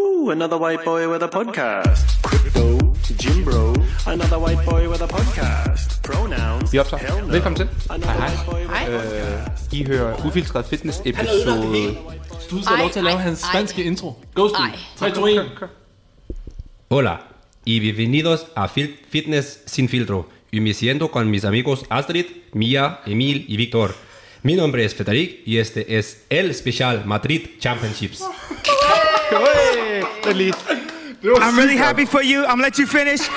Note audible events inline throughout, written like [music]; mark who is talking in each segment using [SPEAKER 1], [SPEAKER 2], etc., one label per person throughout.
[SPEAKER 1] Woo! Another white boy with a podcast. Crypto, Jimbro. Another white boy with a podcast. Pronouns.
[SPEAKER 2] Vi optager.
[SPEAKER 1] hell no.
[SPEAKER 2] Velkommen til.
[SPEAKER 1] Another
[SPEAKER 2] Hej, hej.
[SPEAKER 1] white boy with a
[SPEAKER 2] Øh, I hører Ufiltret Fitness episode...
[SPEAKER 3] Du har
[SPEAKER 4] Ej,
[SPEAKER 3] lov til at lave
[SPEAKER 4] ej,
[SPEAKER 3] hans
[SPEAKER 4] ej.
[SPEAKER 3] spanske intro. Ghost
[SPEAKER 4] Ej.
[SPEAKER 3] 3, 2, 1.
[SPEAKER 5] Hola y bienvenidos a Fil- Fitness sin filtro. Y me siento con mis amigos Astrid, Mia, Emil y Víctor. Mi nombre es Federic y este es el especial Madrid Championships.
[SPEAKER 6] I'm really happy for you. I'm gonna let you finish.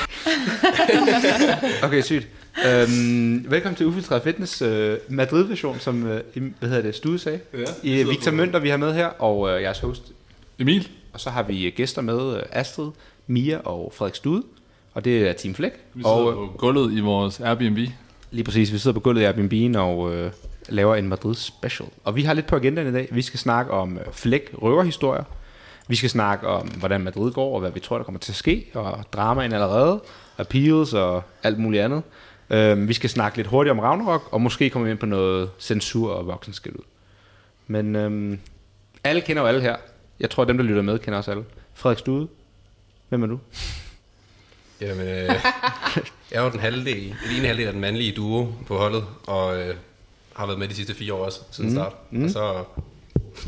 [SPEAKER 2] Okay, sygt. Øhm, velkommen til Ufiltret Fitness øh, Madrid-version, som øh, Em- hvad hedder det, Stude sagde.
[SPEAKER 3] Ja, det
[SPEAKER 2] I,
[SPEAKER 3] sidder
[SPEAKER 2] Victor
[SPEAKER 3] på-
[SPEAKER 2] Mønter, vi har med her, og øh, jeres host.
[SPEAKER 3] Emil.
[SPEAKER 2] Og så har vi øh, gæster med øh, Astrid, Mia og Frederik Stude. Og det er Team Flæk.
[SPEAKER 3] Vi
[SPEAKER 2] Og
[SPEAKER 3] sidder
[SPEAKER 2] øh,
[SPEAKER 3] på gulvet i vores Airbnb.
[SPEAKER 2] lige præcis, vi sidder på gulvet i Airbnb'en og øh, laver en Madrid special. Og vi har lidt på agendaen i dag. Vi skal snakke om øh, Flæk røverhistorier. Vi skal snakke om, hvordan Madrid går, og hvad vi tror, der kommer til at ske, og dramaen allerede, appeals og alt muligt andet. Øhm, vi skal snakke lidt hurtigt om Ragnarok, og måske komme ind på noget censur og voksenskæld ud. Men øhm, alle kender jo alle her. Jeg tror, dem, der lytter med, kender os alle. Frederik Stude, hvem er du?
[SPEAKER 5] Jamen, øh, jeg er jo den, halvdel, den ene halvdel af den mandlige duo på holdet, og øh, har været med de sidste fire år også, siden start. Og så,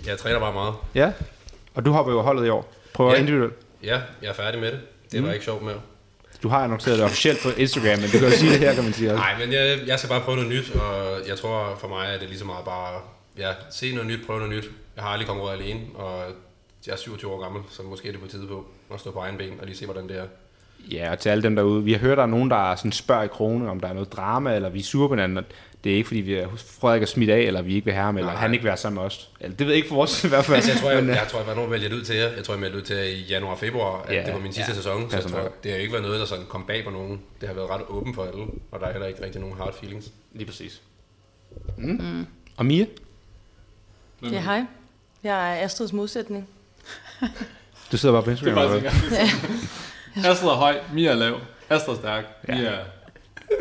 [SPEAKER 5] jeg træner bare meget.
[SPEAKER 2] Ja, og du hopper jo af holdet i år. Prøver
[SPEAKER 5] Ja.
[SPEAKER 2] ja. individuelt.
[SPEAKER 5] Ja, jeg er færdig med det. Det var ikke sjovt mere.
[SPEAKER 2] Du har annonceret det officielt på Instagram, men du kan jo sige det her, kan man sige. også.
[SPEAKER 5] Nej, men jeg, jeg skal bare prøve noget nyt, og jeg tror for mig, at det er lige så meget bare, ja, se noget nyt, prøve noget nyt. Jeg har aldrig konkurreret alene, og jeg er 27 år gammel, så måske er det på tide på at stå på egen ben og lige se, hvordan det er.
[SPEAKER 2] Ja, og til alle dem derude. Vi har hørt, der er nogen, der sådan spørger i krone, om der er noget drama, eller vi er sure på hinanden. og Det er ikke, fordi vi er, Frederik er smidt af, eller vi ikke vil have ham, eller
[SPEAKER 5] Nej.
[SPEAKER 2] han ikke vil være sammen med os. Eller, det ved jeg ikke for os i hvert fald.
[SPEAKER 5] Altså, jeg tror, jeg,
[SPEAKER 2] men, øh,
[SPEAKER 5] jeg, tror, jeg var nogen vælger ud til jer. Jeg tror, jeg meldte ud til jer i januar og februar, at
[SPEAKER 2] Ja,
[SPEAKER 5] det var min sidste
[SPEAKER 2] ja.
[SPEAKER 5] sæson. Så jeg
[SPEAKER 2] Passer
[SPEAKER 5] tror,
[SPEAKER 2] nok.
[SPEAKER 5] det har ikke været noget, der sådan kom bag på nogen. Det har været ret åben for alle, og der er heller ikke rigtig nogen hard feelings.
[SPEAKER 2] Lige præcis. Mm. Og Mia?
[SPEAKER 7] Ja, hej. Jeg er Astrids modsætning.
[SPEAKER 2] Du sidder bare på Instagram.
[SPEAKER 3] Bare
[SPEAKER 2] eller
[SPEAKER 3] tænker.
[SPEAKER 2] hvad?
[SPEAKER 3] Astrid er høj, Mia er lav. Astrid er stærk, Mia er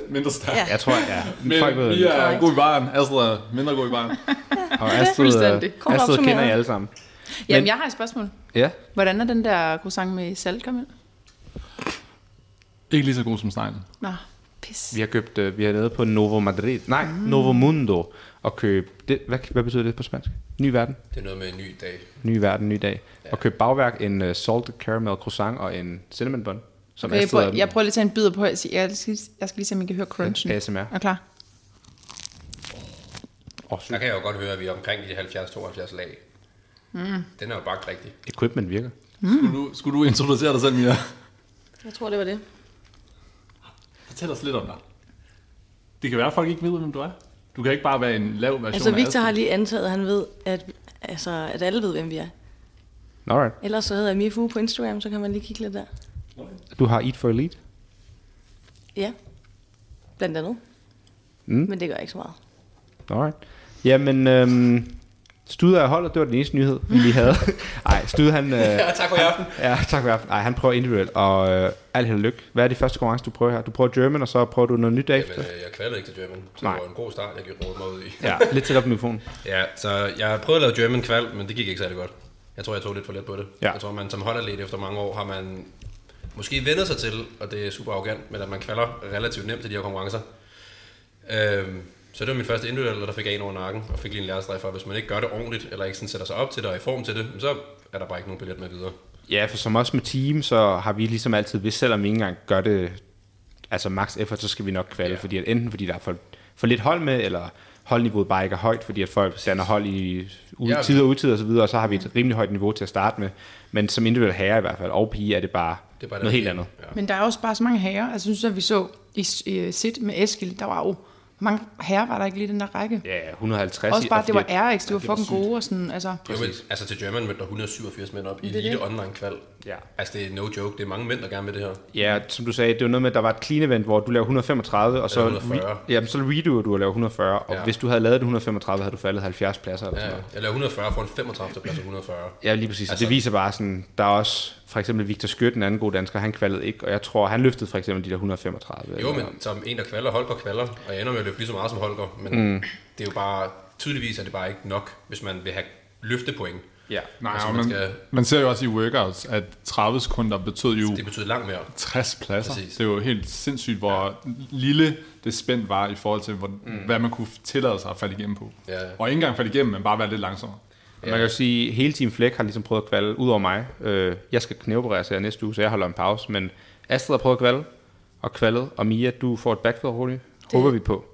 [SPEAKER 3] mindre stærk.
[SPEAKER 7] Ja.
[SPEAKER 2] Jeg tror, ja. [laughs]
[SPEAKER 3] Men
[SPEAKER 2] Folk ved,
[SPEAKER 3] Mia
[SPEAKER 2] det.
[SPEAKER 3] er god i baren, Astrid er mindre god i baren.
[SPEAKER 2] og Astrid,
[SPEAKER 4] Fuldstændig.
[SPEAKER 2] øh,
[SPEAKER 7] Kort
[SPEAKER 2] Astrid
[SPEAKER 7] opsummeret.
[SPEAKER 2] kender jeg alle sammen.
[SPEAKER 4] Jamen,
[SPEAKER 2] Men-
[SPEAKER 4] jeg har et spørgsmål.
[SPEAKER 2] Ja,
[SPEAKER 4] Hvordan er den der croissant med saltkaramel?
[SPEAKER 3] Ikke lige så god som sneglen.
[SPEAKER 4] Nå, pis.
[SPEAKER 2] vi har købt, øh, vi har været på Novo Madrid, nej, mm. Novo Mundo, og købt, det, hvad, hvad betyder det på spansk? Ny verden?
[SPEAKER 5] Det er noget med en ny dag.
[SPEAKER 2] Ny verden, ny dag. Ja. Og købe bagværk, en uh, salted caramel croissant og en cinnamon bun. Som
[SPEAKER 4] Okay, jeg,
[SPEAKER 2] Astrid
[SPEAKER 4] prøver,
[SPEAKER 2] er-
[SPEAKER 4] jeg prøver lige at tage en bid på. Jeg, siger, jeg, skal, jeg skal lige se, om I kan høre crunchen.
[SPEAKER 2] ASMR.
[SPEAKER 4] Er du klar?
[SPEAKER 2] Åh,
[SPEAKER 5] Der
[SPEAKER 2] sygt.
[SPEAKER 5] kan jeg jo godt høre, at vi er omkring de 70-72 lag. Mm. Den er jo bare rigtig.
[SPEAKER 2] Equipment virker.
[SPEAKER 3] Skulle du, skulle du introducere dig selv, Mia?
[SPEAKER 7] Jeg tror, det var det.
[SPEAKER 3] Fortæl os lidt om dig. Det kan være, at folk ikke ved, hvem du er. Du kan ikke bare være en lav version
[SPEAKER 7] Altså,
[SPEAKER 3] af
[SPEAKER 7] Victor
[SPEAKER 3] Astrid.
[SPEAKER 7] har lige antaget, at han ved, at, altså, at alle ved, hvem vi er.
[SPEAKER 2] Alright.
[SPEAKER 7] Ellers så hedder jeg Mia Fuge på Instagram, så kan man lige kigge lidt der.
[SPEAKER 2] Du har Eat for Elite.
[SPEAKER 7] Ja, blandt andet.
[SPEAKER 2] Mm.
[SPEAKER 7] Men det gør ikke så meget.
[SPEAKER 2] Alright. Jamen, øhm, Studer af holdet, det var den eneste nyhed, vi lige havde. Nej, Studer han... Øh,
[SPEAKER 5] Ja, tak for i aften.
[SPEAKER 2] ja, tak for i aften. Ej, han prøver individuelt, og øh, alt held og lykke. Hvad er det første konkurrence, du prøver her? Du prøver German, og så prøver du noget nyt
[SPEAKER 5] Jamen,
[SPEAKER 2] efter?
[SPEAKER 5] øh, jeg kvalede ikke til German, så
[SPEAKER 2] Nej.
[SPEAKER 5] det var en god start, jeg gik råd mig ud i.
[SPEAKER 2] Ja, lidt tættere på mikrofonen.
[SPEAKER 5] [laughs] Ja, så jeg prøvede at lave German kval, men det gik ikke særlig godt. Jeg tror, jeg tog lidt for let på det.
[SPEAKER 2] Ja.
[SPEAKER 5] Jeg tror, man som holdatlet efter mange år har man måske vendet sig til, og det er super arrogant, men at man kvalder relativt nemt til de her konkurrencer. Øhm, så det var min første individuelle, og der fik jeg en over nakken, og fik lige en lærestreg for, at hvis man ikke gør det ordentligt, eller ikke sådan sætter sig op til det og er i form til det, så er der bare ikke nogen billet med videre.
[SPEAKER 2] Ja, for som også med team, så har vi ligesom altid, hvis selvom vi ikke engang gør det, altså max effort, så skal vi nok kvalde,
[SPEAKER 5] Ja.
[SPEAKER 2] ja. fordi at enten fordi der er for, for lidt hold med, eller holdniveauet bare ikke er højt, fordi at folk sender hold i ude,
[SPEAKER 5] Ja.
[SPEAKER 2] tid og udtid og så videre, og så har vi et rimelig højt niveau til at starte med. Men som individuel herre i hvert fald, og pige, er det bare, det er bare noget helt andet.
[SPEAKER 5] Ja.
[SPEAKER 4] Men der er også bare så mange herrer. Altså, synes jeg, vi så i, i sit med Eskild, der var jo hvor mange herrer, var der ikke lige i den der række?
[SPEAKER 2] Ja, 150.
[SPEAKER 4] også bare,
[SPEAKER 2] og
[SPEAKER 4] det var
[SPEAKER 2] fordi-
[SPEAKER 4] RX, det var fucking gode og sådan, altså...
[SPEAKER 5] Jo, men, altså til German mødte der 187 mænd op i
[SPEAKER 4] er det.
[SPEAKER 5] elite online kval.
[SPEAKER 2] Ja.
[SPEAKER 5] Altså det er no joke, det er mange mænd, der gerne vil det her.
[SPEAKER 2] Ja, som du sagde, det var noget med, at der var et clean event, hvor du lavede 135, og så,
[SPEAKER 5] Eller 140.
[SPEAKER 2] Re, jamen, så redoer du og laver 140, og
[SPEAKER 5] Ja.
[SPEAKER 2] ja. hvis du havde lavet det 135, havde du faldet 70 pladser eller
[SPEAKER 5] Ja,
[SPEAKER 2] sådan noget.
[SPEAKER 5] jeg lavede 140 for en 35. plads og 140.
[SPEAKER 2] Ja, lige præcis. Altså,
[SPEAKER 5] Altså-
[SPEAKER 2] det viser bare sådan, der er også for eksempel Victor Skødt, en anden god dansker, han kvalede ikke, og jeg tror, han løftede for eksempel de der 135.
[SPEAKER 5] Jo,
[SPEAKER 2] eller-
[SPEAKER 5] men som en, der kvalder, Holger kvalder, og jeg ender med at løfte lige så meget som Holger, men mm. det er jo bare, tydeligvis er det bare ikke nok, hvis man vil have løftepoint.
[SPEAKER 2] Ja.
[SPEAKER 3] Nej,
[SPEAKER 5] Altså,
[SPEAKER 3] altså,
[SPEAKER 5] man
[SPEAKER 3] man,
[SPEAKER 5] skal- Altså,
[SPEAKER 3] man ser jo også i workouts, at 30 sekunder betød jo
[SPEAKER 5] Det betyder langt mere.
[SPEAKER 3] 60 pladser.
[SPEAKER 5] Præcis.
[SPEAKER 3] Præcis. Det er jo helt sindssygt, hvor lille det spændt var i forhold til, hvor, mm. hvad man kunne tillade sig at falde igennem på.
[SPEAKER 5] Ja.
[SPEAKER 3] Og ikke engang falde igennem, men bare være lidt langsommere.
[SPEAKER 2] Man kan jo sige, at hele Team Flæk har ligesom prøvet at kvalde, ud over mig. Øh, jeg skal knæopereres her næste uge, så jeg holder en pause. Men Astrid har prøvet at kvalde, og kvaldet. Og Mia, du får et backfield hurtigt. Håber vi på.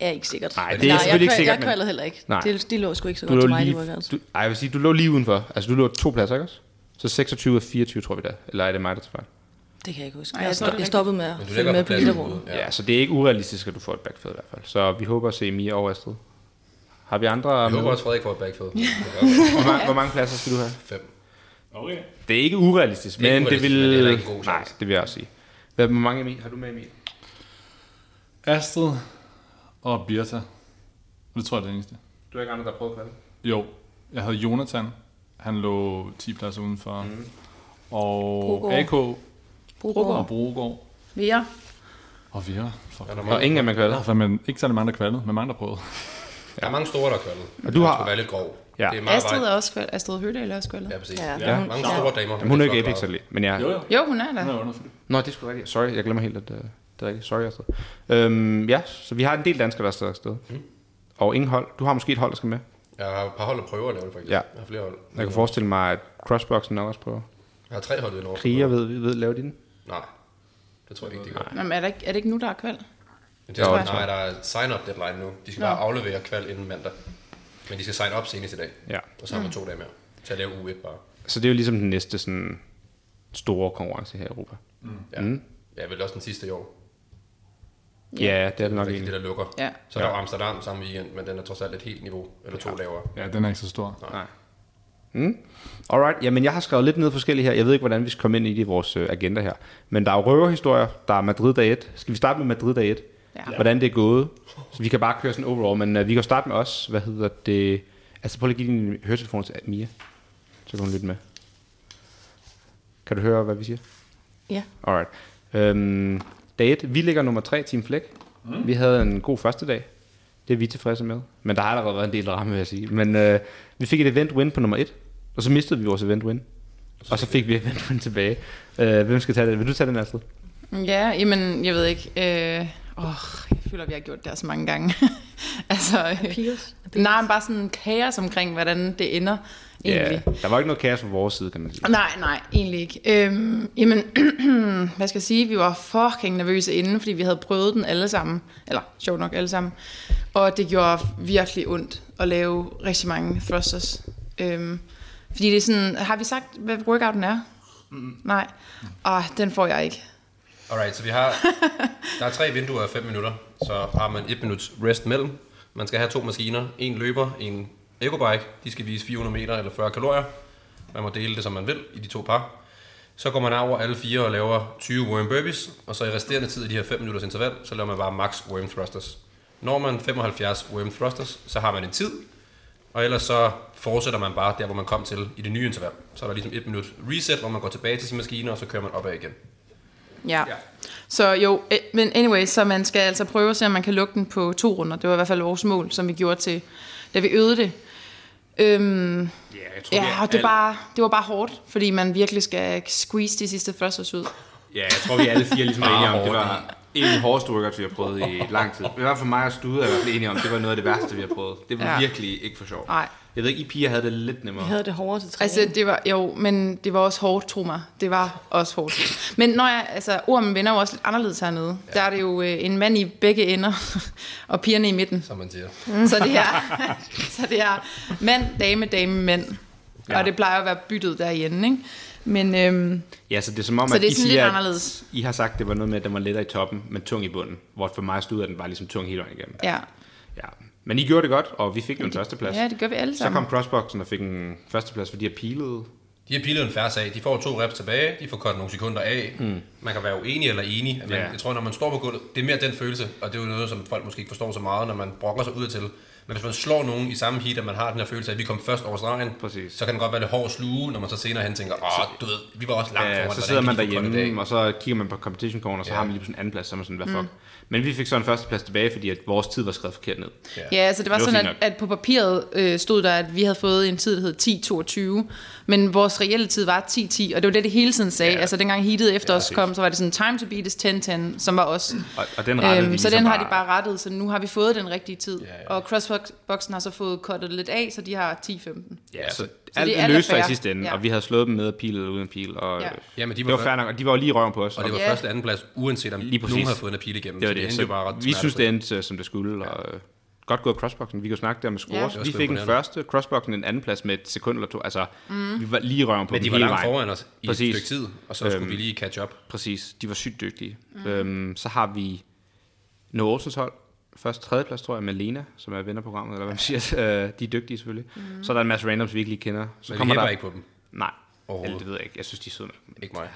[SPEAKER 7] er ikke sikkert. Altså,
[SPEAKER 2] Nej, det er
[SPEAKER 7] jeg,
[SPEAKER 2] selvfølgelig ikke
[SPEAKER 7] kval-
[SPEAKER 2] sikkert,
[SPEAKER 7] Jeg
[SPEAKER 2] men-
[SPEAKER 7] kvalede heller ikke.
[SPEAKER 2] Nej.
[SPEAKER 7] Nej. Det, det lå sgu ikke så
[SPEAKER 2] Du
[SPEAKER 7] godt
[SPEAKER 2] lå,
[SPEAKER 7] til mig,
[SPEAKER 2] lige,
[SPEAKER 7] det workouts.
[SPEAKER 2] du, ej, jeg vil sige, du lå lige udenfor. Altså, du lå to pladser, ikke også? Så 26 og 24, tror vi da. Eller er det mig, der tager fejl?
[SPEAKER 7] Det kan jeg ikke huske.
[SPEAKER 4] Nej,
[SPEAKER 7] jeg,
[SPEAKER 4] jeg tror, det er
[SPEAKER 7] jeg, jeg stoppede med at
[SPEAKER 5] Men du
[SPEAKER 7] følge
[SPEAKER 5] ligger
[SPEAKER 7] med
[SPEAKER 5] på
[SPEAKER 7] på
[SPEAKER 5] pladsen.
[SPEAKER 7] leaderboardet.
[SPEAKER 5] Ja.
[SPEAKER 2] Ja. ja, så det er ikke urealistisk, at du får et backfield i hvert fald. Så vi håber at se Mia og Astrid. Har vi andre?
[SPEAKER 5] Jeg
[SPEAKER 2] med?
[SPEAKER 5] håber også, Frederik får et backfield.
[SPEAKER 2] Hvor, mange, hvor mange pladser skal du have?
[SPEAKER 5] Fem.
[SPEAKER 3] Okay.
[SPEAKER 2] Det er ikke urealistisk,
[SPEAKER 5] er
[SPEAKER 2] men
[SPEAKER 5] ikke
[SPEAKER 2] det
[SPEAKER 5] urealistisk, men det er
[SPEAKER 2] vil...
[SPEAKER 5] heller ikke en god
[SPEAKER 2] nej,
[SPEAKER 5] chance.
[SPEAKER 2] det vil jeg også sige. Hvad, hvor mange Emil? Har du med Emil?
[SPEAKER 3] Astrid og Birta. Og det tror jeg er det eneste.
[SPEAKER 2] Du har ikke andre, der har prøvet kvalde?
[SPEAKER 3] Jo, jeg havde Jonathan. Han lå 10 pladser udenfor. Mm. Og
[SPEAKER 7] Brogaard.
[SPEAKER 3] AK
[SPEAKER 7] Brogaard.
[SPEAKER 3] og Brogaard.
[SPEAKER 4] Mere.
[SPEAKER 3] Og Vera. Fuck.
[SPEAKER 5] Er der,
[SPEAKER 2] Og
[SPEAKER 5] mange,
[SPEAKER 2] ingen af dem er kvalde.
[SPEAKER 3] Der er fandme ikke særlig mange, der kvaldede, men mange, der prøvede.
[SPEAKER 5] der er mange store, der er kvaldet.
[SPEAKER 2] Og du
[SPEAKER 5] Jeg
[SPEAKER 2] har-
[SPEAKER 5] skulle være lidt grov.
[SPEAKER 2] Ja.
[SPEAKER 5] Det er meget
[SPEAKER 4] Astrid
[SPEAKER 5] vej.
[SPEAKER 4] er også kvald. Astrid Høgdahl er også kvald.
[SPEAKER 5] Ja, præcis.
[SPEAKER 7] Ja.
[SPEAKER 5] Ja. Mange store damer.
[SPEAKER 2] Jamen, hun er
[SPEAKER 5] Det
[SPEAKER 2] ikke
[SPEAKER 5] flot
[SPEAKER 2] Apex
[SPEAKER 5] klaret.
[SPEAKER 2] lige, men jeg...
[SPEAKER 3] Jo, jo.
[SPEAKER 4] Jo, hun er der.
[SPEAKER 3] Han er underfyldt.
[SPEAKER 2] Nå, det skulle rigtigt. Sorry, jeg glemmer helt, at øh, det er rigtigt. Sorry, Astrid. Øhm, ja, så vi har en del danskere, der er stadig afsted.
[SPEAKER 5] Hmm.
[SPEAKER 2] Mm. Og ingen hold. Du har måske et hold, der skal med.
[SPEAKER 5] Jeg har et par hold, der prøver at lave det, faktisk.
[SPEAKER 2] Ja.
[SPEAKER 5] Jeg har flere hold.
[SPEAKER 2] Jeg kan forestille mig, at crossboxen nok også prøver.
[SPEAKER 5] Jeg har tre hold i Norge.
[SPEAKER 2] Kriger ved, ved, ved lave din.
[SPEAKER 5] Nej, det tror jeg ikke, de gør.
[SPEAKER 4] Nå, men er, det ikke, er det ikke nu, der er kvald?
[SPEAKER 5] Men det er,
[SPEAKER 2] Jo,
[SPEAKER 5] sådan, nej, der er sign-up deadline nu. De skal
[SPEAKER 4] Nå.
[SPEAKER 5] bare aflevere kval inden mandag. Men de skal sign up senest i dag.
[SPEAKER 2] Ja.
[SPEAKER 5] Og så
[SPEAKER 4] Mm.
[SPEAKER 5] har man to dage mere til at lave U1 bare.
[SPEAKER 2] Så det er jo ligesom den næste sådan, store konkurrence her i Europa. Hmm?
[SPEAKER 5] Ja. Mm. ja, vel også den sidste i år.
[SPEAKER 2] Ja, ja det er det
[SPEAKER 5] Det er
[SPEAKER 2] nok
[SPEAKER 5] rigtig det,
[SPEAKER 2] egentlig.
[SPEAKER 5] der lukker.
[SPEAKER 4] Ja.
[SPEAKER 5] Så er der jo Amsterdam samme weekend, men den er trods alt et helt niveau, eller to lavere.
[SPEAKER 3] Ja, den er ikke så stor.
[SPEAKER 2] Alright, jamen jeg har skrevet lidt ned forskellige her. Jeg ved ikke, hvordan vi skal komme ind i det i vores øh, agenda her. Men der er jo røverhistorier, der er Madrid dag 1. Skal vi starte med Madrid dag 1?
[SPEAKER 4] Ja.
[SPEAKER 2] Hvordan det er gået. Så vi kan bare køre sådan overall, men øh, vi kan jo starte med os. Hvad hedder det? Altså prøv lige at give din høretelefon til Mia, så kan hun lytte med. Kan du høre, hvad vi siger?
[SPEAKER 7] Ja.
[SPEAKER 2] Alright. Øhm, dag 1. Vi ligger nummer 3, Team Flæk. Mm. Vi havde en god første dag. Det er vi tilfredse med. Men der har allerede været en del ramme, vil jeg sige. Men øh, vi fik et event win på nummer 1. Og så mistede vi vores event win. Og så fik vi event win tilbage. Øh, hvem skal tage det? Vil du tage den, Astrid?
[SPEAKER 4] Ja, jamen, jeg ved ikke. Øh, åh, jeg føler, vi har gjort det her så mange gange. [laughs] altså, øh,
[SPEAKER 7] Appeals.
[SPEAKER 4] nej, men bare sådan en kaos omkring, hvordan det ender, egentlig.
[SPEAKER 2] Ja, Der var ikke noget kaos fra vores side, kan man sige.
[SPEAKER 4] Nej, nej, egentlig ikke. Øhm, jamen, [clears throat] hvad skal jeg sige? Vi var fucking nervøse inden, fordi vi havde prøvet den alle sammen. Eller, sjovt nok, alle sammen. Og det gjorde virkelig ondt at lave rigtig mange thrusters. Øhm, fordi det er sådan... Har vi sagt, hvad workouten er? Mm. Nej. Og den får jeg ikke.
[SPEAKER 5] Alright, så vi har, der er tre vinduer af 5 minutter, så har man 1 minuts rest mellem. Man skal have to maskiner, en løber, en ecobike. De skal vise 400 meter eller 40 kalorier. Man må dele det, som man vil, i de to par. Så går man over alle fire og laver 20 worm burpees, og så i resterende tid i de her 5 minutters interval, så laver man bare max worm thrusters. Når man 75 worm thrusters, så har man en tid, og ellers så fortsætter man bare der, hvor man kom til i det nye interval. Så er der ligesom 1 minut reset, hvor man går tilbage til sin maskine, og så kører man opad igen.
[SPEAKER 4] Ja. ja. Så jo, eh, men anyway, så man skal altså prøve at se, om man kan lukke den på to runder. Det var i hvert fald vores mål, som vi gjorde til, da vi øvede det. Øhm,
[SPEAKER 2] Ja, jeg tror,
[SPEAKER 4] ja, og det, bare, det var bare hårdt, fordi man virkelig skal squeeze de sidste thrusters ud.
[SPEAKER 2] Ja, jeg tror, vi alle fire [laughs] ligesom er
[SPEAKER 5] Bare
[SPEAKER 2] enige om, det
[SPEAKER 5] hårdt.
[SPEAKER 2] var en af de hårdeste workouts, vi har prøvet i lang tid. I hvert fald mig og Stude er i hvert fald enige om, det var noget af det værste, vi har prøvet. Det var ja.
[SPEAKER 4] Ja.
[SPEAKER 2] virkelig ikke for sjovt.
[SPEAKER 4] Nej.
[SPEAKER 2] Jeg ved ikke, I piger havde det lidt nemmere.
[SPEAKER 7] Jeg havde det hårdere til træning.
[SPEAKER 4] Altså, det var, jo, men det var også hårdt, tro mig. Det var også hårdt. Men når jeg, altså, ormen vender jo også lidt anderledes hernede. Ja. Der er det jo øh, en mand i begge ender, [laughs] og pigerne i midten.
[SPEAKER 5] som man siger.
[SPEAKER 4] Så det er, så det er mand, dame, dame, mand. Ja. Og det plejer at være byttet derinde, ikke? Men øhm,
[SPEAKER 2] Ja, så det er som om,
[SPEAKER 4] Så
[SPEAKER 2] at
[SPEAKER 4] det er
[SPEAKER 2] I
[SPEAKER 4] sådan lidt
[SPEAKER 2] siger, at
[SPEAKER 4] anderledes.
[SPEAKER 2] I har sagt, at det var noget med, at den var lettere i toppen, men tung i bunden. Hvor for mig stod, at den var ligesom tung hele vejen igennem.
[SPEAKER 4] ja.
[SPEAKER 2] Ja. Men I gjorde det godt, og vi fik jo en førsteplads.
[SPEAKER 4] ja, det gør vi alle
[SPEAKER 2] så
[SPEAKER 4] sammen.
[SPEAKER 2] kom crossboxen og fik en førsteplads, fordi jeg pilede.
[SPEAKER 5] De har pilet en færre af. De får to reps tilbage. De får kort nogle sekunder af. Mm. Man kan være uenig eller enig. Men
[SPEAKER 2] Ja.
[SPEAKER 5] yeah. jeg tror, når man står på gulvet, det er mere den følelse. Og det er jo noget, som folk måske ikke forstår så meget, når man brokker sig ud til. Men hvis man slår nogen i samme heat, og man har den her følelse af, at vi kom først over stregen,
[SPEAKER 2] Præcis.
[SPEAKER 5] så kan det godt være lidt hård sluge, når man så senere hen tænker, åh, du ved, vi var også langt
[SPEAKER 2] Ja,
[SPEAKER 5] foran.
[SPEAKER 2] så
[SPEAKER 5] hvordan
[SPEAKER 2] sidder
[SPEAKER 5] kan
[SPEAKER 2] man
[SPEAKER 5] de få godt i dag?"
[SPEAKER 2] derhjemme, og så kigger man på competition corner, og så
[SPEAKER 5] Ja.
[SPEAKER 2] har man lige pludselig en anden plads, så er man sådan, hvad fuck.
[SPEAKER 4] Mm.
[SPEAKER 2] Men vi fik så en førsteplads tilbage, fordi at vores tid var skrevet forkert ned.
[SPEAKER 4] Ja, altså det var,
[SPEAKER 2] Det var
[SPEAKER 4] sådan,
[SPEAKER 2] fint
[SPEAKER 4] at, at på papiret øh, stod der, at vi havde fået en tid, der hed 10-22, men vores reelle tid var 10-10, og det var det, det hele tiden sagde. Ja. Altså dengang heatet efter ja, os kom, så var det sådan, time to beat is 10-10, som var os.
[SPEAKER 2] Og, og den rettede
[SPEAKER 4] Øhm,
[SPEAKER 2] vi
[SPEAKER 4] så
[SPEAKER 2] ligesom
[SPEAKER 4] den har de bare rettet, så nu har vi fået den rigtige tid. Ja,
[SPEAKER 5] ja.
[SPEAKER 4] ja. Og crossboxen har så fået cuttet lidt af, så de har 10-15.
[SPEAKER 2] Ja, så, så
[SPEAKER 4] det
[SPEAKER 2] alt
[SPEAKER 4] er
[SPEAKER 2] det
[SPEAKER 4] alt
[SPEAKER 2] løste sig i
[SPEAKER 4] fair.
[SPEAKER 2] sidste ende,
[SPEAKER 4] Ja.
[SPEAKER 2] og vi havde slået dem med pil eller uden pil, og
[SPEAKER 4] Ja.
[SPEAKER 2] ja.
[SPEAKER 5] Jamen, de var
[SPEAKER 2] det var
[SPEAKER 5] før-
[SPEAKER 2] fair nok, og de var jo lige i røven på os.
[SPEAKER 5] Og det var
[SPEAKER 4] Ja.
[SPEAKER 5] første og anden plads, uanset om
[SPEAKER 2] Lige præcis.
[SPEAKER 5] nogen har fået en appeal igennem.
[SPEAKER 2] det var
[SPEAKER 5] så
[SPEAKER 2] det.
[SPEAKER 5] endte
[SPEAKER 2] Så
[SPEAKER 5] jo bare ret
[SPEAKER 2] vi synes,
[SPEAKER 5] smertefrit.
[SPEAKER 2] det endte, øh, som det skulle, og øh, godt gået af crossboxen. Vi kunne snakke der med
[SPEAKER 4] Ja.
[SPEAKER 2] scores.
[SPEAKER 4] Det
[SPEAKER 5] var
[SPEAKER 2] vi
[SPEAKER 5] sgu
[SPEAKER 2] fik en
[SPEAKER 5] imponerende.
[SPEAKER 2] første, crossboxen en anden plads med et sekund eller to. Altså, mm. vi var lige i røven på
[SPEAKER 5] Men
[SPEAKER 2] dem
[SPEAKER 5] de var
[SPEAKER 2] hele
[SPEAKER 5] langt
[SPEAKER 2] vejen.
[SPEAKER 5] foran os i
[SPEAKER 2] Præcis. Øhm,
[SPEAKER 5] et stykke tid, og så skulle vi lige catch up.
[SPEAKER 2] Præcis, de var sygt dygtige. Mm. Øhm, så har vi Noah Olsens hold. Først tredjeplads, tror jeg, med Lena, som er vennerprogrammet, eller hvad man siger. [laughs] Øh, de er dygtige selvfølgelig. Mm. Så er der en masse randoms, vi ikke lige kender. Så
[SPEAKER 5] Men vi hæpper ikke på dem.
[SPEAKER 2] Nej,
[SPEAKER 5] Overhovedet.
[SPEAKER 2] Eller, det ved jeg ikke. Jeg synes, de er søde. nok.
[SPEAKER 5] Ikke mig.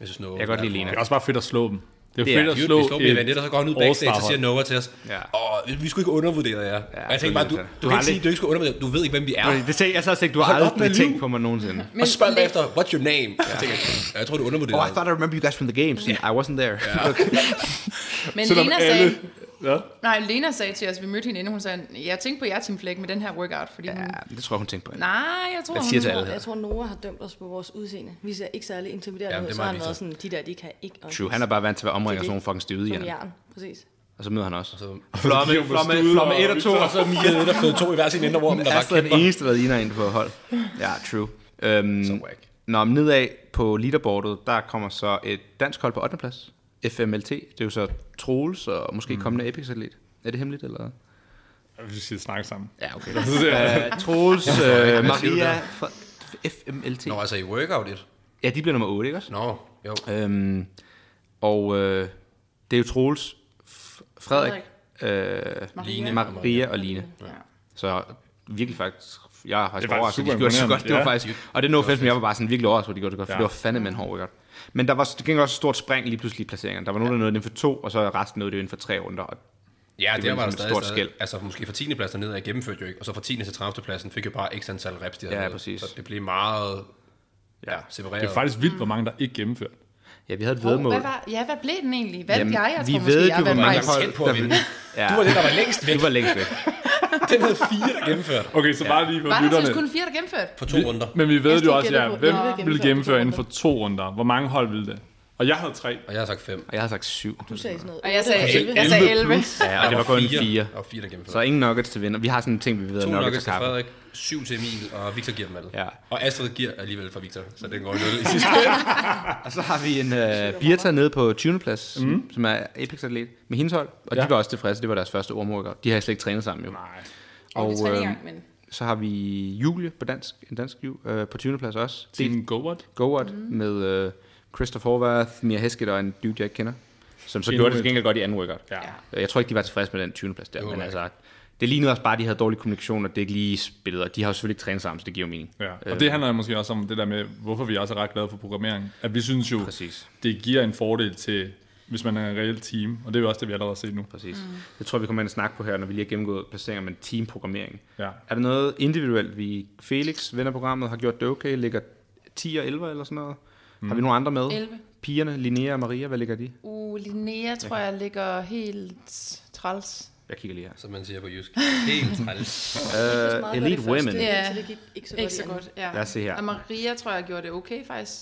[SPEAKER 5] Jeg synes, Nova
[SPEAKER 2] Jeg kan godt lide Lena.
[SPEAKER 3] Det er også bare fedt at slå dem. Det er,
[SPEAKER 2] Det
[SPEAKER 3] det
[SPEAKER 2] er-
[SPEAKER 3] er fedt
[SPEAKER 5] De,
[SPEAKER 3] at
[SPEAKER 5] de
[SPEAKER 3] slå
[SPEAKER 5] slog med
[SPEAKER 3] et
[SPEAKER 5] vendet, og så går han ud backstage, og så
[SPEAKER 3] all-star-hold.
[SPEAKER 5] siger Nova til os,
[SPEAKER 2] Ja.
[SPEAKER 5] Åh, vi skulle ikke undervurdere jer. Ja, og jeg tænkte bare, du,
[SPEAKER 2] selvfølgelig. Du
[SPEAKER 5] du,
[SPEAKER 2] har
[SPEAKER 5] kan ikke sige,
[SPEAKER 2] aldrig-
[SPEAKER 5] at du ikke skulle undervurdere, du ved ikke, hvem vi er.
[SPEAKER 2] Det tænkte, jeg så tænkt, du har
[SPEAKER 5] Hold op med
[SPEAKER 2] aldrig
[SPEAKER 5] at
[SPEAKER 2] tænkt
[SPEAKER 5] lyve.
[SPEAKER 2] på mig nogensinde.
[SPEAKER 5] Og så spørger han bagefter, what's your name? Jeg tænker, "Ja, jeg tror, du undervurderer.
[SPEAKER 2] Oh, I thought I remember you guys from the games. Yeah. I wasn't there. Yeah. Okay.
[SPEAKER 4] Men
[SPEAKER 3] Selvom
[SPEAKER 4] Lena
[SPEAKER 3] alle-
[SPEAKER 4] sagde,
[SPEAKER 3] Ja.
[SPEAKER 4] nej, Lena sagde til os, vi mødte hende inden, hun sagde, jeg tænkte på jer, Team Flæk, med den her workout, fordi ja. hun...
[SPEAKER 2] det tror jeg, hun tænkte på.
[SPEAKER 4] Nej, jeg tror,
[SPEAKER 2] Jeg
[SPEAKER 4] hun...
[SPEAKER 2] siger til alle
[SPEAKER 7] Jeg,
[SPEAKER 2] her.
[SPEAKER 7] jeg tror, Nora har dømt os på vores udseende. Vi ser ikke særlig intimiderende
[SPEAKER 5] Jamen,
[SPEAKER 7] ud,
[SPEAKER 5] det
[SPEAKER 7] så
[SPEAKER 5] må
[SPEAKER 7] har
[SPEAKER 5] jeg
[SPEAKER 7] han
[SPEAKER 5] lige
[SPEAKER 7] været sådan, de der, de kan ikke åndes."
[SPEAKER 2] True, han er bare vant til at være omringet af
[SPEAKER 7] Det
[SPEAKER 2] sådan
[SPEAKER 7] er
[SPEAKER 2] nogle fucking støde i
[SPEAKER 7] Som
[SPEAKER 2] ham.
[SPEAKER 7] jern, præcis.
[SPEAKER 2] Og så møder han os.
[SPEAKER 5] Så-
[SPEAKER 2] Flomme, flomme, flomme 1 og 2.
[SPEAKER 5] Og så er Mia nede, der fået to i hver sin indervor, men der bare
[SPEAKER 2] Astrid er den
[SPEAKER 5] kæmper.
[SPEAKER 2] eneste, der har været inde og ind på hold. Ja, true. Øhm,
[SPEAKER 5] Så whack.
[SPEAKER 2] Nå, men nedad på leaderboardet, der kommer så et dansk hold på 8. plads. FMLT, det er jo så Troels og måske kommende Apex Athlete. Er det hemmeligt eller hvad?
[SPEAKER 3] Vi skal snakke sammen.
[SPEAKER 2] Ja, okay. uh, [laughs] Troels, uh, Maria, fra FMLT.
[SPEAKER 5] Nå, altså i workout et.
[SPEAKER 2] Ja, de bliver nummer 8, ikke også?
[SPEAKER 5] Nå, jo.
[SPEAKER 2] Øhm, og øh, det er jo Troels, F- Frederik, øh,
[SPEAKER 5] Line.
[SPEAKER 2] Maria og Line. Så virkelig faktisk, jeg er faktisk
[SPEAKER 3] Det var
[SPEAKER 2] overrasket, de
[SPEAKER 3] super
[SPEAKER 2] gjorde det så
[SPEAKER 3] imponerende,
[SPEAKER 2] godt. Det var
[SPEAKER 3] ja.
[SPEAKER 2] faktisk, og det er no offense, men jeg var bare sådan virkelig overrasket, hvor de gjorde det godt, for
[SPEAKER 3] Ja.
[SPEAKER 2] det var fandeme en hård workout. Men der var det gik også et stort spring lige pludselig i placeringerne. Der var nogen, der nåede det inden for to, og så resten nåede det inden for tre runder. Og
[SPEAKER 5] Ja, det,
[SPEAKER 2] var
[SPEAKER 5] det var der
[SPEAKER 2] ligesom et
[SPEAKER 5] stadig,
[SPEAKER 2] stort
[SPEAKER 5] stort
[SPEAKER 2] skel.
[SPEAKER 5] skæld. Altså måske fra 10. pladsen ned er gennemført jo ikke, og så fra 10. til 30. pladsen fik jo bare ekstra antal reps, de havde
[SPEAKER 2] Ja,
[SPEAKER 5] lavet.
[SPEAKER 2] præcis.
[SPEAKER 5] Så det blev meget ja, separeret.
[SPEAKER 3] Det er faktisk vildt, hvor mange der ikke gennemfører.
[SPEAKER 2] ja, vi havde et
[SPEAKER 4] Hov,
[SPEAKER 2] vedmål.
[SPEAKER 4] hvad var, ja, hvad blev den egentlig? Hvad
[SPEAKER 2] Jamen,
[SPEAKER 4] Jamen, jeg? Jeg
[SPEAKER 2] vi
[SPEAKER 4] tror
[SPEAKER 2] ved
[SPEAKER 4] måske, jeg
[SPEAKER 2] jo, hvor
[SPEAKER 4] vandt
[SPEAKER 2] mange
[SPEAKER 4] faktisk.
[SPEAKER 2] hold-
[SPEAKER 5] tæt på at vinde.
[SPEAKER 2] Ja.
[SPEAKER 5] Du var den, der var længst væk.
[SPEAKER 2] Du var længst væk.
[SPEAKER 5] Den havde fire, der gennemførte
[SPEAKER 3] Okay, så bare lige for
[SPEAKER 4] Var der
[SPEAKER 3] lytterne.
[SPEAKER 4] faktisk kun fire, der gennemførte?
[SPEAKER 5] på to runder.
[SPEAKER 3] Men vi ved
[SPEAKER 7] Jeg
[SPEAKER 3] jo
[SPEAKER 7] skal
[SPEAKER 3] også,
[SPEAKER 7] gætte
[SPEAKER 3] ja,
[SPEAKER 7] på-
[SPEAKER 3] hvem
[SPEAKER 7] Nå, jeg
[SPEAKER 3] ville
[SPEAKER 7] gennemfører
[SPEAKER 3] gennemføre
[SPEAKER 7] to
[SPEAKER 3] inden for to runder? Hvor mange hold ville det? Og jeg havde tre.
[SPEAKER 5] Og jeg har sagt fem.
[SPEAKER 2] Og jeg havde sagt syv.
[SPEAKER 7] Du sagde sådan noget.
[SPEAKER 4] Og jeg sagde
[SPEAKER 7] otte,
[SPEAKER 4] 11. Jeg sagde 11.
[SPEAKER 2] Ja, og det var kun fire.
[SPEAKER 5] Og fire, der
[SPEAKER 2] Så
[SPEAKER 5] gennemførte.
[SPEAKER 2] ingen nuggets til vinder. Vi har sådan en ting, vi ved, at
[SPEAKER 5] To
[SPEAKER 2] nuggets,
[SPEAKER 5] nok til
[SPEAKER 2] nuggets kaffe.
[SPEAKER 5] Frederik, syv til Emil, og Victor giver dem alle.
[SPEAKER 2] Ja.
[SPEAKER 5] Og Astrid giver alligevel for Victor, så den går jo nul i sidste
[SPEAKER 2] Og så har vi en uh, Birta nede på 20. plads, mm. som er Apex Atlet med hendes hold. Og ja. de var også tilfredse, det var deres første ormorker. De har slet ikke trænet sammen jo. Nej. Og,
[SPEAKER 4] Vi træner i
[SPEAKER 2] øh,
[SPEAKER 4] gang, men...
[SPEAKER 2] så har vi Julie på dansk, en dansk jul, øh, på 20. plads også. Det er
[SPEAKER 3] Team Goat.
[SPEAKER 2] Goat mm. med øh, Christopher Horvath, Mia Hesket og en dude, jeg ikke kender. Som så gjorde det til gengæld godt i anden workout. Øh,
[SPEAKER 3] Ja.
[SPEAKER 2] Jeg tror ikke, de var tilfredse med den 20. plads der, men
[SPEAKER 5] jeg
[SPEAKER 2] altså... Det lignede også bare, at de havde dårlig kommunikation, og det ikke lige spillede. Og de har jo selvfølgelig ikke trænet sammen, så det giver jo mening.
[SPEAKER 3] Ja. Og det handler måske også om det der med, hvorfor vi også er ret glade for programmering. At vi synes jo,
[SPEAKER 2] Præcis.
[SPEAKER 3] det giver en fordel til, hvis man er en reelt team. Og det er jo også det, vi allerede har set nu.
[SPEAKER 2] Præcis. Mm. Det tror jeg, vi kommer ind og snakke på her, når vi lige har gennemgået placeringer, men teamprogrammering.
[SPEAKER 3] Ja.
[SPEAKER 2] Er der noget individuelt, vi Felix, venner af programmet, har gjort det okay? Ligger 10 og 11 eller sådan noget? Mm. Har vi nogle andre med?
[SPEAKER 4] 11.
[SPEAKER 2] Pigerne, Linnea og Maria, hvad ligger de?
[SPEAKER 4] Uh, Linnea tror jeg ligger helt træls.
[SPEAKER 2] Jeg kigger lige her.
[SPEAKER 5] Som man siger på jysk. Helt træls.
[SPEAKER 7] det var
[SPEAKER 2] Uh,
[SPEAKER 7] meget
[SPEAKER 2] elite
[SPEAKER 7] godt i første,
[SPEAKER 2] Women.
[SPEAKER 4] Ja.
[SPEAKER 7] Så det gik ikke så godt.
[SPEAKER 4] Ikke så godt, ja.
[SPEAKER 2] Lad os se her.
[SPEAKER 4] Og Maria tror jeg gjorde det okay faktisk.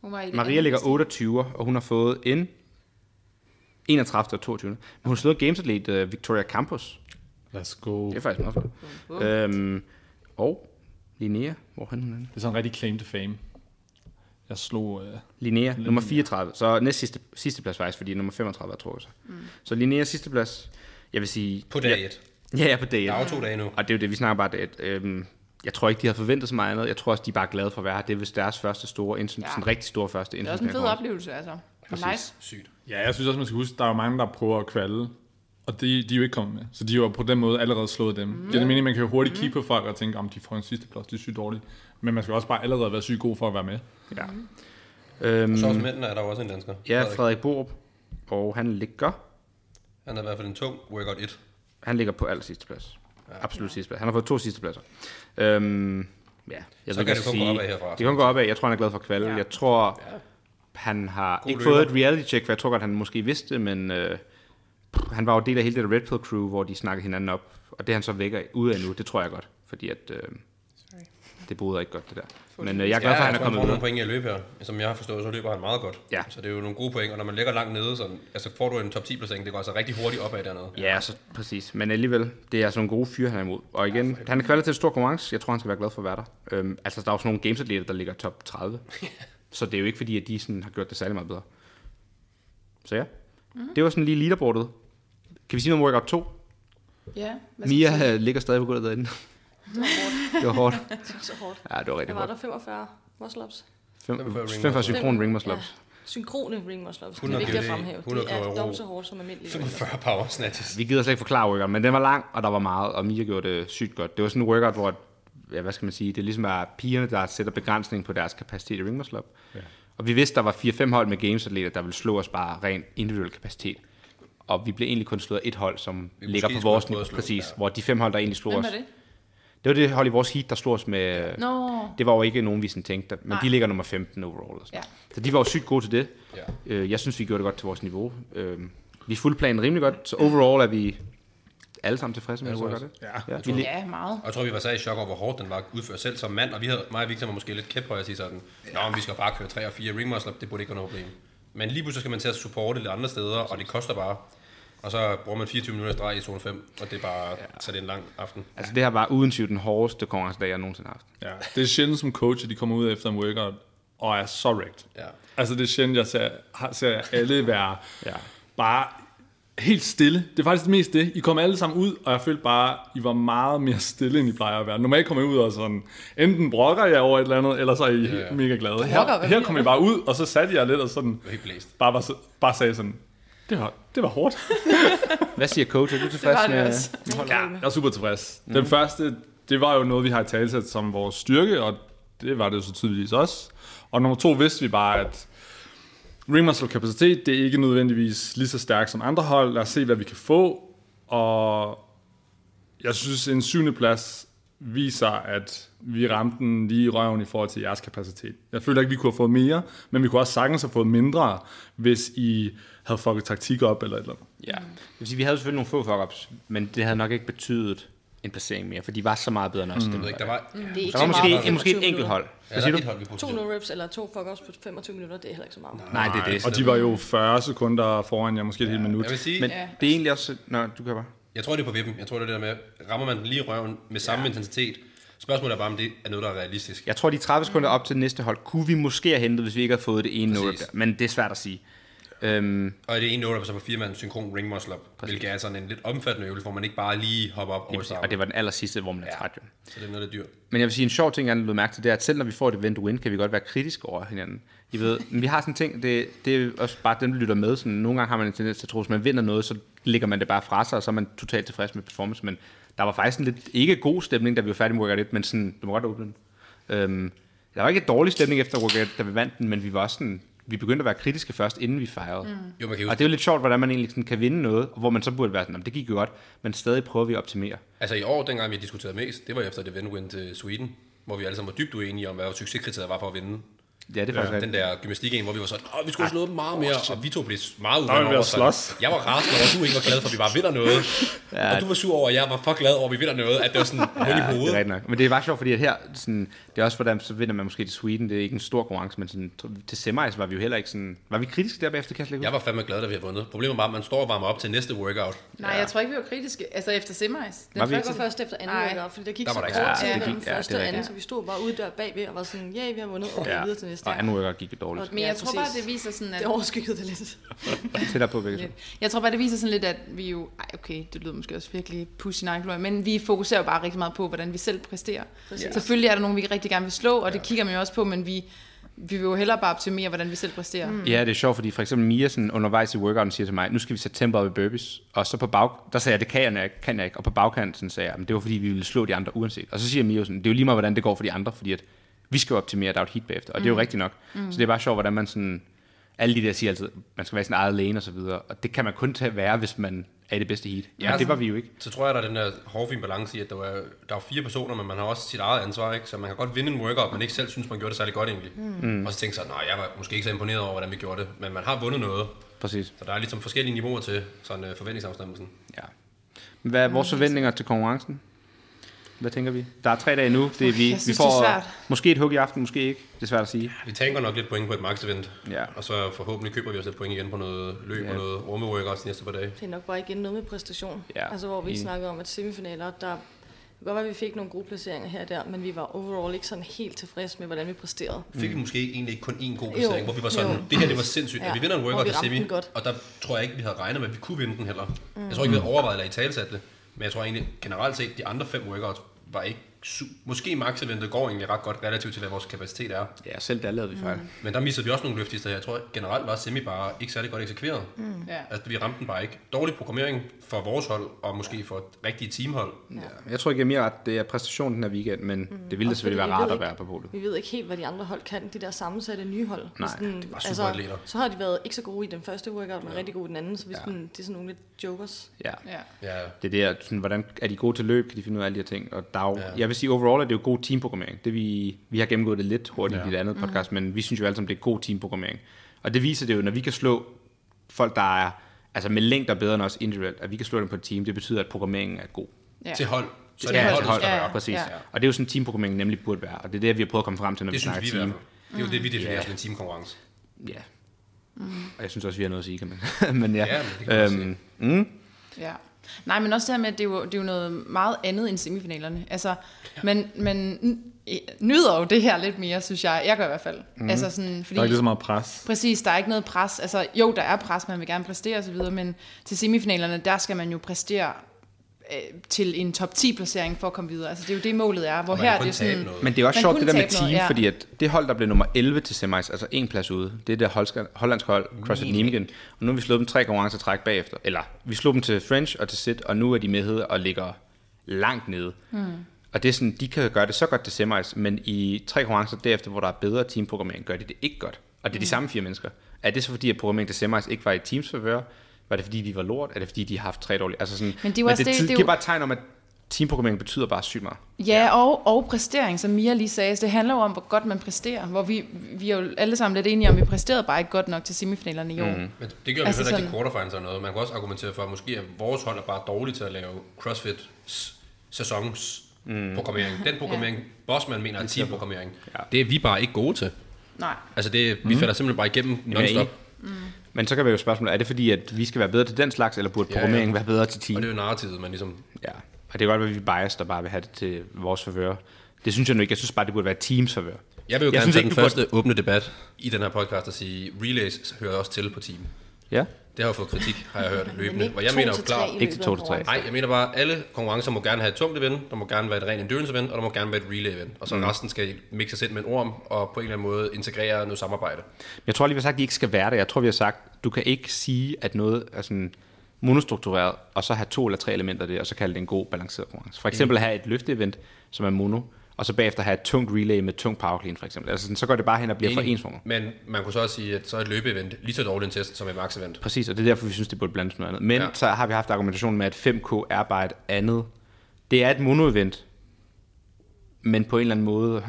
[SPEAKER 4] Hun var i det
[SPEAKER 2] Maria
[SPEAKER 4] andet
[SPEAKER 2] ligger
[SPEAKER 4] bedste.
[SPEAKER 2] 28, og hun har fået en 31. og 22. Men hun slog Games Athlete uh, Victoria Campos.
[SPEAKER 3] Let's go.
[SPEAKER 2] Det er faktisk meget flot. Øhm, og Linnea, hvor er hun henne?
[SPEAKER 3] Det er sådan en rigtig claim to fame. Jeg slog... Øh,
[SPEAKER 2] Linnea, nummer 34. Så næst sidste, sidste plads faktisk, fordi nummer 35 er trukket sig. Mm. Så Linnea sidste plads. Jeg vil sige...
[SPEAKER 5] På dag et.
[SPEAKER 2] Ja, ja på dag et.
[SPEAKER 5] Der er jo to dage nu.
[SPEAKER 2] Og det er jo det, vi snakker bare dag et. Øhm, jeg tror ikke, de har forventet så meget andet. Jeg tror også, de er bare glade for at være her. Det er vist deres første store, ja. sådan en rigtig store første
[SPEAKER 4] Det er også en fed
[SPEAKER 2] internationale
[SPEAKER 4] oplevelse, altså. Nice.
[SPEAKER 5] Sygt.
[SPEAKER 3] Ja, jeg synes også, man skal huske, der er jo mange, der prøver at kvalde, og de, de er jo ikke kommet med. Så de har jo på den måde allerede slået dem. Mm. Det er det mening, man kan jo hurtigt kigge på folk og tænke, om de får en sidste plads, det er sygt dårligt. Men man skal også bare allerede være sygt god for at være med.
[SPEAKER 2] konkurrencer.
[SPEAKER 5] Så
[SPEAKER 2] øhm,
[SPEAKER 5] også mændene er der jo også en dansker.
[SPEAKER 2] Ja, Frederik Borup. Og han ligger,
[SPEAKER 5] Han er i hvert fald en tung workout 1.
[SPEAKER 2] han ligger på aller sidste plads. Absolut sidste plads. Han har fået to sidste pladser. Øhm, ja, jeg
[SPEAKER 5] Så
[SPEAKER 2] vil
[SPEAKER 5] kan
[SPEAKER 2] ikke
[SPEAKER 5] det kun gå opad herfra.
[SPEAKER 2] Det kan gå opad. Jeg tror, han er glad for kvalde. Ja. Jeg tror, han har God ikke løber. fået et reality check, for jeg tror godt, han måske vidste, det, men øh, pff, han var jo del af hele det der Red Pill crew, hvor de snakkede hinanden op. Og det han så vækker ud af nu, det tror jeg godt. Fordi at, øh, det boder ikke godt, det der. Men øh, jeg er glad for, at han er
[SPEAKER 5] tror,
[SPEAKER 2] kommet
[SPEAKER 5] får nogle
[SPEAKER 2] videre.
[SPEAKER 5] point i at løbe her. Som jeg har forstået, så løber han meget godt.
[SPEAKER 2] Ja.
[SPEAKER 5] Så det er jo nogle gode point, og når man ligger langt nede, så altså, får du en top 10 placering, det går altså rigtig hurtigt opad dernede.
[SPEAKER 2] Ja, så præcis. Men alligevel, det er altså nogle gode fyre, han er imod. Og igen, ja, han er kvalget til en stor konkurrence. Jeg tror, han skal være glad for at være der. Øhm, altså, der er også nogle gamesatleter, der ligger top 30. så det er jo ikke fordi, at de sådan, har gjort det særlig meget bedre. Så ja, mm. det var sådan lige leaderboardet. Kan vi sige noget om workout 2?
[SPEAKER 4] Ja, hvad skal jeg sige?
[SPEAKER 2] Mia øh, ligger stadig på gulvet derinde. det var hårdt.
[SPEAKER 7] Det var så hårdt.
[SPEAKER 2] Ja, det var
[SPEAKER 7] Jeg
[SPEAKER 2] rigtig
[SPEAKER 7] var
[SPEAKER 2] hårdt.
[SPEAKER 7] der 45 muscle-ups.
[SPEAKER 2] 5 for synkron ring muscle ups.
[SPEAKER 7] Synkrone ring muscle-ups. Det er
[SPEAKER 5] 100
[SPEAKER 7] vigtigt at
[SPEAKER 5] kilo i-
[SPEAKER 7] fremhæve.
[SPEAKER 5] 100
[SPEAKER 7] Det
[SPEAKER 5] kilo
[SPEAKER 7] er
[SPEAKER 5] i ro.
[SPEAKER 7] dobbelt så hårdt som almindelige. ring.
[SPEAKER 5] 45 power snatches.
[SPEAKER 2] Vi gider slet ikke forklare workout, men den var lang, og der var meget, og Mia gjorde det sygt godt. Det var sådan en workout, hvor, ja, hvad skal man sige, det er ligesom er pigerne, der sætter begrænsning på deres kapacitet i ringmuscle up. Ja. Og vi vidste, der var 4-5 hold med gamesatleter, der ville slå os bare ren individuel kapacitet. Og vi blev egentlig kun slået af et hold, som
[SPEAKER 5] Vi
[SPEAKER 2] ligger
[SPEAKER 5] måske
[SPEAKER 2] på
[SPEAKER 5] skulle
[SPEAKER 2] vores
[SPEAKER 5] have prøvet
[SPEAKER 2] niveau,
[SPEAKER 5] at slå,
[SPEAKER 2] præcis,
[SPEAKER 5] ja.
[SPEAKER 2] hvor de fem hold, der egentlig slog
[SPEAKER 4] Hvem
[SPEAKER 2] os.
[SPEAKER 4] er det?
[SPEAKER 2] det var det hold i vores heat, der slog os med...
[SPEAKER 4] Nå,
[SPEAKER 2] Det var jo ikke nogen, vi sådan tænkte, men Nej.
[SPEAKER 4] Nej.
[SPEAKER 2] de ligger nummer 15 overall. Og sådan.
[SPEAKER 4] Ja.
[SPEAKER 2] Så de var jo sygt gode til det.
[SPEAKER 5] Ja.
[SPEAKER 2] Øh, jeg synes, vi gjorde det godt til vores niveau. Øh, vi fulgte planen rimelig godt, så overall er vi alle sammen tilfredse med, at det.
[SPEAKER 3] Ja,
[SPEAKER 2] ja, vi lig-
[SPEAKER 4] ja, meget.
[SPEAKER 5] Og jeg tror, vi var så i chok over, hvor hårdt den var udført selv som mand, og vi havde, mig og Victor var måske lidt kæp på at sige sådan, Nå, men vi skal bare køre 3 og 4 ring muscle up, det burde ikke være noget problem. Men lige pludselig skal man til at supporte lidt andre steder, og det koster bare. Og så bruger man 24 minutter i streg i zone 5, og det er bare, så det er en lang aften.
[SPEAKER 2] altså, det her var uden tvivl den hårdeste konkurrencedag, jeg nogensinde har haft.
[SPEAKER 3] ja. Det er sjældent som coach, at de kommer ud efter en workout og er så wrecked.
[SPEAKER 5] Ja.
[SPEAKER 3] Altså det er sjældent, jeg ser, har, ser alle være
[SPEAKER 2] Ja.
[SPEAKER 3] bare helt stille. Det er faktisk det mest det. I kom alle sammen ud, og jeg følte bare, I var meget mere stille, end I plejer at være. Normalt kommer I ud og sådan, enten brokker jeg over et eller andet, eller så er I ja, ja. mega glade. Her,
[SPEAKER 7] hvad
[SPEAKER 3] her
[SPEAKER 7] mener
[SPEAKER 3] kom I bare ud, og så satte jeg lidt og sådan,
[SPEAKER 5] Helt blæst.
[SPEAKER 3] bare, var, så- bare sagde sådan, det var, det var hårdt.
[SPEAKER 2] Hvad siger coach? Er du tilfreds
[SPEAKER 4] var det
[SPEAKER 2] med...
[SPEAKER 4] også.
[SPEAKER 3] Ja, jeg er super tilfreds. Den
[SPEAKER 5] Mhm.
[SPEAKER 3] første, det var jo noget, vi har i talsat som vores styrke, og det var det jo så tydeligvis også. Og nummer to vidste vi bare, at ring muscle kapacitet, det er ikke nødvendigvis lige så stærkt som andre hold. Lad os se, hvad vi kan få. Og jeg synes, en syvende plads viser, at vi ramte den lige i røven i forhold til jeres kapacitet. Jeg føler ikke, vi kunne have fået mere, men vi kunne også sagtens have fået mindre, hvis I havde fucket taktik op eller et eller andet.
[SPEAKER 2] Ja. Det vil sige, vi havde selvfølgelig nogle få fuck-ups, men det havde nok ikke betydet en placering mere, for de var så meget bedre end os. Mm.
[SPEAKER 5] Jeg ved ikke, der var, ja,
[SPEAKER 7] Det er
[SPEAKER 2] Der
[SPEAKER 7] ikke
[SPEAKER 2] var
[SPEAKER 7] så meget.
[SPEAKER 2] måske, måske et enkelt hold. Hvad
[SPEAKER 5] der
[SPEAKER 2] siger
[SPEAKER 5] er
[SPEAKER 2] du?
[SPEAKER 5] et hold, vi producerer.
[SPEAKER 7] 200 reps eller to fuck-ups på 25 minutter, det er heller ikke så meget.
[SPEAKER 2] Nej, det er det.
[SPEAKER 3] Og de var jo 40 sekunder foran jer, måske et helt minut.
[SPEAKER 5] Jeg vil sige,
[SPEAKER 2] Men det er egentlig også... Nå, du kan bare...
[SPEAKER 5] Jeg tror, det er på vippen. Jeg tror, det er det der med, rammer man den lige i røven med samme ja. intensitet? Spørgsmålet er bare, om det er noget, der er realistisk.
[SPEAKER 2] Jeg tror, de 30 sekunder op til næste hold, kunne vi måske have hentet, hvis vi ikke havde fået det ene no
[SPEAKER 5] Præcis.
[SPEAKER 2] der. Men det er svært at sige. Øhm,
[SPEAKER 5] Og det er en øvelse på fire mand synkron ring muscle up, hvilket er sådan en lidt omfattende øvelse, hvor man ikke bare lige hopper op over
[SPEAKER 2] og
[SPEAKER 5] starten.
[SPEAKER 2] det var den aller sidste, hvor man er træt. Jo.
[SPEAKER 5] Så det er noget, der er dyrt.
[SPEAKER 2] Men jeg vil sige, en sjov ting, jeg lød mærke til, det er, at selv når vi får et win-win, kan vi godt være kritiske over hinanden. I [laughs] ved, men vi har sådan en ting, det, det er også bare dem, der lytter med. Sådan, nogle gange har man en tendens til at tro, at hvis man vinder noget, så ligger man det bare fra sig, og så er man totalt tilfreds med performance. Men der var faktisk en lidt, ikke god stemning, da vi var færdige med workout 1, men sådan, du må godt åbne den. Øhm, der var ikke en dårlig stemning efter workout, da vi vandt den, men vi var også sådan, vi begyndte at være kritiske først, inden vi fejrede. Mm.
[SPEAKER 5] Jo, man kan
[SPEAKER 2] Og
[SPEAKER 5] huske,
[SPEAKER 2] det er jo lidt sjovt, hvordan man egentlig sådan kan vinde noget, og hvor man så burde være sådan, "Nå, men det gik jo godt, men stadig prøver vi at optimere.
[SPEAKER 5] altså i år, dengang vi diskuterede mest, det var efter det win-win til Sweden, hvor vi alle sammen var dybt uenige om, hvad succeskriteriet var for at vinde.
[SPEAKER 2] Ja, det er faktisk ja, Ah,
[SPEAKER 5] Den der gymnastik hvor vi var sådan, åh, vi skulle have slået dem meget mere, og vi to blev meget
[SPEAKER 3] var vi
[SPEAKER 5] uvenner
[SPEAKER 3] ved
[SPEAKER 5] over.
[SPEAKER 3] at
[SPEAKER 5] sådan.
[SPEAKER 3] slås.
[SPEAKER 5] Jeg var rasende over, at du ikke var glad for, at vi bare vinder
[SPEAKER 2] [laughs]
[SPEAKER 5] noget. Og du var sur over, at jeg var for glad over, at vi vinder noget, at det var sådan hul i
[SPEAKER 2] Det er
[SPEAKER 5] hovedet.
[SPEAKER 2] rigtigt nok. Men det er bare sjovt, fordi at her, sådan, det er også hvordan, så vinder man måske til Sweden, det er ikke en stor konkurrence, men sådan, til semis var vi jo heller ikke sådan, var vi kritiske der bagefter, kan jeg slet ikke
[SPEAKER 5] Jeg var fandme glad, da vi havde vundet. Problemet var, at man står og varmer op til næste workout.
[SPEAKER 4] Nej, jeg tror ikke, vi var kritiske. Altså efter semis. Den
[SPEAKER 2] Var vi
[SPEAKER 4] tror
[SPEAKER 7] Det
[SPEAKER 4] jeg
[SPEAKER 7] var
[SPEAKER 2] ikke?
[SPEAKER 4] var
[SPEAKER 7] først efter anden
[SPEAKER 4] Nej.
[SPEAKER 7] workout, fordi der gik
[SPEAKER 5] Der
[SPEAKER 7] så
[SPEAKER 5] var
[SPEAKER 7] kort
[SPEAKER 5] der
[SPEAKER 2] så-
[SPEAKER 7] tid
[SPEAKER 5] ikke
[SPEAKER 2] Ja, det
[SPEAKER 7] mellem
[SPEAKER 2] gik- ja, det
[SPEAKER 7] første
[SPEAKER 2] er
[SPEAKER 7] og anden,
[SPEAKER 2] rigtigt.
[SPEAKER 7] så vi stod bare ude dør bagved og var sådan, ja, vi har vundet, og ja. videre til næste.
[SPEAKER 2] og
[SPEAKER 7] gang.
[SPEAKER 2] anden workout gik det dårligt.
[SPEAKER 4] Men
[SPEAKER 7] Ja,
[SPEAKER 4] jeg tror bare,
[SPEAKER 7] præcis.
[SPEAKER 4] det viser sådan, at...
[SPEAKER 7] Det overskyggede det lidt.
[SPEAKER 2] Tættere på begge to.
[SPEAKER 4] Jeg tror bare, det viser sådan lidt, at vi jo... Ej, okay, det lyder måske også virkelig pussy nej men vi fokuserer jo bare rigtig meget på, hvordan vi selv præsterer.
[SPEAKER 7] Præcis.
[SPEAKER 4] Selvfølgelig er der nogen, vi rigtig gerne vil slå, og det kigger man jo også på, men vi, vi vil jo hellere bare optimere, hvordan vi selv præsterer. Mm.
[SPEAKER 2] Ja, det er sjovt, fordi for eksempel Mia sådan undervejs i workouten siger til mig, nu skal vi sætte tempoet op i burpees. Og så på bag, der sagde jeg, det kan jeg ikke, kan jeg ikke. Og på bagkanten sagde jeg, "Men det var fordi, vi ville slå de andre uanset. Og så siger Mia jo sådan, det er jo lige meget, hvordan det går for de andre, fordi at vi skal jo optimere, der er jo et heat bagefter. Og det er
[SPEAKER 4] Mm.
[SPEAKER 2] jo rigtigt nok. Så det er bare sjovt, hvordan man sådan, alle de der siger altid, man skal være i sin eget lane og så videre. Og det kan man kun tage være, hvis man er i det bedste heat. Ja,
[SPEAKER 5] Ja,
[SPEAKER 2] Men
[SPEAKER 4] altså-
[SPEAKER 2] det var vi jo ikke.
[SPEAKER 5] Så tror jeg, der er den der hårfine balance i, at der er, der er fire personer, men man har også sit eget ansvar, ikke? Så man kan godt vinde en workout, men ikke selv synes, man gjorde det særlig godt egentlig. Mm. Og så tænke sig, nej, jeg var måske ikke så imponeret over, hvordan vi gjorde det, men man har vundet noget.
[SPEAKER 2] Præcis.
[SPEAKER 5] Så der er ligesom forskellige niveauer til sådan uh, forventningsafstemmelsen.
[SPEAKER 2] Ja. Men Hvad er vores forventninger
[SPEAKER 4] altså-
[SPEAKER 2] til konkurrencen? Hvad tænker vi? Der er tre dage nu. Det er vi.
[SPEAKER 4] jeg synes,
[SPEAKER 2] vi får
[SPEAKER 4] det er svært.
[SPEAKER 2] måske et hug i aften, måske ikke. Det er svært at sige.
[SPEAKER 5] Vi tænker nok lidt point på et max-event,
[SPEAKER 2] Ja.
[SPEAKER 5] og så forhåbentlig køber vi os lidt point igen på noget løb
[SPEAKER 2] Ja.
[SPEAKER 5] ja. og noget rummeworkouts de næste par dage.
[SPEAKER 7] Det er nok bare igen noget med præstation.
[SPEAKER 2] Ja,
[SPEAKER 7] Altså hvor vi
[SPEAKER 2] enig.
[SPEAKER 7] snakkede om, at semifinaler, der det kan godt være, at vi fik nogle gode placeringer her og der, men vi var overall ikke sådan helt tilfredse med, hvordan vi præsterede.
[SPEAKER 5] Fik vi måske egentlig ikke kun én god placering,
[SPEAKER 7] Jo,
[SPEAKER 5] hvor vi var sådan,
[SPEAKER 7] jo.
[SPEAKER 5] det her det var sindssygt, ja.
[SPEAKER 7] Ja,
[SPEAKER 5] at vi vinder en
[SPEAKER 7] hvor
[SPEAKER 5] workout
[SPEAKER 7] vi
[SPEAKER 5] til
[SPEAKER 7] ramte
[SPEAKER 5] semi,
[SPEAKER 7] den godt.
[SPEAKER 5] og der tror jeg ikke, vi havde regnet med, at vi kunne vinde den heller. Jeg tror ikke, vi havde overvejet eller i talsat det, men jeg tror egentlig generelt set, de andre fem workouts var ikke su- Måske max eventet går egentlig ret godt relativt til, hvad vores kapacitet er.
[SPEAKER 2] Ja, selv der lavede vi fejl. Mm.
[SPEAKER 5] Men der missede vi også nogle løft i stedet. Jeg tror generelt var semi bare ikke særlig godt eksekveret.
[SPEAKER 4] Ja.
[SPEAKER 5] Altså, vi ramte den bare ikke. Dårlig programmering for vores hold, og måske for et rigtigt teamhold.
[SPEAKER 2] Ja. Jeg tror ikke, jeg er mere ret. Det er præstationen den her weekend, men mm. det ville da
[SPEAKER 7] Også
[SPEAKER 2] selvfølgelig
[SPEAKER 7] fordi
[SPEAKER 2] være
[SPEAKER 7] vi
[SPEAKER 2] rart
[SPEAKER 7] ved
[SPEAKER 2] at være
[SPEAKER 7] ikke-
[SPEAKER 2] på podiet.
[SPEAKER 7] Vi ved ikke helt, hvad de andre hold kan, de der sammensatte nye hold. altså,
[SPEAKER 2] Nej,
[SPEAKER 5] det var superatleter.
[SPEAKER 7] så har de været ikke så gode i den første workout, men ja. rigtig gode i den anden, så vi sådan, det er sådan nogle lidt jokers.
[SPEAKER 2] Ja.
[SPEAKER 4] Ja.
[SPEAKER 5] Ja,
[SPEAKER 2] Det er der, sådan, hvordan er de gode til løb, kan de finde ud af alle de her ting. Og der er jo, ja. Jeg vil sige, overall er det jo god teamprogrammering. Det vi, vi har gennemgået det lidt hurtigt ja. i det andet podcast, men vi synes jo alle sammen, det er god teamprogrammering. Og det viser det jo, når vi kan slå folk, der er altså med længder bedre end os individuelt, at vi kan slå dem på et team, det betyder, at programmeringen er god.
[SPEAKER 4] Ja.
[SPEAKER 5] til hold. Så er det
[SPEAKER 2] Ja,
[SPEAKER 5] holdet,
[SPEAKER 2] til
[SPEAKER 5] der
[SPEAKER 2] hold,
[SPEAKER 5] skal
[SPEAKER 2] ja,
[SPEAKER 5] være.
[SPEAKER 2] præcis.
[SPEAKER 4] Ja.
[SPEAKER 2] Ja. Og det er jo sådan, teamprogrammering nemlig burde være, og det er det, vi har prøvet at komme frem til, når
[SPEAKER 5] Det
[SPEAKER 2] vi
[SPEAKER 5] synes
[SPEAKER 2] snakker
[SPEAKER 5] vi i hvert
[SPEAKER 2] team.
[SPEAKER 5] fald. Det er jo det, vi definerer som en teamkonkurrence.
[SPEAKER 2] Ja. Mm. Og jeg synes også, vi har noget at sige, kan man. [laughs] men ja.
[SPEAKER 5] Ja, men det kan man
[SPEAKER 2] øhm,
[SPEAKER 4] Ja. Nej, men også det her med, at det er jo, det er jo noget meget andet end semifinalerne. Altså, men, men n- eh, nyder jo det her lidt mere, synes jeg. Jeg gør i hvert fald. Mm. Altså sådan, fordi,
[SPEAKER 3] Der er ikke lige så meget pres.
[SPEAKER 4] Præcis, der er ikke noget pres. Altså, jo, der er pres, man vil gerne præstere osv., men til semifinalerne, der skal man jo præstere øh, til en top 10-placering for at komme videre. Altså, det er jo det, målet er. Hvor
[SPEAKER 5] Og man kan
[SPEAKER 4] her er
[SPEAKER 5] kun
[SPEAKER 4] det sådan...
[SPEAKER 5] tabe noget.
[SPEAKER 2] Men det er også
[SPEAKER 4] Man
[SPEAKER 2] sjovt
[SPEAKER 4] kunne
[SPEAKER 2] det der med
[SPEAKER 4] tabe noget,
[SPEAKER 2] team,
[SPEAKER 4] ja.
[SPEAKER 2] ja. fordi at det hold, der blev nummer 11 til semis, altså en plads ude, det er det hollandske, hollandske hold, CrossFit Nijmegen. Og nu har vi slået dem tre konkurrencer i træk bagefter. Eller, vi slog dem til French og til Sit, og nu er de med og ligger langt nede. Mm. Og det er sådan, de kan gøre det så godt til semis, men i tre konkurrencer derefter, hvor der er bedre teamprogrammering, gør de det ikke godt. Og
[SPEAKER 4] Mm.
[SPEAKER 2] det er de samme fire mennesker. Er det så fordi, at programmeringen til semis ikke var i teams favør? Var det fordi, vi var lort? Er det fordi, de har haft tre dårlige? Altså sådan,
[SPEAKER 4] Men det er jo også det-
[SPEAKER 2] det,
[SPEAKER 4] det er jo-
[SPEAKER 2] giver bare et tegn om, at teamprogrammering betyder bare sygt meget.
[SPEAKER 4] Ja, og, og præstering, som Mia lige sagde, så det handler jo om, hvor godt man præsterer. Hvor vi, vi er jo alle sammen lidt enige om, at vi præsterede bare ikke godt nok til semifinalerne i år. Mm.
[SPEAKER 5] Men det gør altså
[SPEAKER 4] Altså
[SPEAKER 5] vi heller ikke i
[SPEAKER 4] sådan-
[SPEAKER 5] quarterfinals eller noget. Man kan også argumentere for, at måske er vores hold er bare dårligt til at lave CrossFit sæsons mm. programmering. Den programmering, ja. Bossman mener er teamprogrammering. Ja. Det er vi bare ikke gode til.
[SPEAKER 4] Nej.
[SPEAKER 5] Altså det, vi mm. falder simpelthen bare igennem
[SPEAKER 2] jeg
[SPEAKER 5] non-stop.
[SPEAKER 2] er Men så kan vi jo spørgsmålet, er det fordi, at vi skal være bedre til den slags, eller burde
[SPEAKER 5] Ja, ja.
[SPEAKER 2] programmeringen være bedre til team?
[SPEAKER 5] Og det er
[SPEAKER 2] Det...
[SPEAKER 5] jo narrativet, man ligesom...
[SPEAKER 2] Ja. Og det kan godt være, at vi er biased og bare vil have det til vores favør. Det synes jeg nu ikke. Jeg synes bare, det burde være teams favør.
[SPEAKER 5] Jeg vil
[SPEAKER 2] Jeg
[SPEAKER 5] jo jeg gerne
[SPEAKER 2] synes
[SPEAKER 5] tage
[SPEAKER 2] ikke,
[SPEAKER 5] den
[SPEAKER 2] du burde-
[SPEAKER 5] første åbne debat i den her podcast og sige, relays hører også til på team.
[SPEAKER 2] Ja.
[SPEAKER 5] Det har jo fået kritik, har jeg hørt løbende.
[SPEAKER 7] ikke
[SPEAKER 5] Og jeg
[SPEAKER 7] to
[SPEAKER 5] mener jo
[SPEAKER 7] til
[SPEAKER 5] klart,
[SPEAKER 7] tre i
[SPEAKER 2] ikke
[SPEAKER 7] løbet
[SPEAKER 2] to
[SPEAKER 7] af
[SPEAKER 2] til tre.
[SPEAKER 7] konkurrencen.
[SPEAKER 5] Nej, jeg mener bare, at alle konkurrencer må gerne have et tungt event, der må gerne være et rent endurance event, og der må gerne være et relay event. Og så mm. resten skal mixe sig selv med en orm, og på en eller anden måde integrere noget samarbejde.
[SPEAKER 2] Men Jeg tror lige, vi har sagt, at de ikke skal være det. Jeg tror, vi har sagt, du kan ikke sige, at noget er sådan monostruktureret, og så have to eller tre elementer af det, og så kalde det en god balanceret konkurrence. For
[SPEAKER 5] Mm.
[SPEAKER 2] eksempel have et løfteevent, som er mono, og så bagefter have et tungt relay med tung power clean, for eksempel. Altså, sådan, så går det bare hen og bliver for
[SPEAKER 5] Enig.
[SPEAKER 2] ensformet.
[SPEAKER 5] Men man kunne så også sige, at så er et løbeevent lige så dårligt en test som et max-event.
[SPEAKER 2] Præcis, og det er derfor, vi synes, det burde blandes med noget andet. Men ja.
[SPEAKER 5] Ja.
[SPEAKER 2] så har vi haft argumentationen med, at 5K er bare et andet. Det er et monoevent, men på en eller anden måde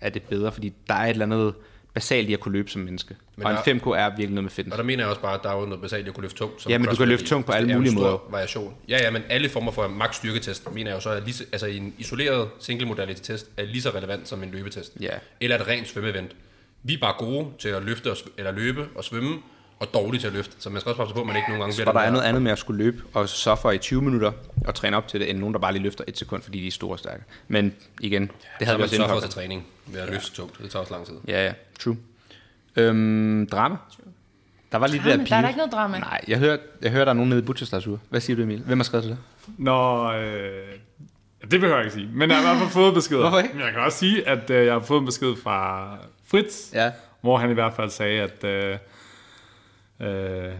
[SPEAKER 2] er det bedre, fordi der er et eller andet basalt i at kunne løbe som menneske. Men
[SPEAKER 5] Men
[SPEAKER 2] og en
[SPEAKER 5] der-
[SPEAKER 2] 5K er virkelig noget med fitness.
[SPEAKER 5] Og der mener jeg også bare, at der er jo noget basalt, jeg kunne løfte tungt. Som
[SPEAKER 2] Ja, men du kan
[SPEAKER 5] CrossFit
[SPEAKER 2] løfte
[SPEAKER 5] i.
[SPEAKER 2] tungt på
[SPEAKER 5] Så det
[SPEAKER 2] alle
[SPEAKER 5] er jo en
[SPEAKER 2] mulige
[SPEAKER 5] stor
[SPEAKER 2] måder.
[SPEAKER 5] variation. Ja, ja, men alle former for max styrketest, mener jeg jo så, er lige, så- altså en isoleret single modality test er lige så relevant som en løbetest.
[SPEAKER 2] Ja.
[SPEAKER 5] Eller et rent svømmeevent. Vi er bare gode til at løfte og, sv- eller løbe og svømme, og dårlige til at løfte. Så man skal også passe på, at man ikke nogen gange bliver
[SPEAKER 2] Og der
[SPEAKER 5] den
[SPEAKER 2] er
[SPEAKER 5] der-
[SPEAKER 2] noget andet med at skulle løbe og suffer i 20 minutter og træne op til det, end nogen, der bare lige løfter et sekund, fordi de er store og stærke. Men igen, det havde vi også inden
[SPEAKER 5] så man så for
[SPEAKER 2] for.
[SPEAKER 5] til træning ved at løfte tungt. Det tager også lang tid.
[SPEAKER 2] Ja, ja, true. Øhm, drama? Der var lige det
[SPEAKER 4] Drama?
[SPEAKER 2] der pige.
[SPEAKER 4] Der er da ikke noget drama.
[SPEAKER 2] Nej, jeg hører, jeg hører der er nogen nede i Butchers, der er sure. Hvad siger du, Emil? Hvem har skrevet til dig?
[SPEAKER 3] Nå, øh, ja, det behøver jeg ikke sige. Men jeg har i hvert fald fået beskeder.
[SPEAKER 2] Hvorfor ikke?
[SPEAKER 3] Men jeg kan også sige, at øh, jeg har fået en besked fra Fritz,
[SPEAKER 2] Ja.
[SPEAKER 3] hvor han i hvert fald sagde, at... Øh, øh,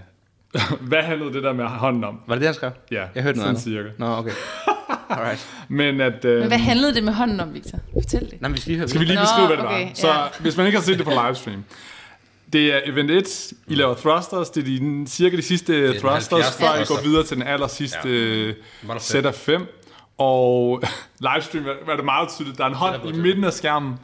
[SPEAKER 3] [laughs] hvad handlede det der med hånden om?
[SPEAKER 2] Var det det, han skrev?
[SPEAKER 3] Ja,
[SPEAKER 2] Jeg hørte noget andet.
[SPEAKER 3] sådan cirka.
[SPEAKER 2] Nå, okay. Alright.
[SPEAKER 3] Men at... Øh,
[SPEAKER 4] Men hvad handlede det med hånden om, Victor? Fortæl det.
[SPEAKER 2] Nej, men vi skal lige høre
[SPEAKER 3] Skal vi lige
[SPEAKER 4] Nå,
[SPEAKER 3] beskrive, hvad det
[SPEAKER 4] okay,
[SPEAKER 3] var? Så
[SPEAKER 4] ja.
[SPEAKER 3] hvis man ikke har set det på livestream. Det er event 1, I laver thrusters, det er de, cirka de sidste
[SPEAKER 5] den
[SPEAKER 3] thrusters,
[SPEAKER 5] 70.
[SPEAKER 3] før I
[SPEAKER 5] thruster.
[SPEAKER 3] går videre til den aller sidste
[SPEAKER 5] Var
[SPEAKER 3] ja.
[SPEAKER 5] der
[SPEAKER 3] sæt
[SPEAKER 5] fem?
[SPEAKER 3] af 5. Og [laughs] livestream var- var det meget tydeligt. Der er en hånd i midten af skærmen,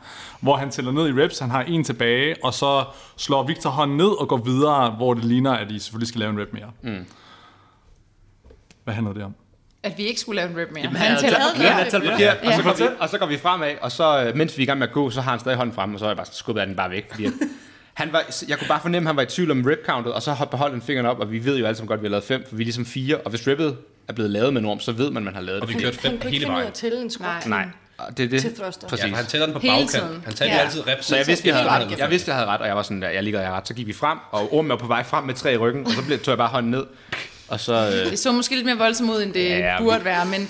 [SPEAKER 3] hvor han tæller ned i reps, han har en tilbage, og så slår Victor hånden ned og går videre, hvor det ligner, at I selvfølgelig skal lave en rep mere. Mm. Hvad handler det om?
[SPEAKER 4] At vi ikke skulle lave en rip mere. han tæller
[SPEAKER 2] Ja,
[SPEAKER 4] forkert.
[SPEAKER 2] talt forkert. Og, så går vi, og så går vi fremad, og så, øh, mens vi er i gang med at gå, så har han stadig hånden fremme, og så har jeg bare skubbet den bare væk. Fordi at [laughs] han var, jeg kunne bare fornemme, at han var i tvivl om rip countet, og så har- beholdt han fingeren op, og vi ved jo alle sammen godt, at vi har lavet fem, for vi er ligesom fire, og hvis rippet er blevet lavet med norm, så ved man, man har lavet
[SPEAKER 5] Og vi
[SPEAKER 2] det.
[SPEAKER 5] kørte
[SPEAKER 7] Han
[SPEAKER 5] fem
[SPEAKER 7] kunne ikke
[SPEAKER 5] hele
[SPEAKER 7] finde ud af
[SPEAKER 5] vejen.
[SPEAKER 7] at tælle en squat.
[SPEAKER 4] Nej.
[SPEAKER 2] Nej, og det er det.
[SPEAKER 7] Til thruster.
[SPEAKER 2] Præcis.
[SPEAKER 5] Ja, for han tæller den på
[SPEAKER 4] Hele
[SPEAKER 5] bagkant.
[SPEAKER 4] tiden.
[SPEAKER 5] Han tæller
[SPEAKER 4] Ja.
[SPEAKER 5] ja. altid rep.
[SPEAKER 2] Så jeg vidste, vi havde
[SPEAKER 5] Hele vejen
[SPEAKER 2] ret.
[SPEAKER 5] ned.
[SPEAKER 2] Jeg vidste, jeg havde ret, og jeg var sådan der, jeg ligger, jeg har ret. Så gik vi frem, og ormen var på vej frem med tre i ryggen, og så blev, tog jeg bare hånden ned. Og så... Øh,
[SPEAKER 4] Det så måske lidt mere voldsomt ud, end det
[SPEAKER 2] Ja,
[SPEAKER 4] ja,
[SPEAKER 2] vi-
[SPEAKER 4] burde være, men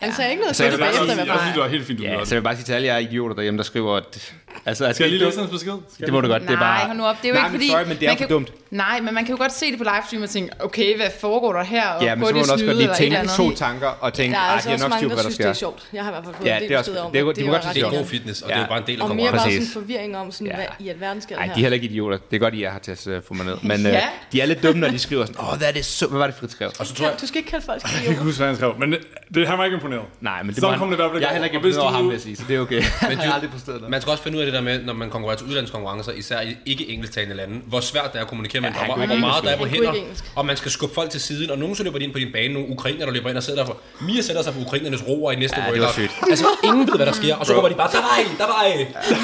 [SPEAKER 7] Han sagde ikke noget
[SPEAKER 2] Så jeg
[SPEAKER 7] til
[SPEAKER 2] vil
[SPEAKER 3] Jeg
[SPEAKER 2] bare
[SPEAKER 7] bagefter,
[SPEAKER 3] synes,
[SPEAKER 7] hvad
[SPEAKER 3] jeg synes,
[SPEAKER 7] bare...
[SPEAKER 3] det var helt fint, du
[SPEAKER 2] ja,
[SPEAKER 3] ja,
[SPEAKER 2] så
[SPEAKER 3] det.
[SPEAKER 2] vil jeg bare sige til alle jer idioter derhjemme, der skriver, at... Altså, at
[SPEAKER 3] Skal jeg lige læse hans besked? Skal
[SPEAKER 2] Det må du godt, det er bare...
[SPEAKER 4] Nej, hold nu op. Det er jo
[SPEAKER 2] Nej,
[SPEAKER 4] ikke
[SPEAKER 2] men
[SPEAKER 4] fordi...
[SPEAKER 2] sorry, men det er
[SPEAKER 4] man
[SPEAKER 2] for
[SPEAKER 4] kan,
[SPEAKER 2] dumt.
[SPEAKER 4] Nej, men man kan jo godt se det på livestream og tænke, okay, hvad foregår der her? Og
[SPEAKER 2] Ja, men
[SPEAKER 4] burde
[SPEAKER 2] så må
[SPEAKER 4] de
[SPEAKER 2] man også
[SPEAKER 4] snyde
[SPEAKER 2] godt lige
[SPEAKER 4] eller et eller
[SPEAKER 2] tænke
[SPEAKER 4] andet?
[SPEAKER 2] to tanker og tænke,
[SPEAKER 7] Der er
[SPEAKER 2] ah,
[SPEAKER 7] altså
[SPEAKER 2] de har
[SPEAKER 7] også
[SPEAKER 2] nok styr på,
[SPEAKER 7] mange, der
[SPEAKER 2] hvad der
[SPEAKER 7] synes, det er
[SPEAKER 2] sker.
[SPEAKER 7] sjovt. Jeg har i hvert fald fået
[SPEAKER 2] Ja,
[SPEAKER 7] en del
[SPEAKER 2] det er også-
[SPEAKER 7] beskeder om,
[SPEAKER 2] det er-
[SPEAKER 7] at
[SPEAKER 2] de må
[SPEAKER 7] var
[SPEAKER 2] godt
[SPEAKER 7] ret
[SPEAKER 5] Det er en god
[SPEAKER 7] irriterende.
[SPEAKER 5] fitness, og det
[SPEAKER 2] Ja.
[SPEAKER 5] er jo bare en del af
[SPEAKER 7] Og mere
[SPEAKER 5] konkurrencen.
[SPEAKER 7] bare sådan
[SPEAKER 2] Præcis.
[SPEAKER 7] en forvirring om, sådan,
[SPEAKER 2] Ja.
[SPEAKER 7] hvad i alverden sker der
[SPEAKER 2] Nej,
[SPEAKER 7] her.
[SPEAKER 2] de er heller ikke idioter. Det er godt, I er her til at øh, få mig ned. Men øh,
[SPEAKER 4] Ja.
[SPEAKER 2] de er lidt dumme, når de skriver sådan, åh, hvad er det så? Hvad var det, Frit skrev?
[SPEAKER 5] Og så tror jeg,
[SPEAKER 7] Du skal ikke kalde folk
[SPEAKER 3] Jeg kan ikke
[SPEAKER 7] idioter.
[SPEAKER 3] huske, hvad han skrev, men det, det, han var ikke imponeret.
[SPEAKER 2] Nej, men det
[SPEAKER 3] Sådan
[SPEAKER 2] var han-
[SPEAKER 3] kom det i hvert fald
[SPEAKER 2] Jeg
[SPEAKER 3] ikke
[SPEAKER 2] er heller ikke
[SPEAKER 3] over. Og hvis
[SPEAKER 2] imponeret over
[SPEAKER 3] du-
[SPEAKER 2] ham, vil jeg sige, så det er okay. Men [laughs] jeg
[SPEAKER 5] du-
[SPEAKER 2] har aldrig forstået det.
[SPEAKER 5] man skal også finde ud af det der med, når man konkurrerer til udlandskonkurrencer, især i ikke engelsktalende lande, hvor svært det er at kommunikere med en
[SPEAKER 2] Ja, han
[SPEAKER 5] dommer,
[SPEAKER 2] kunne
[SPEAKER 5] og
[SPEAKER 2] ikke
[SPEAKER 5] hvor meget der er på
[SPEAKER 7] engelsk. Han kunne
[SPEAKER 5] hænder,
[SPEAKER 7] ikke engelsk.
[SPEAKER 5] og man skal skubbe folk til siden, og nogen så løber de ind på din bane, nogle ukrainer, der løber ind og sidder derfor. Mia sætter sig på ukrainernes roer i næste
[SPEAKER 2] Ja, det var
[SPEAKER 5] World Cup.
[SPEAKER 2] sygt.
[SPEAKER 5] Altså, ingen ved, hvad der sker, og så kommer de bare, der var en, der var en.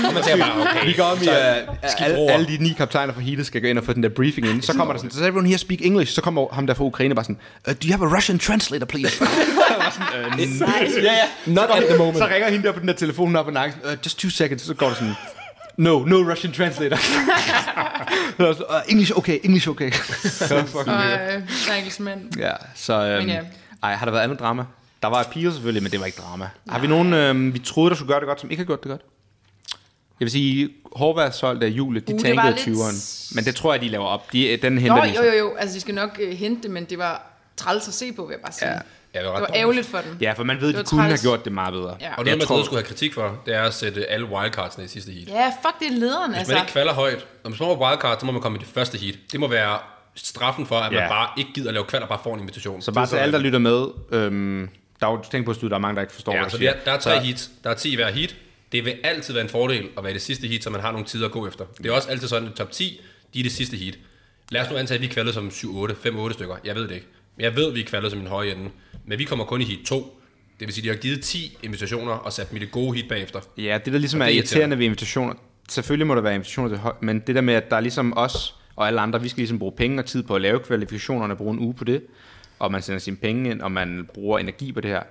[SPEAKER 5] Og man tænker bare,
[SPEAKER 2] Vi
[SPEAKER 5] okay.
[SPEAKER 2] går om i,
[SPEAKER 5] skift
[SPEAKER 2] uh, alle,
[SPEAKER 5] over.
[SPEAKER 2] alle de ni kaptajner fra Heated skal gå ind og få den der briefing ind. Så kommer der sådan, does everyone here speak English? Så kommer ham der fra Ukraine bare sådan, uh, do you have a Russian translator, please? [laughs] Så var sådan, "Øh, Ja, ja.
[SPEAKER 5] Not at the moment.
[SPEAKER 2] Så ringer hende der på den der telefon op og nakken, uh, just two seconds, så går der sådan, no, no Russian translator. [laughs] Så er der sådan, "Uh, English okay, English okay. så fucking weird.
[SPEAKER 4] Og, øh, stakkelsmænd.
[SPEAKER 2] Ja, så øhm,
[SPEAKER 4] Men ja.
[SPEAKER 2] ej, har der været andet drama? Der var piger selvfølgelig, men det var ikke drama. Har vi nogen, øhm, vi troede, der skulle gøre det godt, som ikke har gjort det godt? Jeg vil sige, Hårværs hold der Julie, de
[SPEAKER 4] Uh,
[SPEAKER 2] uh,
[SPEAKER 4] det
[SPEAKER 2] tankede
[SPEAKER 4] var lidt-
[SPEAKER 2] 20'eren. Men det tror jeg, de laver op. De, øh, den henter
[SPEAKER 4] Nå,
[SPEAKER 2] de sig.
[SPEAKER 4] jo, jo, jo. Altså, de skal nok øh, hente det, men det var træls at se på, vil jeg bare sige.
[SPEAKER 2] Ja.
[SPEAKER 4] Ja.
[SPEAKER 5] Ja,
[SPEAKER 4] Det var
[SPEAKER 5] ret dårligt.
[SPEAKER 4] ærgerligt for dem.
[SPEAKER 2] Ja, for man ved,
[SPEAKER 4] var
[SPEAKER 2] de kunne have
[SPEAKER 4] træls.
[SPEAKER 2] gjort det meget bedre.
[SPEAKER 4] Ja.
[SPEAKER 5] Og noget,
[SPEAKER 2] Jeg
[SPEAKER 5] man
[SPEAKER 2] tror-
[SPEAKER 5] troede skulle have kritik for, det er at sætte alle wildcardsene i sidste heat.
[SPEAKER 4] Ja, fuck, det er lederen,
[SPEAKER 5] Hvis
[SPEAKER 4] altså.
[SPEAKER 5] man ikke kvalder højt, når man står på wildcard, så må man komme i det første heat. Det må være straffen for, at man
[SPEAKER 2] Ja.
[SPEAKER 5] bare ikke gider at lave kvalder, bare får en invitation.
[SPEAKER 2] Så bare til alle, der lytter med. Øhm, der er jo, tænk på, at der er mange, der ikke forstår, hvad
[SPEAKER 5] Ja,
[SPEAKER 2] du
[SPEAKER 5] så
[SPEAKER 2] siger.
[SPEAKER 5] Altså, der, der er tre heats. Der er 10 i hver heat. Det vil altid være en fordel at være i det sidste heat, så man har nogle tider at gå efter. Det er også altid sådan, at top 10, de er det sidste heat. Lad os nu antage, at vi er kvaldet som 7-8, 5-8 stykker. Jeg ved det ikke. Men jeg ved, at vi er kvaldet som en høj ende. Men vi kommer kun i heat 2. Det vil sige, at de har givet 10 invitationer og sat dem i det gode heat bagefter.
[SPEAKER 2] Ja, det der ligesom er
[SPEAKER 5] det er
[SPEAKER 2] irriterende
[SPEAKER 5] irriterende.
[SPEAKER 2] ved invitationer, selvfølgelig må der være invitationer til hold, men det der med, at der er ligesom os og alle andre, vi skal ligesom bruge penge og tid på at lave kvalifikationerne, bruge en uge på det, og man sender sine penge ind, og man bruger energi på det her,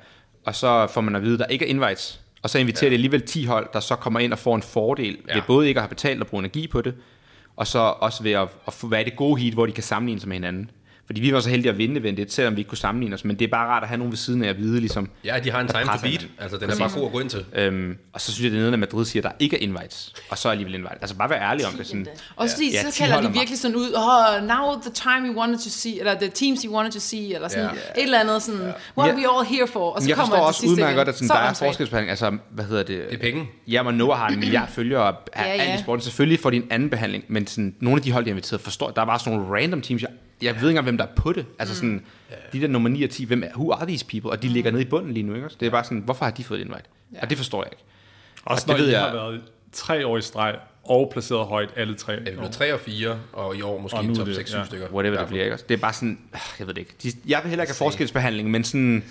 [SPEAKER 2] og så får man at vide, at der ikke er invites, og så inviterer ja. det alligevel 10 hold, der så kommer ind og får en fordel ja.
[SPEAKER 5] Ja.
[SPEAKER 2] ved både ikke at have betalt og bruge energi på det, og så også ved at, at få- være i det gode heat, hvor de kan sammenligne sig med hinanden. Fordi vi var så heldige at vinde event 1, selvom vi ikke kunne sammenligne os, men det er bare rart at have nogen ved siden af at vide, ligesom,
[SPEAKER 5] Ja, de har en
[SPEAKER 2] Der
[SPEAKER 5] time to
[SPEAKER 2] presser
[SPEAKER 5] beat.
[SPEAKER 2] man.
[SPEAKER 5] Altså, den er bare god at gå ind til.
[SPEAKER 2] Øhm, og så synes jeg, det er noget, at Madrid siger, at der ikke er invites, og så alligevel invite. Altså bare være ærlig om det. Sådan,
[SPEAKER 4] Også fordi,
[SPEAKER 2] Ja,
[SPEAKER 4] ja, så
[SPEAKER 2] de
[SPEAKER 4] kalder
[SPEAKER 2] holder
[SPEAKER 4] de virkelig sådan ud, oh, now the time we wanted to see, eller the teams you wanted to see, eller sådan
[SPEAKER 5] Ja.
[SPEAKER 4] et eller andet sådan, what
[SPEAKER 2] Ja.
[SPEAKER 4] are we all here for? Og så
[SPEAKER 2] jeg forstår
[SPEAKER 4] kommer han til
[SPEAKER 2] også
[SPEAKER 4] sidst
[SPEAKER 2] udmærket
[SPEAKER 4] igen.
[SPEAKER 2] godt, at sådan,
[SPEAKER 4] Så
[SPEAKER 2] der er
[SPEAKER 4] åndssvagt.
[SPEAKER 2] forskelsbehandling. Altså, hvad hedder det?
[SPEAKER 5] Det er penge.
[SPEAKER 2] Ja, men Noah har en milliard følgere og er
[SPEAKER 4] Ja,
[SPEAKER 2] ja,
[SPEAKER 4] ja.
[SPEAKER 2] alt i sporten. Selvfølgelig får de en anden behandling, men sådan, nogle af de hold, de har inviteret, forstår, der er bare sådan nogle random teams. Jeg, jeg ved ikke engang, hvem der er på det. Altså
[SPEAKER 4] Mm.
[SPEAKER 2] sådan, de der nummer 9 og 10, hvem er, who are these people? Og de ligger nede i bunden lige nu, ikke? også? Det er bare sådan, hvorfor har de fået et invite? Og det forstår jeg ikke.
[SPEAKER 3] Også
[SPEAKER 2] Og
[SPEAKER 3] når
[SPEAKER 2] det ved
[SPEAKER 3] I
[SPEAKER 2] jeg-
[SPEAKER 3] har været tre år i streg og placeret højt alle tre.
[SPEAKER 5] Ja, vi blev 3 og 4, og i år måske
[SPEAKER 3] Og nu er
[SPEAKER 5] top
[SPEAKER 3] det-
[SPEAKER 5] 6-7
[SPEAKER 3] ja.
[SPEAKER 5] stykker.
[SPEAKER 2] Whatever
[SPEAKER 5] Ja,
[SPEAKER 2] det bliver, ikke? også? Det er bare sådan, øh, jeg ved det ikke. De, jeg vil heller ikke have forskelsbehandling, men sådan,
[SPEAKER 5] Jeg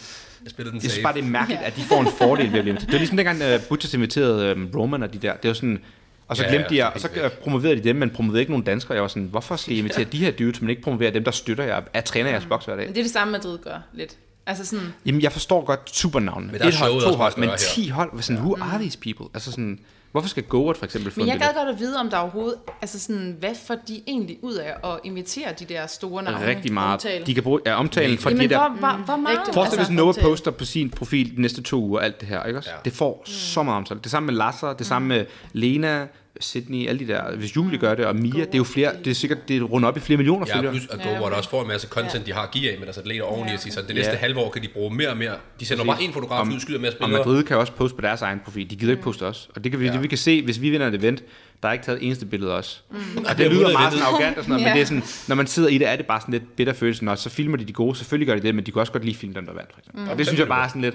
[SPEAKER 5] spillede den
[SPEAKER 2] Jeg synes
[SPEAKER 5] safe.
[SPEAKER 2] bare, det er mærkeligt, at de får en fordel ved at blive inviteret. Det var ligesom dengang uh, Butchers inviterede um, Roman og de der. Det var sådan, og så
[SPEAKER 5] Ja,
[SPEAKER 2] glemte
[SPEAKER 5] ja,
[SPEAKER 2] de, og så
[SPEAKER 5] helt væk.
[SPEAKER 2] øh, promoverede de dem, men promoverede ikke nogen danskere. Jeg var sådan, hvorfor skal I invitere de her dudes, men ikke promovere dem, der støtter jer, er træner jeres boks hver dag?
[SPEAKER 4] Men det er det samme, Madrid gør lidt. Altså sådan,
[SPEAKER 2] Jamen, jeg forstår godt supernavnene.
[SPEAKER 5] Men
[SPEAKER 2] Men
[SPEAKER 5] der er
[SPEAKER 2] Et hold,
[SPEAKER 5] showet
[SPEAKER 2] to
[SPEAKER 5] også
[SPEAKER 2] hold,
[SPEAKER 5] meget
[SPEAKER 2] men
[SPEAKER 5] større her.
[SPEAKER 2] ti hold. Sådan, who are these people? Altså sådan, hvorfor skal Goat for eksempel få
[SPEAKER 4] men
[SPEAKER 2] en
[SPEAKER 4] jeg
[SPEAKER 2] billet?
[SPEAKER 4] gad godt at vide, om der overhovedet, altså sådan, hvad får de egentlig ud af at invitere de der store navne?
[SPEAKER 2] Rigtig meget.
[SPEAKER 7] Omtale.
[SPEAKER 2] De kan bruge ja, omtalen fra de
[SPEAKER 4] Jamen, hvor,
[SPEAKER 2] der.
[SPEAKER 4] hvor, hvor meget?
[SPEAKER 7] Rigtig.
[SPEAKER 2] Forestil dig,
[SPEAKER 7] altså,
[SPEAKER 2] hvis Noah
[SPEAKER 7] omtale.
[SPEAKER 2] poster på sin profil de næste to uger, alt det her, ikke også?
[SPEAKER 5] Ja.
[SPEAKER 2] Det får så meget omtale. Det samme med Lasser, det samme med Lena, Sydney, alle de der. Hvis Julie gør det, og Mia, det er jo flere, det er sikkert, det runder op i flere millioner
[SPEAKER 5] Ja,
[SPEAKER 2] følgere.
[SPEAKER 5] plus at GoWatt også får en masse content, de har at give af med deres atleter oveni, og sige, så det næste
[SPEAKER 2] Ja.
[SPEAKER 5] halve år kan de bruge mere og mere. De sender bare en fotograf ud, skyder mere
[SPEAKER 2] Og
[SPEAKER 5] spillere.
[SPEAKER 2] Madrid kan også poste på deres egen profil. De gider ikke poste os. Og det kan vi, det, vi kan se, hvis vi vinder et event, Der er ikke taget et eneste billede også. Mm. Og
[SPEAKER 5] bliver
[SPEAKER 2] det lyder
[SPEAKER 5] hundrede
[SPEAKER 2] meget
[SPEAKER 5] ventet.
[SPEAKER 2] sådan arrogant og sådan noget,
[SPEAKER 4] Ja.
[SPEAKER 2] men det er sådan, når man sidder i det, er det bare sådan lidt bitter følelse. Nå, så filmer de de gode, selvfølgelig gør de det, men de kan også godt lide filme dem, der vandt, for eksempel. Mm. Og det synes jeg bare er sådan lidt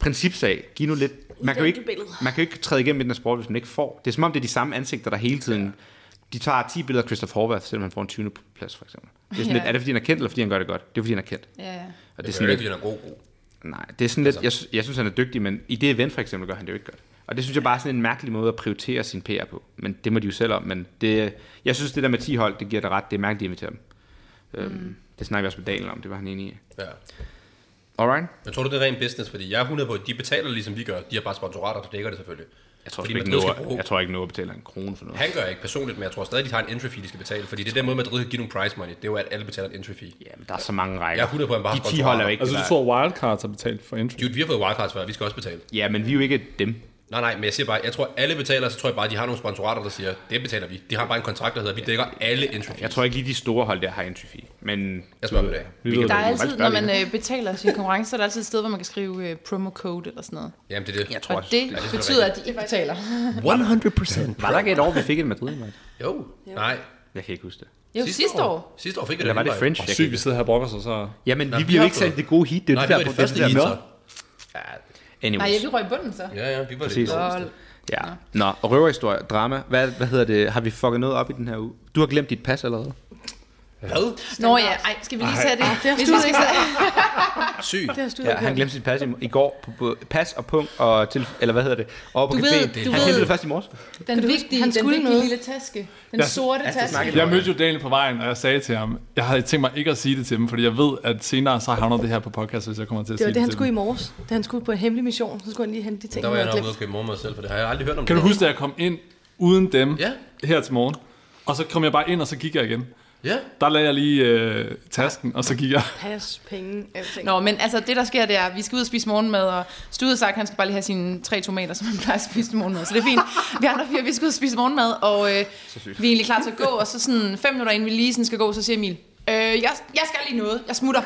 [SPEAKER 2] principsag. Giv nu lidt... Man kan, jo ikke,
[SPEAKER 8] billede.
[SPEAKER 2] man kan jo ikke træde igennem i den her sport, hvis man ikke får. Det er som om, det er de samme ansigter, der hele tiden... De tager 10 billeder af Christopher Horvath, selvom han får en 20. plads, for eksempel. Det er, sådan
[SPEAKER 4] Ja.
[SPEAKER 2] lidt, er det, fordi han er kendt, eller fordi han gør det godt? Det er, fordi han er kendt.
[SPEAKER 4] Ja, ja.
[SPEAKER 2] Og
[SPEAKER 5] Det er
[SPEAKER 2] sådan
[SPEAKER 5] ikke,
[SPEAKER 2] lidt,
[SPEAKER 5] fordi den er god, god.
[SPEAKER 2] Nej, det er sådan lidt, jeg, sy- jeg synes, han er dygtig, men i det event for eksempel gør han det jo ikke godt. Og det synes jeg bare er sådan en mærkelig måde at prioritere sin PR på. Men det må de jo selv om. Men det, jeg synes, det der med 10 hold, det giver dig ret. Det er mærkeligt, at invitere dem. Mm. Øhm, det snakker vi også med Daniel om. Det var han enig i.
[SPEAKER 5] Ja.
[SPEAKER 2] Alright.
[SPEAKER 5] Men tror du, det er ren business? Fordi jeg er 100 på, at de betaler ligesom vi gør. De har bare sponsorater, der dækker det selvfølgelig.
[SPEAKER 2] Jeg tror,
[SPEAKER 5] Fordi
[SPEAKER 2] sgu ikke,
[SPEAKER 5] Madrid skal
[SPEAKER 2] Noah,
[SPEAKER 5] bruge-
[SPEAKER 2] jeg tror ikke, Noah betaler en krone for noget.
[SPEAKER 5] Han gør ikke personligt, men jeg tror stadig, de har en entry fee, de skal betale. Fordi det er den måde, Madrid kan give nogle prize money. Det er jo, at alle betaler en entry fee.
[SPEAKER 2] Ja, men der er så mange rækker.
[SPEAKER 5] Jeg er 100 på, at han bare har
[SPEAKER 2] De 10 hold er jo ikke
[SPEAKER 3] Altså, du
[SPEAKER 2] der.
[SPEAKER 3] tror, Wildcards har betalt for intro?
[SPEAKER 5] Dude, vi har fået wildcards før, vi skal også betale.
[SPEAKER 2] Ja, men vi er jo ikke dem.
[SPEAKER 5] Nej, nej, men jeg siger bare, jeg tror, alle betaler, så tror jeg bare, de har nogle sponsorater, der siger, det betaler vi. De har bare en kontrakt, der hedder, vi dækker alle entry fees.
[SPEAKER 2] Jeg tror ikke lige, de store hold der har en tyfi. Men
[SPEAKER 5] Jeg spørger dig.
[SPEAKER 2] vi kan
[SPEAKER 4] Der er
[SPEAKER 2] da faktisk
[SPEAKER 4] altid,
[SPEAKER 2] gøre
[SPEAKER 4] når
[SPEAKER 2] det.
[SPEAKER 4] man øh, betaler sin konkurrence, så er der altid et sted, hvor man kan skrive øh, promo code eller sådan noget.
[SPEAKER 5] Jamen, det er det. Jeg
[SPEAKER 4] Og det betyder, at de ikke betaler. øh,
[SPEAKER 5] 100%.
[SPEAKER 2] Var der ikke et år, vi fik et Madrid? Mike?
[SPEAKER 5] Jo, nej.
[SPEAKER 2] Jeg kan ikke huske det.
[SPEAKER 4] Jo, sidste år.
[SPEAKER 5] Sidste år fik vi
[SPEAKER 2] Eller var det French? Jeg kan
[SPEAKER 3] Sygt, vi sidder her og brokker sig, så...
[SPEAKER 2] Ja, men
[SPEAKER 5] Nå,
[SPEAKER 2] vi
[SPEAKER 5] vi
[SPEAKER 2] bliver
[SPEAKER 5] har
[SPEAKER 2] jo ikke
[SPEAKER 5] fået-
[SPEAKER 2] sendt det gode heat. Det er
[SPEAKER 5] Nej,
[SPEAKER 2] det der,
[SPEAKER 5] det var
[SPEAKER 2] problem,
[SPEAKER 5] det første
[SPEAKER 2] der
[SPEAKER 5] heat,
[SPEAKER 2] med.
[SPEAKER 5] så.
[SPEAKER 4] Nej, jeg
[SPEAKER 2] Anyways.
[SPEAKER 4] vil røg i bunden så.
[SPEAKER 5] Ja, ja, vi var
[SPEAKER 2] Præcis.
[SPEAKER 5] det.
[SPEAKER 4] Lol.
[SPEAKER 2] Ja. Nå, og røverhistorie, drama. Hvad, hvad hedder det? Har vi fucket noget op i den her uge? Du har glemt dit pas allerede.
[SPEAKER 5] Hvad?
[SPEAKER 4] Nå ja, ej, skal vi lige sætte det? Hvis vi ikke sætter-
[SPEAKER 5] Sygt.
[SPEAKER 7] Det har du
[SPEAKER 2] Ja, han glemte sit pas i, i går på, på pas og punkt og til, eller hvad hedder det? Over på
[SPEAKER 4] Du
[SPEAKER 2] caféen.
[SPEAKER 4] ved- du
[SPEAKER 2] han
[SPEAKER 4] ved-
[SPEAKER 2] glemte det først i morges.
[SPEAKER 4] Den vigtige,
[SPEAKER 7] han
[SPEAKER 4] den
[SPEAKER 7] skulle
[SPEAKER 4] vigtige
[SPEAKER 7] noget.
[SPEAKER 4] lille taske. Den sorte taske.
[SPEAKER 3] Jeg mødte jo Daniel på vejen, og jeg sagde til ham, jeg havde tænkt mig ikke at sige det til dem, fordi jeg ved, at senere så havner det her på podcast, hvis jeg kommer til
[SPEAKER 7] Det
[SPEAKER 3] at sige
[SPEAKER 7] var
[SPEAKER 3] det,
[SPEAKER 7] det, han
[SPEAKER 3] til
[SPEAKER 7] skulle i
[SPEAKER 3] dem.
[SPEAKER 7] morges. Da han skulle på en hemmelig mission, så skulle han lige hente de ting,
[SPEAKER 5] Der var
[SPEAKER 7] han
[SPEAKER 5] jeg
[SPEAKER 7] havde
[SPEAKER 5] nok ude
[SPEAKER 7] glemt.
[SPEAKER 5] og købe mormor selv, for det har jeg aldrig hørt om.
[SPEAKER 3] Kan du huske, at jeg kom ind uden dem
[SPEAKER 5] Ja.
[SPEAKER 3] her til morgen? Og så kom jeg bare ind, og så gik jeg igen.
[SPEAKER 5] Ja.
[SPEAKER 3] Der lagde jeg lige øh, tasken, og så gik jeg.
[SPEAKER 7] Pas, penge, alting.
[SPEAKER 4] Nå, men altså det der sker, det er, at vi skal ud og spise morgenmad, og Stude har sagt, at han skal bare lige have sine tre tomater, som han plejer at spise til morgenmad. Så det er fint. Vi andre fire, vi skal ud og spise morgenmad, og øh, vi er egentlig klar til at gå, og så sådan fem minutter inden vi lige sådan skal gå, så siger Emil, øh, jeg, jeg skal lige noget, jeg smutter.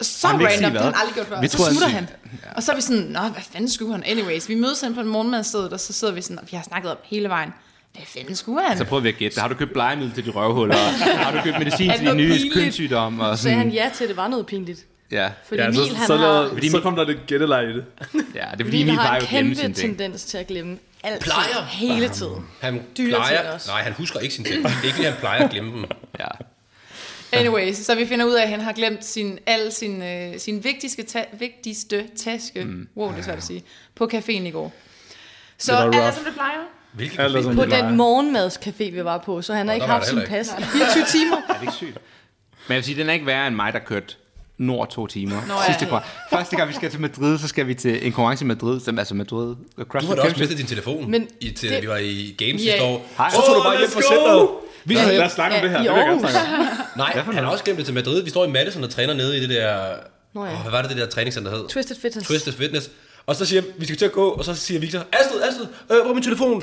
[SPEAKER 4] Så
[SPEAKER 2] Han
[SPEAKER 4] han
[SPEAKER 2] vil ikke sige
[SPEAKER 4] random, det
[SPEAKER 2] hvad.
[SPEAKER 4] har han aldrig gjort før.
[SPEAKER 2] Vi
[SPEAKER 4] Vi så
[SPEAKER 2] tror, han
[SPEAKER 4] smutter
[SPEAKER 2] siger-
[SPEAKER 4] han. Og så er vi sådan, nå, hvad fanden skulle han? Anyways, vi mødes hen på en morgenmadstedet, og så sidder vi sådan, og vi har snakket om hele vejen. Hvad fanden skulle han?
[SPEAKER 2] Så prøver vi at gætte. Har du købt blegemiddel til de røvhuller? [laughs] har du købt medicin
[SPEAKER 4] Er
[SPEAKER 2] til
[SPEAKER 4] det
[SPEAKER 2] de nye
[SPEAKER 4] pinligt?
[SPEAKER 2] kønssygdomme? Og
[SPEAKER 7] Så sagde
[SPEAKER 2] sådan,
[SPEAKER 7] han ja til, at det var noget pinligt.
[SPEAKER 2] ja.
[SPEAKER 7] Fordi ja, Emil, han
[SPEAKER 3] så,
[SPEAKER 7] har,
[SPEAKER 3] lavede, så kom der lidt gætteleg i det.
[SPEAKER 2] ja, det er fordi,
[SPEAKER 7] Emil
[SPEAKER 2] Emil
[SPEAKER 7] har
[SPEAKER 2] bare
[SPEAKER 7] en
[SPEAKER 2] jo glemte sine
[SPEAKER 7] kæmpe
[SPEAKER 2] ting.
[SPEAKER 7] tendens til at glemme alt.
[SPEAKER 5] Plejer.
[SPEAKER 7] Hele tiden.
[SPEAKER 5] Han
[SPEAKER 7] Dyre
[SPEAKER 5] plejer...
[SPEAKER 7] ting også.
[SPEAKER 5] Nej, han husker ikke sin ting. Ikke fordi han plejer at glemme dem.
[SPEAKER 2] Ja.
[SPEAKER 4] Anyways, så vi finder ud af, at han har glemt sin, al sin, øh, sin vigtigste, ta- vigtigste taske, mm. wow, det er svært at sige, på caféen i går. Så
[SPEAKER 3] var
[SPEAKER 4] er
[SPEAKER 3] rough.
[SPEAKER 4] det, som det plejer.
[SPEAKER 5] Hvilke
[SPEAKER 3] Alt er, som
[SPEAKER 7] På
[SPEAKER 3] det plejer.
[SPEAKER 7] den morgenmadscafé, vi var på, så han har
[SPEAKER 5] Nå,
[SPEAKER 7] ikke
[SPEAKER 5] der var
[SPEAKER 7] haft
[SPEAKER 5] der
[SPEAKER 7] sin
[SPEAKER 5] heller
[SPEAKER 7] pas i 24 timer.
[SPEAKER 2] Er det ikke sygt? Men jeg vil sige, den er ikke værre end mig, der kørte nord to timer. Nå,
[SPEAKER 4] ja.
[SPEAKER 2] sidste ja. Første gang, vi skal til Madrid, så skal vi til en konkurrence i Madrid. Som, altså Madrid. Cross
[SPEAKER 5] Du har da også mistet din telefon,
[SPEAKER 7] Men
[SPEAKER 5] i, til,
[SPEAKER 7] det-
[SPEAKER 5] vi var i Games
[SPEAKER 4] Ja.
[SPEAKER 5] sidste år.
[SPEAKER 2] Hej.
[SPEAKER 5] Så tog du bare hjem fra centret.
[SPEAKER 3] Vi skal lad os snakke om det her.
[SPEAKER 7] i
[SPEAKER 3] Det vil jeg gerne
[SPEAKER 7] Aarhus.
[SPEAKER 3] snakke om.
[SPEAKER 5] Nej, han har også glemt det til Madrid. Vi står i Madison og træner nede i det der...
[SPEAKER 7] Nå ja.
[SPEAKER 5] Åh, hvad var det, det der træningscenter hed?
[SPEAKER 7] Twisted Fitness.
[SPEAKER 5] Twisted Fitness. Og så siger jeg, vi skal til at gå, og så siger Victor, Astrid, Astrid, øh, hvor er min
[SPEAKER 3] [laughs]
[SPEAKER 5] telefon?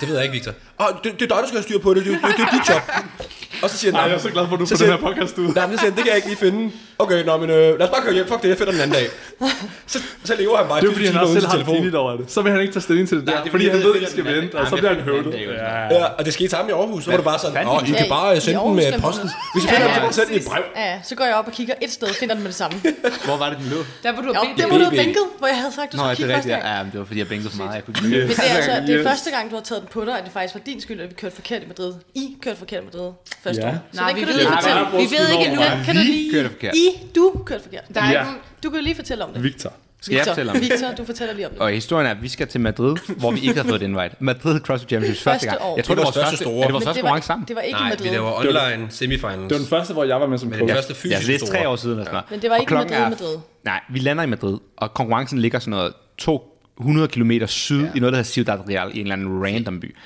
[SPEAKER 5] det ved jeg ikke, Victor. Ah, det, det er dig, der skal have styr på det, det, det, det er dit job. Og så siger han,
[SPEAKER 3] Ej, jeg er så glad for, at du får den
[SPEAKER 5] siger
[SPEAKER 3] her podcast ud.
[SPEAKER 5] Nej, men så siger han, det kan jeg ikke lige finde. Okay, nå, men øh, lad os bare køre hjem, fuck det, jeg finder den anden dag. Så, så lever han bare.
[SPEAKER 3] Det er fordi, han
[SPEAKER 5] 24
[SPEAKER 3] også
[SPEAKER 5] uden
[SPEAKER 3] selv
[SPEAKER 5] sin
[SPEAKER 3] har det pinligt over det. Så vil han ikke tage stilling til det der,
[SPEAKER 2] det er,
[SPEAKER 3] fordi,
[SPEAKER 2] fordi
[SPEAKER 3] han
[SPEAKER 2] jeg
[SPEAKER 3] ved,
[SPEAKER 2] ved,
[SPEAKER 3] at det skal
[SPEAKER 2] at den er-
[SPEAKER 3] vente,
[SPEAKER 2] Ja,
[SPEAKER 3] og så
[SPEAKER 2] men
[SPEAKER 3] bliver
[SPEAKER 2] jeg
[SPEAKER 3] han
[SPEAKER 2] føler, den
[SPEAKER 3] høvlet.
[SPEAKER 2] er jo
[SPEAKER 3] Ja.
[SPEAKER 5] Ja, og det skete sammen i Aarhus, så var det bare sådan,
[SPEAKER 2] fanden
[SPEAKER 5] åh, I
[SPEAKER 7] Ja,
[SPEAKER 5] kan
[SPEAKER 7] i-
[SPEAKER 5] bare
[SPEAKER 7] i
[SPEAKER 5] øh, sende den
[SPEAKER 7] Aarhus
[SPEAKER 5] med
[SPEAKER 7] skal man
[SPEAKER 5] posten.
[SPEAKER 7] også.
[SPEAKER 5] Hvis I finder
[SPEAKER 4] Ja,
[SPEAKER 5] den, så send den i
[SPEAKER 4] præcis.
[SPEAKER 5] brev.
[SPEAKER 7] Ja, så går jeg op og kigger et sted, finder den med det samme.
[SPEAKER 2] Hvor var det, den lå?
[SPEAKER 4] Der var du
[SPEAKER 7] Jo,
[SPEAKER 4] have bedt
[SPEAKER 7] det
[SPEAKER 4] om.
[SPEAKER 7] var du
[SPEAKER 5] BB.
[SPEAKER 7] bænket, hvor jeg havde sagt, du
[SPEAKER 2] Nå, ja,
[SPEAKER 7] skulle
[SPEAKER 2] det er
[SPEAKER 7] kigge første
[SPEAKER 2] rigtigt. Ja,
[SPEAKER 7] gang.
[SPEAKER 2] men det var fordi, jeg bænkede for meget. Jeg kunne ikke lide det.
[SPEAKER 7] Men det er altså det er
[SPEAKER 3] Yes.
[SPEAKER 7] første gang, du har taget den på dig, og det faktisk var din skyld, at vi kørte forkert i Madrid. I kørte forkert i Madrid første
[SPEAKER 3] Ja.
[SPEAKER 7] år. Så
[SPEAKER 4] Nej,
[SPEAKER 7] den
[SPEAKER 4] vi
[SPEAKER 7] kan du
[SPEAKER 4] ved
[SPEAKER 7] lige
[SPEAKER 4] ikke,
[SPEAKER 7] fortælle.
[SPEAKER 3] nej, nej.
[SPEAKER 4] vi ved ikke
[SPEAKER 3] Vi
[SPEAKER 4] nu.
[SPEAKER 7] Kan du lige...
[SPEAKER 2] kørte forkert.
[SPEAKER 7] I, du kørte forkert.
[SPEAKER 4] Der er
[SPEAKER 3] Ja.
[SPEAKER 4] ikke nogen,
[SPEAKER 7] Du kan jo lige fortælle om det.
[SPEAKER 3] Victor.
[SPEAKER 2] Skal jeg fortælle om det?
[SPEAKER 7] Victor, du fortæller lige om det.
[SPEAKER 2] Og historien er, at vi skal til Madrid, hvor vi ikke har fået et invite. Madrid CrossFit Championships første
[SPEAKER 7] Første
[SPEAKER 2] gang.
[SPEAKER 7] år.
[SPEAKER 2] Jeg tror, det
[SPEAKER 5] Det var
[SPEAKER 2] var vores
[SPEAKER 5] vores
[SPEAKER 2] første
[SPEAKER 5] store.
[SPEAKER 2] store. Det var
[SPEAKER 7] Men
[SPEAKER 2] vores første
[SPEAKER 7] det var,
[SPEAKER 2] konkurrence sammen.
[SPEAKER 7] det var ikke i
[SPEAKER 5] Nej,
[SPEAKER 7] Madrid.
[SPEAKER 5] vi laver online semifinals.
[SPEAKER 3] Det var den første, hvor jeg var med som
[SPEAKER 5] Men
[SPEAKER 3] coach.
[SPEAKER 5] den første
[SPEAKER 2] Ja,
[SPEAKER 5] fysisk
[SPEAKER 2] det er tre
[SPEAKER 5] store.
[SPEAKER 2] år siden. Eller sådan noget.
[SPEAKER 7] Men det var
[SPEAKER 2] Og
[SPEAKER 7] ikke i Madrid,
[SPEAKER 2] klokken
[SPEAKER 7] Madrid.
[SPEAKER 2] Nej, vi lander i Madrid, og konkurrencen ligger sådan noget 200 km syd ja. i noget, der hedder Ciudad Real, i en eller anden random by.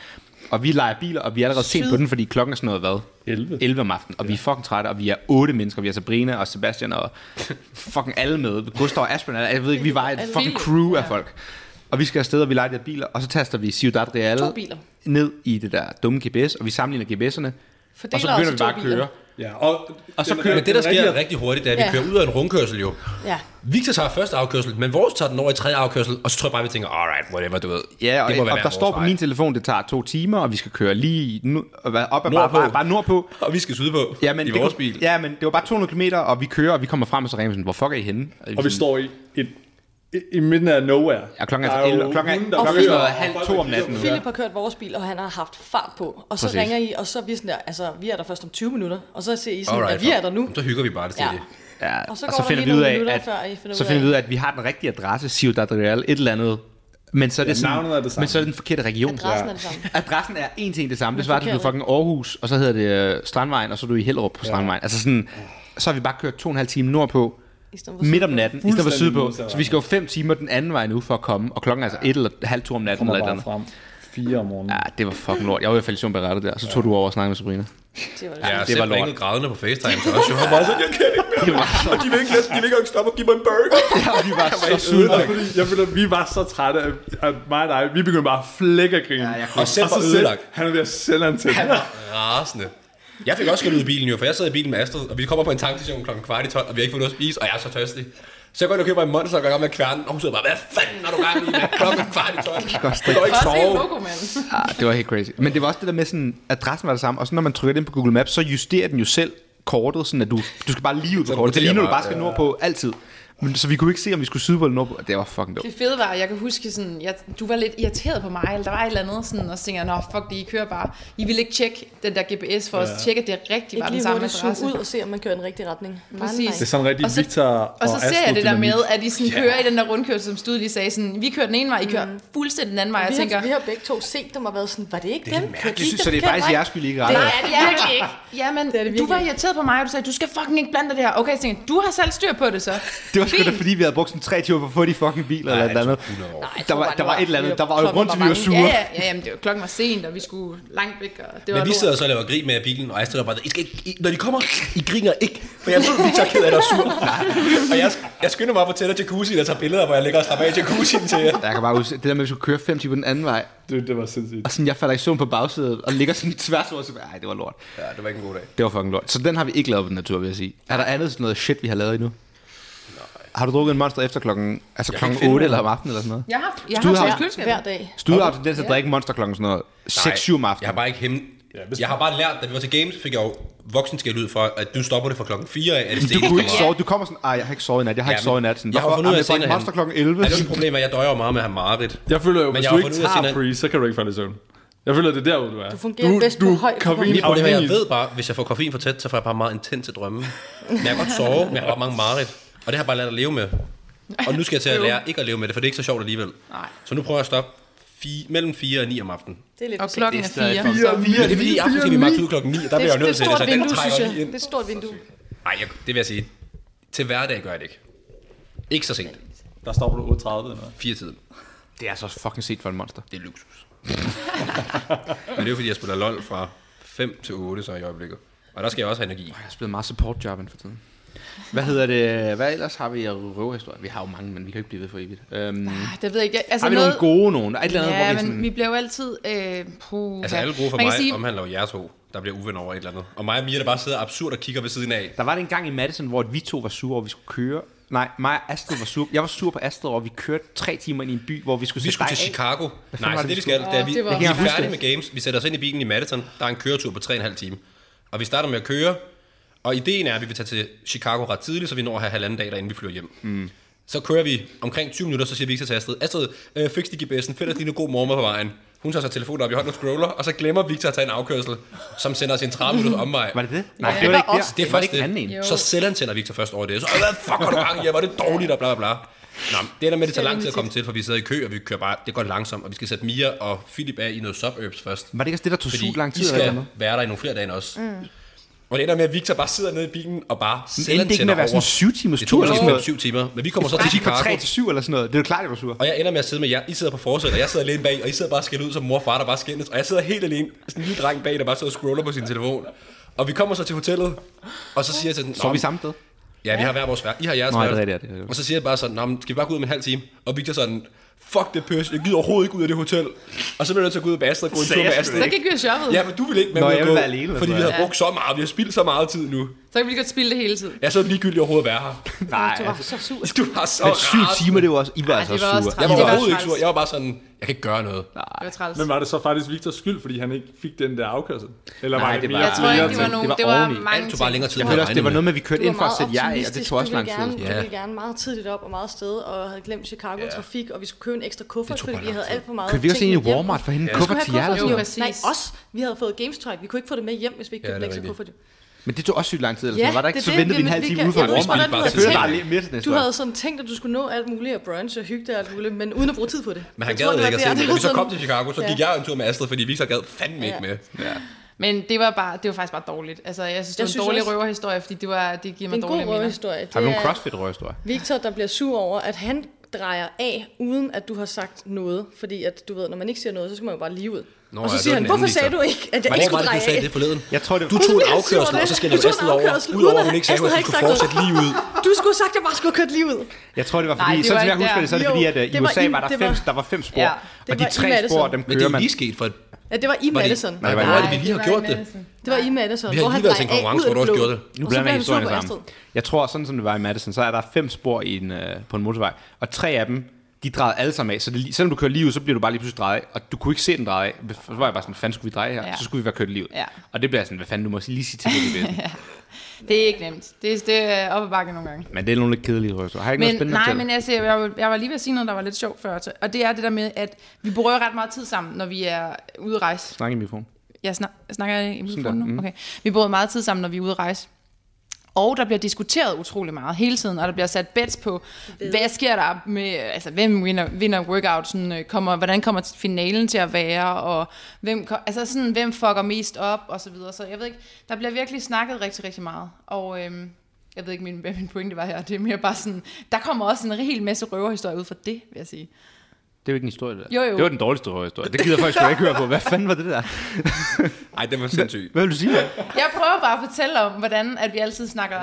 [SPEAKER 2] Og vi leger biler, og vi er allerede sent på den, fordi klokken er sådan noget, hvad?
[SPEAKER 3] 11.
[SPEAKER 2] 11 om aftenen, og ja. vi er fucking trætte, og vi er otte mennesker. Vi er Sabrina og Sebastian og fucking alle med. Gustav og Aspen, jeg ved ikke, vi var et fucking crew af folk. Og vi skal afsted, og vi leger de her biler, og så taster vi Ciudad Real
[SPEAKER 7] To biler.
[SPEAKER 2] ned i det der dumme GPS, og vi sammenligner GPS'erne,
[SPEAKER 7] Fordeler
[SPEAKER 2] Og så begynder vi
[SPEAKER 7] os i
[SPEAKER 2] bare
[SPEAKER 7] altså to
[SPEAKER 2] at
[SPEAKER 7] biler.
[SPEAKER 2] køre.
[SPEAKER 3] Ja, og,
[SPEAKER 2] Og så
[SPEAKER 3] den-
[SPEAKER 2] kører-
[SPEAKER 5] Men det, der
[SPEAKER 3] den rigtige-
[SPEAKER 5] sker rigtig hurtigt, det er, at vi
[SPEAKER 7] Ja.
[SPEAKER 5] kører ud af en rundkørsel jo.
[SPEAKER 7] Ja.
[SPEAKER 5] Victor tager første afkørsel, men vores tager den over i tredje afkørsel, og så tror jeg bare, vi tænker, alright, whatever, du ved.
[SPEAKER 2] Ja, og,
[SPEAKER 5] det må være
[SPEAKER 2] og der
[SPEAKER 5] vores
[SPEAKER 2] står på
[SPEAKER 5] vej.
[SPEAKER 2] min telefon, det tager to timer, og vi skal køre lige nu, og hvad- op ad bare,
[SPEAKER 5] Nordpå.
[SPEAKER 2] bare, bare nordpå.
[SPEAKER 5] Og vi skal syde på
[SPEAKER 2] Ja, men
[SPEAKER 5] i
[SPEAKER 2] det
[SPEAKER 5] vores
[SPEAKER 2] kunne-
[SPEAKER 5] bil.
[SPEAKER 2] Ja, men det var bare 200 km, og vi kører, og vi kommer frem, og så ringer vi sådan, hvor fuck er I henne?
[SPEAKER 3] Og vi står i, et, i, i midten af nowhere.
[SPEAKER 2] Ja, klokken er
[SPEAKER 3] Der
[SPEAKER 2] altså
[SPEAKER 3] jo
[SPEAKER 2] 11 klokken er-
[SPEAKER 3] hunden, der
[SPEAKER 2] klokken
[SPEAKER 7] er
[SPEAKER 3] kører,
[SPEAKER 7] sådan
[SPEAKER 2] noget halv
[SPEAKER 3] folk,
[SPEAKER 2] to
[SPEAKER 3] der
[SPEAKER 2] om natten
[SPEAKER 3] kigger
[SPEAKER 2] nu.
[SPEAKER 3] på.
[SPEAKER 7] Philip har kørt vores bil, og han har haft fart på. Og så
[SPEAKER 2] Præcis.
[SPEAKER 7] Præcis. ringer I, og så er vi sådan der, altså, vi er der først om 20 minutter. Og så ser I sådan,
[SPEAKER 5] Alright,
[SPEAKER 7] at vi er der nu.
[SPEAKER 5] Så hygger vi bare det til
[SPEAKER 7] Ja.
[SPEAKER 5] det.
[SPEAKER 2] Ja,
[SPEAKER 7] Og så
[SPEAKER 2] og
[SPEAKER 7] går
[SPEAKER 2] så
[SPEAKER 7] der
[SPEAKER 2] finder vi
[SPEAKER 7] lige
[SPEAKER 2] ud
[SPEAKER 7] nogle
[SPEAKER 2] af,
[SPEAKER 7] minutter,
[SPEAKER 2] at,
[SPEAKER 7] før I finder
[SPEAKER 2] så
[SPEAKER 7] ud
[SPEAKER 2] finder vi
[SPEAKER 7] af-
[SPEAKER 2] ud af, at vi har den rigtige adresse, Ciudad Real, et eller andet. Men så er det,
[SPEAKER 3] Ja,
[SPEAKER 2] sådan,
[SPEAKER 3] navnet er det samme.
[SPEAKER 2] men så er det den forkerte region.
[SPEAKER 7] Adressen er det samme.
[SPEAKER 2] Adressen er en ting det samme. Det svarer til, at du er
[SPEAKER 7] forkert.
[SPEAKER 2] fucking Aarhus, og så hedder det øh, Strandvejen, og så er du i Hellerup på Strandvejen. Altså sådan, så har vi bare kørt to og en halv time nordpå,
[SPEAKER 7] I stedet for
[SPEAKER 2] midt om
[SPEAKER 7] sydpå.
[SPEAKER 2] natten, i stedet for
[SPEAKER 3] Fuldstændig
[SPEAKER 2] sydpå.
[SPEAKER 3] modsat
[SPEAKER 2] Så vi skal jo fem timer den anden vej nu for at komme, og klokken er altså et eller halv to om natten.
[SPEAKER 3] Kommer
[SPEAKER 2] Eller et eller
[SPEAKER 3] bare
[SPEAKER 2] andet.
[SPEAKER 3] frem. Fire om morgenen.
[SPEAKER 2] Ja, det var fucking lort. Jeg var i hvert fald i søvn berettet der, så tog du over og snakkede med
[SPEAKER 3] [laughs]
[SPEAKER 2] Sabrina.
[SPEAKER 7] Det var det.
[SPEAKER 5] Ja,
[SPEAKER 2] det
[SPEAKER 5] det
[SPEAKER 2] var
[SPEAKER 5] var
[SPEAKER 2] lort.
[SPEAKER 5] ringet grædende på FaceTime til os. Jeg var bare sådan, jeg kan ikke
[SPEAKER 2] Det var
[SPEAKER 5] mere. De vil ikke, lade- de vil ikke stoppe og give mig en burger.
[SPEAKER 2] ja, vi var så
[SPEAKER 3] Uden
[SPEAKER 2] sultne.
[SPEAKER 3] at- fordi jeg føler, vi var så trætte af, af mig og dig. Vi begyndte bare at flække og grine.
[SPEAKER 2] jeg kunne-
[SPEAKER 3] og,
[SPEAKER 5] Selv
[SPEAKER 3] og
[SPEAKER 5] var
[SPEAKER 3] så selv,
[SPEAKER 5] ødelagt.
[SPEAKER 3] han er ved at sælge en til.
[SPEAKER 5] Rasende. Jeg fik også skæld ud i bilen jo, for jeg sad i bilen med Astrid, og vi kommer på en tankstation klokken kvart i tolv, og vi har ikke fået noget at spise, og jeg er så tørstig. Så jeg går ind og køber en monster og gør med kværnen, og hun sidder bare, hvad fanden har du gang i, mand? klokken er kvart i tolv? Jeg kan ikke
[SPEAKER 7] Også en
[SPEAKER 5] sove.
[SPEAKER 7] lokomand.
[SPEAKER 4] [laughs]
[SPEAKER 2] Ah, det var helt crazy. Men det var også det der med, sådan, adressen var det samme. Og så når man trykker det ind på Google Maps, så justerer den jo selv kortet, sådan at du, du skal bare lige ud på kortet. Det
[SPEAKER 5] roterer
[SPEAKER 2] ligner, du
[SPEAKER 5] bare,
[SPEAKER 2] bare skal nordpå altid. Men, så vi kunne ikke se, om vi skulle sydpå eller nordpå. Det var fucking dumt.
[SPEAKER 4] Det fede var, at jeg kan huske, sådan, jeg, du var lidt irriteret på mig, eller der var et eller andet, sådan, og så tænkte jeg, nå fuck det, I kører bare. I ville ikke tjekke den der GPS for os, tjekke, at det rigtigt
[SPEAKER 7] Ikke
[SPEAKER 4] var den
[SPEAKER 7] lige
[SPEAKER 4] samme
[SPEAKER 7] hurtigt zoome
[SPEAKER 4] adresse.
[SPEAKER 7] ud og se, om man kører i den rigtige retning. Nej,
[SPEAKER 4] Præcis.
[SPEAKER 7] nej.
[SPEAKER 3] Det er sådan rigtig
[SPEAKER 4] Og så-
[SPEAKER 3] Victor og,
[SPEAKER 4] Og så ser jeg det der med,
[SPEAKER 3] astrodynamik.
[SPEAKER 4] at I sådan kører i den der rundkørsel, som stod lige sagde sådan, vi kører den ene vej, I kører fuldstændig den anden vej, og jeg
[SPEAKER 7] Mm. Vi
[SPEAKER 4] tænker,
[SPEAKER 7] har, vi har begge to set dem og været sådan, var det ikke dem? Kørte de
[SPEAKER 2] Det,
[SPEAKER 7] den
[SPEAKER 2] så det er
[SPEAKER 7] forkerte
[SPEAKER 2] faktisk
[SPEAKER 7] vej?
[SPEAKER 2] jeres skyld, I ikke
[SPEAKER 7] Det
[SPEAKER 2] retter.
[SPEAKER 7] er det virkelig ikke.
[SPEAKER 4] Jamen,
[SPEAKER 7] Det er det
[SPEAKER 4] du var
[SPEAKER 7] virkelig.
[SPEAKER 4] irriteret på mig, og du sagde, du skal fucking ikke blande dig det her. Okay, jeg tænkte, du har selv styr på det så.
[SPEAKER 2] Det var sgu da,
[SPEAKER 4] Fint.
[SPEAKER 2] fordi vi havde brugt sådan tre timer på at få de fucking biler eller et eller andet.
[SPEAKER 7] jeg
[SPEAKER 2] Der
[SPEAKER 7] tror
[SPEAKER 2] var,
[SPEAKER 7] bare,
[SPEAKER 2] der
[SPEAKER 7] det
[SPEAKER 2] var
[SPEAKER 7] var-
[SPEAKER 2] et eller andet. Der var jo
[SPEAKER 7] klokken
[SPEAKER 2] grund til,
[SPEAKER 7] var
[SPEAKER 2] at vi var
[SPEAKER 7] mange.
[SPEAKER 2] sure.
[SPEAKER 4] Ja, ja, ja, jamen, det var, klokken var sent, og vi skulle langt væk, og det var
[SPEAKER 5] Men vi
[SPEAKER 4] lort.
[SPEAKER 2] altså-
[SPEAKER 5] sidder så og laver grin med bilen, og Astrid er bare, I skal ikke, I, når de kommer, I griner ikke, for jeg ved, Victor er ked af det og sur. og jeg, jeg skynder mig op og tænder jacuzzi og tager billeder, hvor jeg ligger og slapper af i jacuzzien til jer.
[SPEAKER 2] Jeg kan bare huske, det der med, at vi skulle køre fem timer den anden vej.
[SPEAKER 3] Det, det var sindssygt.
[SPEAKER 2] Og sådan, jeg falder i søvn på bagsædet og ligger sådan tværs over. Så, Ej, det var lort.
[SPEAKER 5] Ja, det var ikke en god dag.
[SPEAKER 2] Det var fucking lort. Så den har vi ikke lavet på den natur, vil jeg sige. Er der andet sådan noget shit, vi har lavet endnu? Nej. Har du drukket en monster efter klokken, altså
[SPEAKER 5] kan
[SPEAKER 2] klokken
[SPEAKER 5] ikke
[SPEAKER 2] 8
[SPEAKER 5] finde
[SPEAKER 2] eller om aftenen eller sådan noget?
[SPEAKER 4] Jeg har, jeg
[SPEAKER 2] Stude
[SPEAKER 4] har
[SPEAKER 2] har-
[SPEAKER 4] taget
[SPEAKER 7] Hver,
[SPEAKER 4] køleskabet.
[SPEAKER 7] hver dag.
[SPEAKER 2] Studer har tendens til at drikke monster klokken sådan noget 6-7 om
[SPEAKER 5] Jeg
[SPEAKER 2] aftenen.
[SPEAKER 5] har bare ikke hæmme...
[SPEAKER 3] hvis-
[SPEAKER 5] jeg har bare lært, da vi var til games, fik jeg jo voksen skæld ud for, at du stopper det fra klokken 4 af, at det
[SPEAKER 2] Du
[SPEAKER 5] seneste,
[SPEAKER 2] kunne ikke
[SPEAKER 5] var.
[SPEAKER 2] sove. Du kommer sådan, ej, jeg har ikke sovet i nat. Jeg har ikke
[SPEAKER 5] Ja,
[SPEAKER 2] sovet i
[SPEAKER 5] men
[SPEAKER 2] nat. Sådan,
[SPEAKER 5] jeg har
[SPEAKER 2] "Hvorfor?
[SPEAKER 5] fundet ud af
[SPEAKER 2] Jamen, jeg drak
[SPEAKER 5] senere
[SPEAKER 2] monster
[SPEAKER 5] hen."
[SPEAKER 2] klokken 11.
[SPEAKER 5] Er det jo et problem, at jeg døjer jo meget med at have mareridt?
[SPEAKER 3] Jeg føler jo,
[SPEAKER 5] Men
[SPEAKER 3] hvis
[SPEAKER 5] jeg
[SPEAKER 3] du
[SPEAKER 5] har
[SPEAKER 3] ikke
[SPEAKER 5] fundet ud af
[SPEAKER 3] tager
[SPEAKER 5] senere-
[SPEAKER 3] Breeze, så kan du ikke falde i søvn. Jeg føler, det er derude, du er. Du
[SPEAKER 7] fungerer bedst på højt
[SPEAKER 3] koffein
[SPEAKER 5] Mit
[SPEAKER 7] forbrug.
[SPEAKER 3] og
[SPEAKER 5] problem er, jeg
[SPEAKER 3] heroin.
[SPEAKER 5] ved bare, hvis jeg får koffein for tæt, så får jeg bare meget intense drømme. Men jeg kan godt sove, men jeg har bare mange mareridt. Og det har jeg bare lært at leve med. Og nu skal jeg til at lære ikke at leve med det, for det er ikke så sjovt alligevel.
[SPEAKER 4] Nej.
[SPEAKER 5] Så nu prøver jeg at stoppe fi- mellem 4 og 9 om aftenen.
[SPEAKER 7] Det er lidt
[SPEAKER 4] Og
[SPEAKER 7] forsigtigt.
[SPEAKER 4] klokken er fire.
[SPEAKER 5] Men det er fordi, i aften skal vi maks ud klokken 9, og der
[SPEAKER 7] Det
[SPEAKER 5] bliver
[SPEAKER 7] er,
[SPEAKER 5] jeg jo
[SPEAKER 7] det er
[SPEAKER 5] nødt
[SPEAKER 7] et
[SPEAKER 5] til det, så
[SPEAKER 2] altså,
[SPEAKER 7] stort
[SPEAKER 5] den
[SPEAKER 7] vindue, synes
[SPEAKER 5] trækker
[SPEAKER 7] jeg.
[SPEAKER 5] jeg lige ind.
[SPEAKER 7] Det er et stort vindue.
[SPEAKER 5] Nej, jeg, det vil jeg sige. Til hverdag gør jeg det ikke. Ikke så sent.
[SPEAKER 3] Der stopper du 8.30 eller noget.
[SPEAKER 5] 4 tiden.
[SPEAKER 2] Det er så fucking set for en monster.
[SPEAKER 5] Det er luksus. [laughs] Men det er jo fordi, jeg spiller LOL fra 5 til 8 så i øjeblikket. Og der skal jeg også have energi.
[SPEAKER 2] Jeg har spillet meget support jobben for tiden. Hvad hedder det? Hvad ellers har vi af røverhistorier? Vi har jo mange, men vi kan jo ikke blive ved for evigt. Øhm,
[SPEAKER 4] Ah, Det ved jeg ikke. Jeg- Altså
[SPEAKER 2] har vi nogle gode nogen? Et eller andet,
[SPEAKER 4] Ja,
[SPEAKER 2] hvor vi
[SPEAKER 4] men
[SPEAKER 2] sådan...
[SPEAKER 4] vi bliver jo altid... Øh, puh,
[SPEAKER 5] Altså alle gode for mig sige... omhandler jo jer to, der bliver uven over et eller andet. Og mig og Mia, der bare sidder absurd og kigger ved siden af.
[SPEAKER 2] Der var det en gang i Madison, hvor vi to var sure, og vi skulle køre. Nej, mig og Astrid var sur. Jeg var sur på Astrid, og vi kørte tre timer ind i en by, hvor vi skulle
[SPEAKER 5] Vi skulle til
[SPEAKER 2] dig af.
[SPEAKER 5] Chicago.
[SPEAKER 2] var
[SPEAKER 5] Nej, så
[SPEAKER 2] det,
[SPEAKER 5] det
[SPEAKER 2] vi
[SPEAKER 5] vi skal, det er, vi,
[SPEAKER 4] det var-
[SPEAKER 5] vi
[SPEAKER 2] Jeg
[SPEAKER 5] er
[SPEAKER 2] kan huske
[SPEAKER 5] færdige med games. Vi sætter os ind i bilen i Madison. Der er en køretur på 3,5 timer. Og vi starter med at køre. Og ideen er, at vi vil tage til Chicago ret tidligt, så vi når at have halvanden dag, der inden vi flyver hjem. Mm. Så kører vi omkring 20 minutter, så siger vi ikke til Astrid, Astrid, øh, fix de GPS'en, find os lige en god morgen på vejen. Hun tager sig telefonen op i hånden og scroller, og så glemmer Victor at tage en afkørsel, som sender os en 30 minutters omvej.
[SPEAKER 2] Var det det? Nej,
[SPEAKER 7] Ja.
[SPEAKER 2] det var det
[SPEAKER 7] Det var
[SPEAKER 2] ikke
[SPEAKER 7] os.
[SPEAKER 2] der.
[SPEAKER 5] Det er
[SPEAKER 2] var
[SPEAKER 5] først
[SPEAKER 2] ikke
[SPEAKER 5] det.
[SPEAKER 2] den anden en.
[SPEAKER 5] Så selvantænder Victor først over det. Så, "Åh, hvad fuck har du gang i? Hvor er det dårligt, og bla bla bla. Nå, men det ender med, at det tager lang tid at komme til, for vi sidder i kø, og vi kører bare, det går langsomt, og vi skal sætte Mia og Philip af i noget suburbs først.
[SPEAKER 2] Var det ikke også det, der tog
[SPEAKER 5] Fordi
[SPEAKER 2] sygt lang tid?
[SPEAKER 5] I
[SPEAKER 2] eller
[SPEAKER 5] skal
[SPEAKER 2] noget?
[SPEAKER 5] være der i nogle flere dage end os. Mm. Og det ender med, at Victor bare sidder nede i bilen og bare
[SPEAKER 2] Endte det ikke med
[SPEAKER 5] selvantænder
[SPEAKER 2] at være sådan
[SPEAKER 5] over.
[SPEAKER 2] en syv timers
[SPEAKER 5] Det
[SPEAKER 2] tur
[SPEAKER 5] tog
[SPEAKER 2] eller
[SPEAKER 5] også
[SPEAKER 2] sådan
[SPEAKER 5] fem,
[SPEAKER 2] noget?
[SPEAKER 5] syv timer, men vi kommer så
[SPEAKER 2] Nej,
[SPEAKER 5] til
[SPEAKER 2] det gik fra
[SPEAKER 5] Chicago.
[SPEAKER 2] tre til syv eller sådan noget. Det er jo klart, det var sur.
[SPEAKER 5] Og jeg ender med at sidde med jer. I sidder på forsædet, og jeg sidder alene bag, og I sidder bare og skælder ud som mor og far, der bare skændes. Og jeg sidder helt alene, sådan en lille dreng bag, der bare sidder og scroller på sin telefon. Og vi kommer så til hotellet, og så siger jeg til den,
[SPEAKER 2] Så er vi samme sted.
[SPEAKER 5] Ja, vi har hver vores værelse. I har jeres
[SPEAKER 2] Nå, det er
[SPEAKER 5] værelse.
[SPEAKER 2] rigtigt, ja, det er rigtigt.
[SPEAKER 5] Og så siger jeg bare sådan, "Nå, men skal vi bare gå ud om en halv time? Og Victor sådan, fuck det pøs, jeg gider overhovedet ikke ud af det hotel. Og så blev jeg nødt til at gå ud af Astrid og gå en tur
[SPEAKER 2] Sagde
[SPEAKER 5] med
[SPEAKER 2] jeg sgu
[SPEAKER 5] Astrid.
[SPEAKER 4] Så
[SPEAKER 5] ikke?
[SPEAKER 4] gik vi og shoppede.
[SPEAKER 5] Ja, men du vil ikke med
[SPEAKER 2] Nå,
[SPEAKER 5] mig
[SPEAKER 2] jeg
[SPEAKER 5] at
[SPEAKER 2] vil
[SPEAKER 5] gå,
[SPEAKER 2] være alene, eller
[SPEAKER 5] fordi vi
[SPEAKER 2] sådan
[SPEAKER 5] har brugt så meget, vi har spildt så meget tid nu.
[SPEAKER 4] Så kan vi lige godt spille det hele tiden.
[SPEAKER 5] Jeg er så ligegyldig overhovedet at være her.
[SPEAKER 2] [laughs] Nej,
[SPEAKER 7] Du var så sur.
[SPEAKER 5] Du var så
[SPEAKER 2] men syv
[SPEAKER 5] rasende.
[SPEAKER 2] timer, det var også, I var altså
[SPEAKER 4] det var også
[SPEAKER 2] sure.
[SPEAKER 4] træls.
[SPEAKER 5] Jeg
[SPEAKER 4] Det
[SPEAKER 5] var
[SPEAKER 4] var
[SPEAKER 5] overhovedet ikke
[SPEAKER 4] træls.
[SPEAKER 5] sur. Jeg var bare sådan, jeg kan ikke gøre noget.
[SPEAKER 4] Det var træls.
[SPEAKER 3] Men var det så faktisk Victors skyld, fordi han ikke fik den der afkørsel? Eller
[SPEAKER 2] Nej,
[SPEAKER 3] var det,
[SPEAKER 2] det var-
[SPEAKER 3] mere
[SPEAKER 4] Jeg tror ikke, det var
[SPEAKER 3] ting?
[SPEAKER 2] Det
[SPEAKER 4] nogen.
[SPEAKER 2] var
[SPEAKER 4] Det var,
[SPEAKER 2] oveni.
[SPEAKER 4] mange
[SPEAKER 5] Det tog bare længere tid,
[SPEAKER 2] Jeg
[SPEAKER 5] end
[SPEAKER 2] føler
[SPEAKER 5] jeg
[SPEAKER 2] også, det var
[SPEAKER 5] regnede
[SPEAKER 2] noget
[SPEAKER 5] med.
[SPEAKER 2] med, at vi kørte
[SPEAKER 7] Du var
[SPEAKER 2] ind for at
[SPEAKER 7] meget
[SPEAKER 2] sætte jer af, og det
[SPEAKER 7] optimistisk.
[SPEAKER 2] tog også
[SPEAKER 7] du
[SPEAKER 2] lang
[SPEAKER 7] ville
[SPEAKER 2] tid.
[SPEAKER 7] gerne, Du
[SPEAKER 5] Ja.
[SPEAKER 7] ville gerne meget tidligt op og meget sted, og havde glemt Chicago
[SPEAKER 5] Ja.
[SPEAKER 7] trafik, og vi skulle købe en ekstra kuffert,
[SPEAKER 5] Det tog
[SPEAKER 7] fordi
[SPEAKER 5] bare
[SPEAKER 7] vi
[SPEAKER 5] lang
[SPEAKER 7] havde
[SPEAKER 5] tid.
[SPEAKER 7] alt for meget
[SPEAKER 2] Købte vi også
[SPEAKER 7] ting
[SPEAKER 2] ind i
[SPEAKER 7] med hjem.
[SPEAKER 2] Walmart for at hente en
[SPEAKER 7] Vi skulle
[SPEAKER 2] kuffert
[SPEAKER 7] have
[SPEAKER 2] til jer? Eller
[SPEAKER 7] kufferten
[SPEAKER 2] sådan
[SPEAKER 4] Jo,
[SPEAKER 7] jo,
[SPEAKER 2] noget?
[SPEAKER 4] præcis.
[SPEAKER 7] Nej, os. Vi havde fået GameStop. Vi kunne ikke få det med hjem, hvis vi ikke
[SPEAKER 5] Ja,
[SPEAKER 7] købte en
[SPEAKER 5] det er
[SPEAKER 7] ekstra
[SPEAKER 5] rigtigt.
[SPEAKER 7] kuffert.
[SPEAKER 2] Men det tog også sygt lang tid. Eller
[SPEAKER 7] Ja,
[SPEAKER 2] sådan. var der ikke,
[SPEAKER 7] det er
[SPEAKER 2] så
[SPEAKER 7] det,
[SPEAKER 2] ventede vi en
[SPEAKER 7] jamen,
[SPEAKER 2] halv
[SPEAKER 7] det
[SPEAKER 2] time
[SPEAKER 7] kan-
[SPEAKER 2] ude for
[SPEAKER 7] jeg husker,
[SPEAKER 2] Walmart.
[SPEAKER 5] hvordan du
[SPEAKER 2] Jeg føler,
[SPEAKER 5] havde
[SPEAKER 2] der er lidt
[SPEAKER 5] tænkt-
[SPEAKER 2] mere til næste
[SPEAKER 7] Du
[SPEAKER 2] år.
[SPEAKER 7] havde sådan tænkt, at du skulle nå alt muligt og brunch og hygge dig og alt muligt, men uden at bruge tid på det.
[SPEAKER 5] Men han
[SPEAKER 7] Jeg
[SPEAKER 5] gad
[SPEAKER 7] tror,
[SPEAKER 5] det
[SPEAKER 7] var
[SPEAKER 5] ikke at
[SPEAKER 7] der,
[SPEAKER 5] se
[SPEAKER 7] det
[SPEAKER 5] med. Da
[SPEAKER 7] var
[SPEAKER 5] vi så kom
[SPEAKER 7] sådan-
[SPEAKER 5] til Chicago, så
[SPEAKER 7] Ja.
[SPEAKER 5] gik jeg en tur med Astrid, fordi Victor gad fandme ikke
[SPEAKER 7] Ja.
[SPEAKER 5] med. Ja.
[SPEAKER 4] Men det var bare, det var faktisk bare dårligt. Altså, jeg synes, det
[SPEAKER 7] Jeg
[SPEAKER 4] var en
[SPEAKER 7] synes
[SPEAKER 4] dårlig
[SPEAKER 7] også-
[SPEAKER 4] røverhistorie, fordi det, var, det giver
[SPEAKER 7] Det
[SPEAKER 4] mig
[SPEAKER 7] er en god
[SPEAKER 4] dårlige minder.
[SPEAKER 7] røverhistorie.
[SPEAKER 2] Har vi
[SPEAKER 7] Det
[SPEAKER 2] nogle
[SPEAKER 7] er
[SPEAKER 2] crossfit røgstøj?
[SPEAKER 7] Victor, der bliver sur over, at han drejer af, uden at du har sagt noget. Fordi at, du ved, når man ikke siger noget, så skal man jo bare lige ud.
[SPEAKER 5] Nå,
[SPEAKER 7] Nå, og så
[SPEAKER 5] ja, det
[SPEAKER 7] siger
[SPEAKER 5] var
[SPEAKER 7] han,
[SPEAKER 5] den
[SPEAKER 7] hvorfor
[SPEAKER 5] anden
[SPEAKER 7] sagde
[SPEAKER 5] Victor."
[SPEAKER 7] du ikke, at jeg
[SPEAKER 5] Hvor
[SPEAKER 7] ikke
[SPEAKER 5] var
[SPEAKER 7] skulle
[SPEAKER 5] det, du
[SPEAKER 7] dreje
[SPEAKER 5] sagde
[SPEAKER 7] af?
[SPEAKER 5] det forleden?
[SPEAKER 2] Jeg tror, det
[SPEAKER 5] Du
[SPEAKER 2] var...
[SPEAKER 5] tog
[SPEAKER 7] bliver
[SPEAKER 5] en
[SPEAKER 7] sur
[SPEAKER 5] afkørsel,
[SPEAKER 7] af
[SPEAKER 5] og
[SPEAKER 7] det.
[SPEAKER 5] så
[SPEAKER 7] Du
[SPEAKER 5] skældte
[SPEAKER 7] tog
[SPEAKER 5] du
[SPEAKER 7] en
[SPEAKER 5] Astrid over.
[SPEAKER 7] afkørsel,
[SPEAKER 5] Udover,
[SPEAKER 7] uden
[SPEAKER 5] at hun
[SPEAKER 7] at
[SPEAKER 5] ikke sagde,
[SPEAKER 7] Astrid
[SPEAKER 5] at
[SPEAKER 7] har
[SPEAKER 5] jeg
[SPEAKER 7] ikke
[SPEAKER 5] skulle
[SPEAKER 7] sagt
[SPEAKER 5] fortsætte lige ud.
[SPEAKER 7] Du skulle have sagt, at jeg bare skulle have kørt lige ud.
[SPEAKER 2] Jeg tror, det var
[SPEAKER 4] Nej,
[SPEAKER 2] fordi,
[SPEAKER 4] det
[SPEAKER 2] sådan
[SPEAKER 4] var
[SPEAKER 2] som jeg
[SPEAKER 4] ikke
[SPEAKER 2] husker det, så er det
[SPEAKER 7] der.
[SPEAKER 2] fordi, at øh, i
[SPEAKER 7] Jo, det var
[SPEAKER 2] USA
[SPEAKER 7] i-
[SPEAKER 2] var der
[SPEAKER 7] det
[SPEAKER 2] fem,
[SPEAKER 7] var-
[SPEAKER 2] der var fem spor,
[SPEAKER 4] Ja,
[SPEAKER 2] og
[SPEAKER 7] det
[SPEAKER 2] de
[SPEAKER 7] var i
[SPEAKER 2] tre
[SPEAKER 7] Madison.
[SPEAKER 2] spor, dem
[SPEAKER 5] Men det
[SPEAKER 2] kører
[SPEAKER 5] er
[SPEAKER 2] man.
[SPEAKER 5] lige sket for et...
[SPEAKER 7] Ja, det var i
[SPEAKER 5] Var det-
[SPEAKER 7] Madison.
[SPEAKER 2] Nej, det var
[SPEAKER 5] Hvor er det, vi lige har gjort det?
[SPEAKER 7] Det var i Madison,
[SPEAKER 5] Vi har
[SPEAKER 7] hvor han
[SPEAKER 5] lige været til
[SPEAKER 7] drejede af
[SPEAKER 5] en konkurrence,
[SPEAKER 7] ud
[SPEAKER 5] hvor
[SPEAKER 7] af det
[SPEAKER 5] du også
[SPEAKER 7] blå.
[SPEAKER 5] gjorde det.
[SPEAKER 2] Nu
[SPEAKER 7] Og
[SPEAKER 2] blander
[SPEAKER 7] så
[SPEAKER 2] jeg
[SPEAKER 7] blev han sur
[SPEAKER 2] historien
[SPEAKER 7] på
[SPEAKER 2] sammen.
[SPEAKER 7] Astrid.
[SPEAKER 2] Jeg tror, sådan som det var i Madison, så er der fem spor i en, øh, på en motorvej, og tre af dem, de drejede alle sammen af. Så det, er lige- selvom du kører lige ud, så bliver du bare lige pludselig drejet af, og du kunne ikke se den dreje af. Så var jeg bare sådan, fanden skulle vi dreje her?
[SPEAKER 4] Ja.
[SPEAKER 2] Så skulle vi være kørt lige ud.
[SPEAKER 4] Ja.
[SPEAKER 2] Og det bliver jeg sådan, hvad fanden, du må lige sige til det,
[SPEAKER 4] [laughs]
[SPEAKER 2] det.
[SPEAKER 4] Det er ikke nemt. Det, er- det er op ad bakke nogle gange.
[SPEAKER 2] Men det er nogle lidt kedelige røgter. Har jeg ikke noget
[SPEAKER 4] Men,
[SPEAKER 2] spændende
[SPEAKER 4] nej,
[SPEAKER 2] at fortælle?
[SPEAKER 4] men altså, jeg, var- jeg var lige ved at sige noget, der var lidt sjovt før. til- Og det er det der med, at vi bruger ret meget tid sammen, når vi er ude at rejse.
[SPEAKER 2] Snak i mikrofonen.
[SPEAKER 4] Jeg snak, snakker jeg i
[SPEAKER 2] der,
[SPEAKER 4] mikrofonen nu? Okay. Vi bruger meget tid sammen, når vi er ude at rejse. Og der bliver diskuteret utrolig meget hele tiden, og der bliver sat bets på, hvad sker der med, altså hvem vinder, vinder workouten, øh, kommer, hvordan kommer finalen til at være, og hvem, ko- altså sådan, hvem fucker mest op, og så videre. Så jeg ved ikke, der bliver virkelig snakket rigtig, rigtig meget. Og øhm, jeg ved ikke, min, hvad min pointe var her, det er mere bare sådan, der kommer også en hel masse røverhistorier ud fra det, vil jeg sige.
[SPEAKER 2] Det er jo ikke en historie, det der.
[SPEAKER 4] Jo, jo.
[SPEAKER 2] Det var den dårligste røghistorie. Det gider folk
[SPEAKER 4] [laughs]
[SPEAKER 2] sgu da ikke høre på. Hvad fanden var det der?
[SPEAKER 5] Nej, det var sindssygt.
[SPEAKER 2] Hvad vil du sige?
[SPEAKER 4] Jeg prøver bare at fortælle om, hvordan at vi altid snakker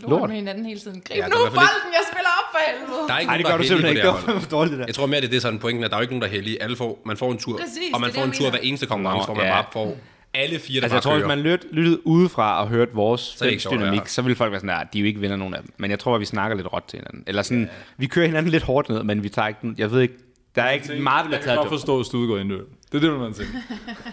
[SPEAKER 4] lort,
[SPEAKER 2] Lort.
[SPEAKER 4] med hinanden hele tiden.
[SPEAKER 5] Ja,
[SPEAKER 4] Grib ja,
[SPEAKER 5] der
[SPEAKER 4] nu
[SPEAKER 5] er i hvert fald
[SPEAKER 4] bolden, jeg spiller op for helvede.
[SPEAKER 5] Der er ikke
[SPEAKER 2] Nej, det gør du
[SPEAKER 5] nogen, der er
[SPEAKER 2] simpelthen
[SPEAKER 5] heldige
[SPEAKER 2] ikke. Det
[SPEAKER 5] på det
[SPEAKER 2] var [laughs]
[SPEAKER 5] her hold.
[SPEAKER 2] for dårligt, det der.
[SPEAKER 5] Jeg tror mere, det er det sådan pointen, at der er jo ikke nogen, der er heldige. Alle får, man får en tur,
[SPEAKER 4] Præcis,
[SPEAKER 5] og man
[SPEAKER 4] det er
[SPEAKER 5] får
[SPEAKER 4] det,
[SPEAKER 5] en
[SPEAKER 4] jeg
[SPEAKER 5] tur
[SPEAKER 4] mener.
[SPEAKER 5] hver eneste konkurrence,
[SPEAKER 2] Nå,
[SPEAKER 5] hvor man
[SPEAKER 2] ja.
[SPEAKER 5] bare får alle fire, der
[SPEAKER 2] Altså,
[SPEAKER 5] altså,
[SPEAKER 2] jeg tror,
[SPEAKER 5] bare
[SPEAKER 2] hvis
[SPEAKER 5] kører.
[SPEAKER 2] man lyt, lyttede udefra og hørte vores
[SPEAKER 5] er det
[SPEAKER 2] fælles
[SPEAKER 5] ikke sjovt at være
[SPEAKER 2] dynamik,
[SPEAKER 5] her.
[SPEAKER 2] så ville folk være sådan, at de er jo ikke vinder nogen af dem. Men jeg tror, at vi snakker lidt råt til hinanden. Eller sådan, vi kører hinanden lidt hårdt ned, men vi tager ikke den. Jeg ved ikke, der er ikke meget, der bliver
[SPEAKER 3] Jeg kan
[SPEAKER 2] taget.
[SPEAKER 3] godt
[SPEAKER 2] dumt.
[SPEAKER 3] forstå, at Stude går ind i øl. Det er det, man tænker.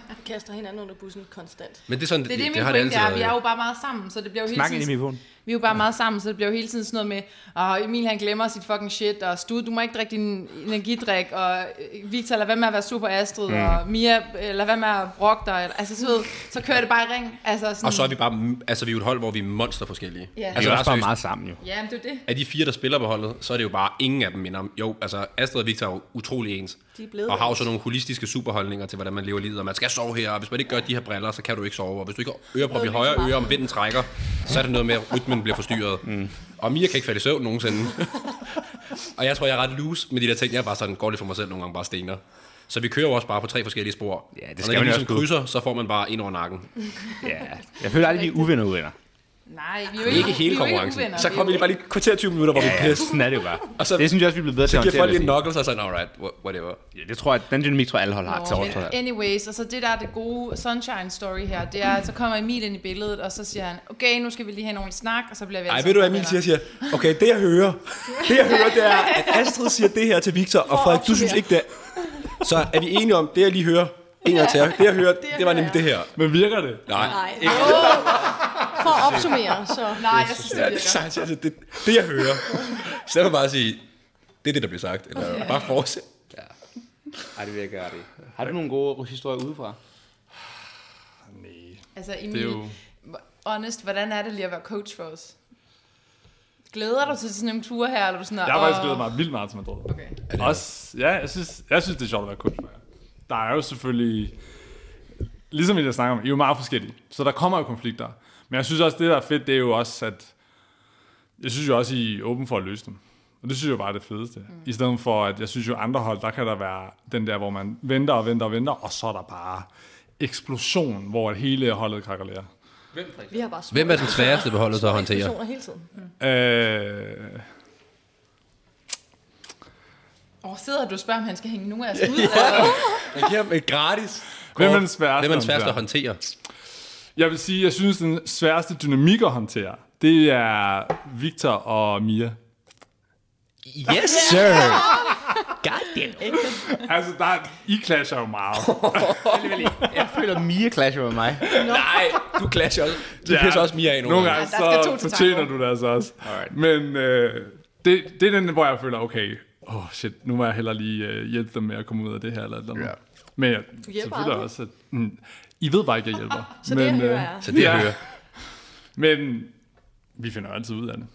[SPEAKER 7] Vi kaster hinanden under bussen
[SPEAKER 5] [laughs]
[SPEAKER 7] konstant.
[SPEAKER 5] Men det er sådan,
[SPEAKER 4] Det er det, min
[SPEAKER 5] det har det
[SPEAKER 4] pointe
[SPEAKER 5] altid
[SPEAKER 4] er. Vi
[SPEAKER 5] været.
[SPEAKER 4] er
[SPEAKER 5] jo.
[SPEAKER 4] jo bare meget sammen, så det bliver jo hele
[SPEAKER 2] Snak ind i
[SPEAKER 4] tiden...
[SPEAKER 2] mikrofonen.
[SPEAKER 4] Vi er jo bare meget sammen, så det bliver jo hele tiden sådan noget med, og Emil han glemmer sit fucking shit, og Stud, du må ikke drikke din energidrik, og øh, Victor, lad være med at være super Astrid, mm. og Mia, øh, lad være med at brokke dig. eller- Altså, så, ved, så kører det bare i ring. Altså, sådan,
[SPEAKER 5] Og så er vi bare, altså vi er jo et hold, hvor vi er monster forskellige.
[SPEAKER 4] Ja.
[SPEAKER 2] Vi
[SPEAKER 5] Altså,
[SPEAKER 2] er
[SPEAKER 5] der er
[SPEAKER 2] også bare
[SPEAKER 5] seriøst,
[SPEAKER 2] meget sammen, jo.
[SPEAKER 4] Ja, men det er jo det.
[SPEAKER 5] af de fire, der spiller på holdet, så er det jo bare ingen af dem minder om. Jo, altså Astrid og Victor er jo utrolig ens.
[SPEAKER 7] De er blevet
[SPEAKER 5] og har jo
[SPEAKER 7] ens.
[SPEAKER 5] sådan nogle holistiske superholdninger til, hvordan man lever livet. Og man skal sove her, og hvis man ikke gør de her briller, så kan du ikke sove. Og hvis du ikke har ørepropper i
[SPEAKER 7] Noget
[SPEAKER 5] højre
[SPEAKER 7] lige så
[SPEAKER 5] øre, om vinden trækker, så er det noget med, at rytmen bliver forstyrret. Mm. Og Mia kan ikke falde i søvn nogensinde. og jeg tror, jeg er ret loose med de der ting. Jeg er bare sådan, går lidt for mig selv nogle gange, bare stener. Så vi kører jo også bare på tre forskellige spor.
[SPEAKER 2] det
[SPEAKER 5] Og
[SPEAKER 2] skal
[SPEAKER 5] når
[SPEAKER 2] man
[SPEAKER 5] de
[SPEAKER 2] jo
[SPEAKER 5] ligesom
[SPEAKER 2] også kunne.
[SPEAKER 5] krydser, så får man bare ind over nakken.
[SPEAKER 4] [laughs]
[SPEAKER 2] Ja. Jeg føler aldrig, vi er uvenner uvenner.
[SPEAKER 4] Nej, vi er jo
[SPEAKER 5] Ikke,
[SPEAKER 4] ikke, vi
[SPEAKER 5] hele
[SPEAKER 4] er jo ikke
[SPEAKER 5] konkurrencen.
[SPEAKER 4] uvenner.
[SPEAKER 5] så
[SPEAKER 4] Vi er
[SPEAKER 5] kommer
[SPEAKER 4] jo-
[SPEAKER 5] de bare lige et kvarter 20 minutter, hvor vi er
[SPEAKER 2] Ja,
[SPEAKER 4] [laughs]
[SPEAKER 5] pisse.
[SPEAKER 2] sådan er det jo bare.
[SPEAKER 5] Og så-
[SPEAKER 2] det synes jeg også, vi bliver bedre til
[SPEAKER 5] Så
[SPEAKER 2] at
[SPEAKER 5] giver
[SPEAKER 2] håndtere.
[SPEAKER 5] folk
[SPEAKER 2] vil
[SPEAKER 5] lige
[SPEAKER 2] jeg
[SPEAKER 5] en
[SPEAKER 2] sige.
[SPEAKER 5] knuckles og sådan, alright, wh- whatever.
[SPEAKER 2] Ja, Det tror jeg, den dynamik tror jeg, alle hold har til
[SPEAKER 4] Nå,
[SPEAKER 2] over, tror jeg.
[SPEAKER 4] men anyways, og så det der er det gode sunshine story her, det er, at så kommer Emil ind i billedet, og så siger han, okay, nu skal vi lige have en ordentlig snak, og så bliver vi
[SPEAKER 5] Ej,
[SPEAKER 4] altså
[SPEAKER 5] ved du hvad Emil siger? siger, okay, det jeg hører, det jeg hører, det er, at Astrid siger det her til Victor, og Frederik, du synes ikke det. er- Så er vi enige om, det jeg lige hører, en af til jer, det jeg hører, det var nemlig det her.
[SPEAKER 3] Men virker det?
[SPEAKER 5] Nej,
[SPEAKER 7] Nej. For at opsummere, så...
[SPEAKER 4] Nej, jeg synes, det
[SPEAKER 5] Ja, det,
[SPEAKER 4] virker.
[SPEAKER 5] så han siger, [laughs] altså, det, det jeg hører. Så kan man bare sige, det er det, der bliver sagt, eller bare fortsæt.
[SPEAKER 2] Ej, det vil jeg gøre det. Har du nogle gode historier udefra?
[SPEAKER 4] Altså
[SPEAKER 3] Det
[SPEAKER 4] Emil,
[SPEAKER 3] er jo...
[SPEAKER 4] honest, hvordan er det lige at være coach for os? Glæder du dig til sådan nogle ture her, eller er du sådan
[SPEAKER 3] Jeg har faktisk glædet mig vildt meget til Madrid.
[SPEAKER 4] Okay.
[SPEAKER 3] Også, ja, jeg synes, jeg synes, det er sjovt at være coach. Der er jo selvfølgelig, ligesom vi der snakker om, I er jo meget forskellige, så der kommer jo konflikter. Men jeg synes også, det der er fedt, det er jo også, at jeg synes jo også, I er åben for at løse dem. Og det synes jeg bare er det fedeste. Mm. I stedet for, at jeg synes jo andre hold, der kan der være den der, hvor man venter og venter og venter, og så er der bare eksplosion, hvor hele holdet krakkelerer. Øh,
[SPEAKER 7] Vi har bare små
[SPEAKER 5] Hvem er den sværeste på holdet så at håndtere?
[SPEAKER 7] personer hele tiden.
[SPEAKER 3] Øh,
[SPEAKER 4] Åh, sidder du og spørger, om han skal hænge nogen af os
[SPEAKER 3] [laughs]
[SPEAKER 4] ud? Eller?
[SPEAKER 5] Jeg giver ham et gratis.
[SPEAKER 3] Hvem er den sværeste?
[SPEAKER 5] Hvem er den
[SPEAKER 3] om
[SPEAKER 5] sværeste
[SPEAKER 3] det
[SPEAKER 5] at
[SPEAKER 3] her?
[SPEAKER 5] håndtere?
[SPEAKER 3] Jeg vil sige, jeg synes, den sværeste dynamik at håndtere, det er Victor og Mia.
[SPEAKER 5] Yes, sir.
[SPEAKER 3] Altså, der er, I clasher jo
[SPEAKER 5] [laughs]
[SPEAKER 3] meget.
[SPEAKER 2] Jeg føler, Mia clasher med mig.
[SPEAKER 5] Nej, du clasher også. Du ja. pisser også Mia af
[SPEAKER 3] Nogle gange,
[SPEAKER 4] Ja, der skal
[SPEAKER 3] så
[SPEAKER 4] to til
[SPEAKER 3] fortjener
[SPEAKER 4] tango.
[SPEAKER 3] du det altså også. Alright. Men øh, det, det er den, hvor jeg føler, okay, åh oh shit, nu må jeg hellere lige øh, hjælpe dem med at komme ud af det her. Eller, et eller andet.
[SPEAKER 2] Ja.
[SPEAKER 3] Men jeg,
[SPEAKER 7] hjælper
[SPEAKER 3] selvfølgelig
[SPEAKER 7] aldrig.
[SPEAKER 3] også, at, mm, I ved bare ikke, at jeg hjælper.
[SPEAKER 7] Så det,
[SPEAKER 3] men,
[SPEAKER 7] jeg hører,
[SPEAKER 3] øh,
[SPEAKER 7] er-
[SPEAKER 5] Så det jeg
[SPEAKER 3] Ja.
[SPEAKER 5] hører.
[SPEAKER 3] Men vi finder jo altid ud af det.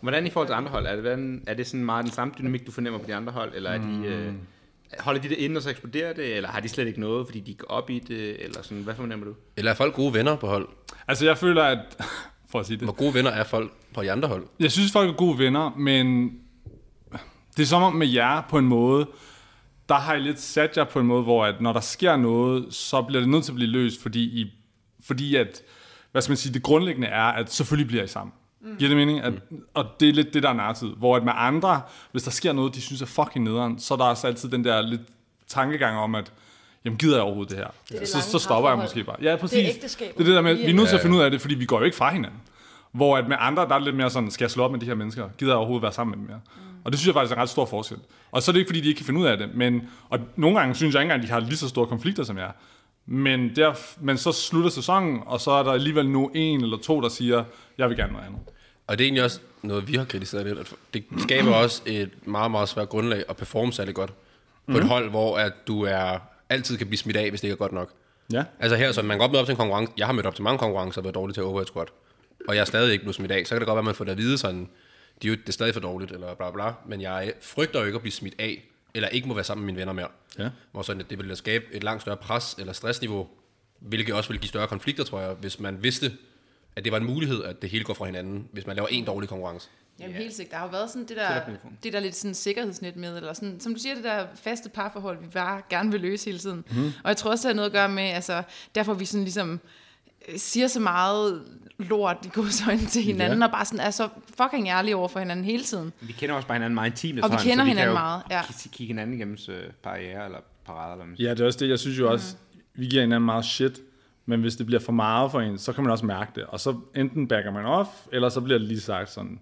[SPEAKER 2] Hvordan i forhold til andre hold? Er det, hvordan, er det sådan meget den samme dynamik, du fornemmer på de andre hold? Eller er de, øh, holder de det inde, og så eksploderer det? Eller har de slet ikke noget, fordi de går op i det? Eller sådan, hvad fornemmer du?
[SPEAKER 5] Eller er folk gode venner på hold?
[SPEAKER 3] Altså, jeg føler, at... [laughs] For at sige det.
[SPEAKER 5] Hvor gode venner er folk på de andre hold?
[SPEAKER 3] Jeg synes, folk er gode venner, men det er som om med jer på en måde, der har I lidt sat jer på en måde, hvor at når der sker noget, så bliver det nødt til at blive løst, fordi, I, fordi at, hvad skal man sige, det grundlæggende er, at selvfølgelig bliver I sammen. Mm. Giver det mening? At, og det er lidt det, der er nartid. Hvor at med andre, hvis der sker noget, de synes er fucking nederen, så er der også altid den der lidt tankegang om, at, jamen gider jeg overhovedet det her?
[SPEAKER 7] det
[SPEAKER 3] så,
[SPEAKER 7] lange
[SPEAKER 3] så stopper jeg
[SPEAKER 7] parforhold.
[SPEAKER 3] måske bare. Ja, præcis.
[SPEAKER 7] ægteskabet.
[SPEAKER 3] det er det der med, vi er nødt til at
[SPEAKER 5] Ja,
[SPEAKER 3] finde ud af det, fordi vi går jo ikke fra hinanden. Hvor at med andre, der er det lidt mere sådan, skal jeg slå op med de her mennesker? Gider jeg overhovedet være sammen med dem mere? Mm. Og det synes jeg faktisk er en ret stor forskel. Og så er det ikke, fordi de ikke kan finde ud af det, men, og nogle gange synes jeg ikke engang, de har lige så store konflikter som jeg. Men, der, men så slutter sæsonen, og så er der alligevel nu en eller to, der siger, jeg vil gerne noget andet.
[SPEAKER 5] Og det er egentlig også noget, vi har kritiseret lidt. At det skaber også et meget, meget svært grundlag at performe særlig godt. På et hold, hvor at du er, altid kan blive smidt af, hvis det ikke er godt nok.
[SPEAKER 3] Ja.
[SPEAKER 5] Altså her, så man kan godt møde op til en konkurrence. Jeg har mødt op til mange konkurrencer og været dårlig til overhead squat. Og jeg er stadig ikke blevet smidt af. Så kan det godt være, at man får det at vide sådan, de er jo, det er stadig for dårligt, eller bla bla. Men jeg frygter jo ikke at blive smidt af, eller ikke må være sammen med mine venner mere.
[SPEAKER 3] Ja.
[SPEAKER 5] Hvor sådan, at det ville skabe et langt større pres eller stressniveau, hvilket også ville give større konflikter, tror jeg, hvis man vidste, at det var en mulighed, at det hele går fra hinanden, hvis man laver en dårlig konkurrence.
[SPEAKER 4] Jamen helt sikkert. Der har jo været sådan det der, det der lidt sådan sikkerhedsnet med, eller sådan, som du siger, det der faste parforhold, vi bare gerne vil løse hele tiden.
[SPEAKER 2] Mhm.
[SPEAKER 4] Mm. Og jeg tror også, det har noget at gøre med, altså, derfor vi sådan ligesom øh, siger så meget lort i godsøjne til hinanden, ja. og bare sådan er så fucking ærlige over for hinanden hele tiden.
[SPEAKER 2] Vi kender også bare hinanden meget intimt.
[SPEAKER 4] Og vi
[SPEAKER 2] efterhånden,
[SPEAKER 4] kender
[SPEAKER 2] så kan
[SPEAKER 4] hinanden
[SPEAKER 2] jo
[SPEAKER 4] meget, ja.
[SPEAKER 2] k- Kigge hinanden igennem øh, barriere eller parader. Eller hvad man siger.
[SPEAKER 3] Ja, det er også det. Jeg synes jo også, vi giver hinanden meget shit, men hvis det bliver for meget for en, så kan man også mærke det. Og så enten backer man off, eller så bliver det lige sagt sådan,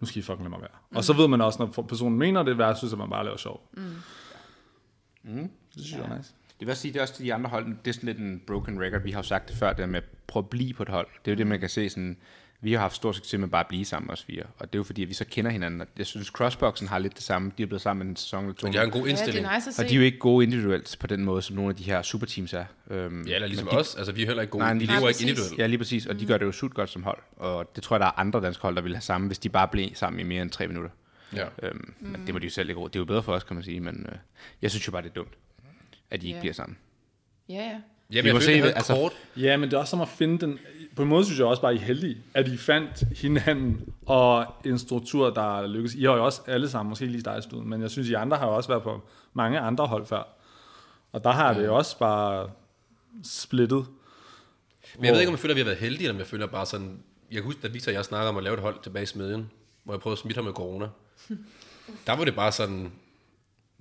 [SPEAKER 3] nu skal I fucking lade mig være. Mm. Og så ved man også, når personen mener det, hvad jeg synes, at man bare laver sjov. Mm. Det synes jeg er nice.
[SPEAKER 2] Det vil også sige, det er også de andre hold, det er sådan lidt en broken record. Vi har jo sagt det før, det der med, prøv at blive på et hold. Det er jo det, man kan se sådan, vi har haft stor succes med bare at blive sammen, os fire. Og det er jo fordi, at vi så kender hinanden. Og jeg synes, Crossboxen har lidt det samme. De er blevet sammen en sæson eller to.
[SPEAKER 5] Men de har en god
[SPEAKER 4] Ja, det
[SPEAKER 5] indstilling.
[SPEAKER 4] er nice at se.
[SPEAKER 2] Og de er jo ikke gode individuelt på den måde, som nogle af de her superteams er. Øhm,
[SPEAKER 5] Ja, eller ligesom os. Altså, vi er heller ikke gode.
[SPEAKER 2] Nej,
[SPEAKER 5] Nej,
[SPEAKER 2] men-
[SPEAKER 5] vi
[SPEAKER 2] Nej,
[SPEAKER 5] lever ikke
[SPEAKER 4] præcis.
[SPEAKER 5] individuelt.
[SPEAKER 2] Ja, lige præcis. Og de gør det jo sult godt som hold. Og det tror jeg, der er andre danske hold, der ville have samme, hvis de bare blev sammen i mere end tre minutter.
[SPEAKER 5] Ja.
[SPEAKER 2] Øhm, mm. Men det må de jo selv ikke råd. Det er jo bedre for os, kan man sige. Men øh, jeg synes jo bare, det er dumt, at de ikke
[SPEAKER 4] Ja.
[SPEAKER 2] bliver sammen.
[SPEAKER 4] Ja, ja.
[SPEAKER 5] Jamen,
[SPEAKER 2] Vi
[SPEAKER 5] jeg
[SPEAKER 2] må
[SPEAKER 5] følte,
[SPEAKER 2] se,
[SPEAKER 5] det havde
[SPEAKER 2] altså-
[SPEAKER 5] altså, kort.
[SPEAKER 3] Ja, men det er også som at finde den... På en måde synes jeg også bare, at I er heldige, at I fandt hinanden og en struktur, der lykkes. I har jo også alle sammen, måske lige dig, Stud, men jeg synes, I andre har jo også været på mange andre hold før. Og der har det jo også bare splittet.
[SPEAKER 5] Men jeg ved ikke, om jeg føler, at vi har været heldige, eller om jeg føler bare sådan... Jeg kan huske, da Victor og jeg snakkede om at lave et hold tilbage i smedjen, hvor jeg prøvede at smitte ham med corona. Der var det bare sådan...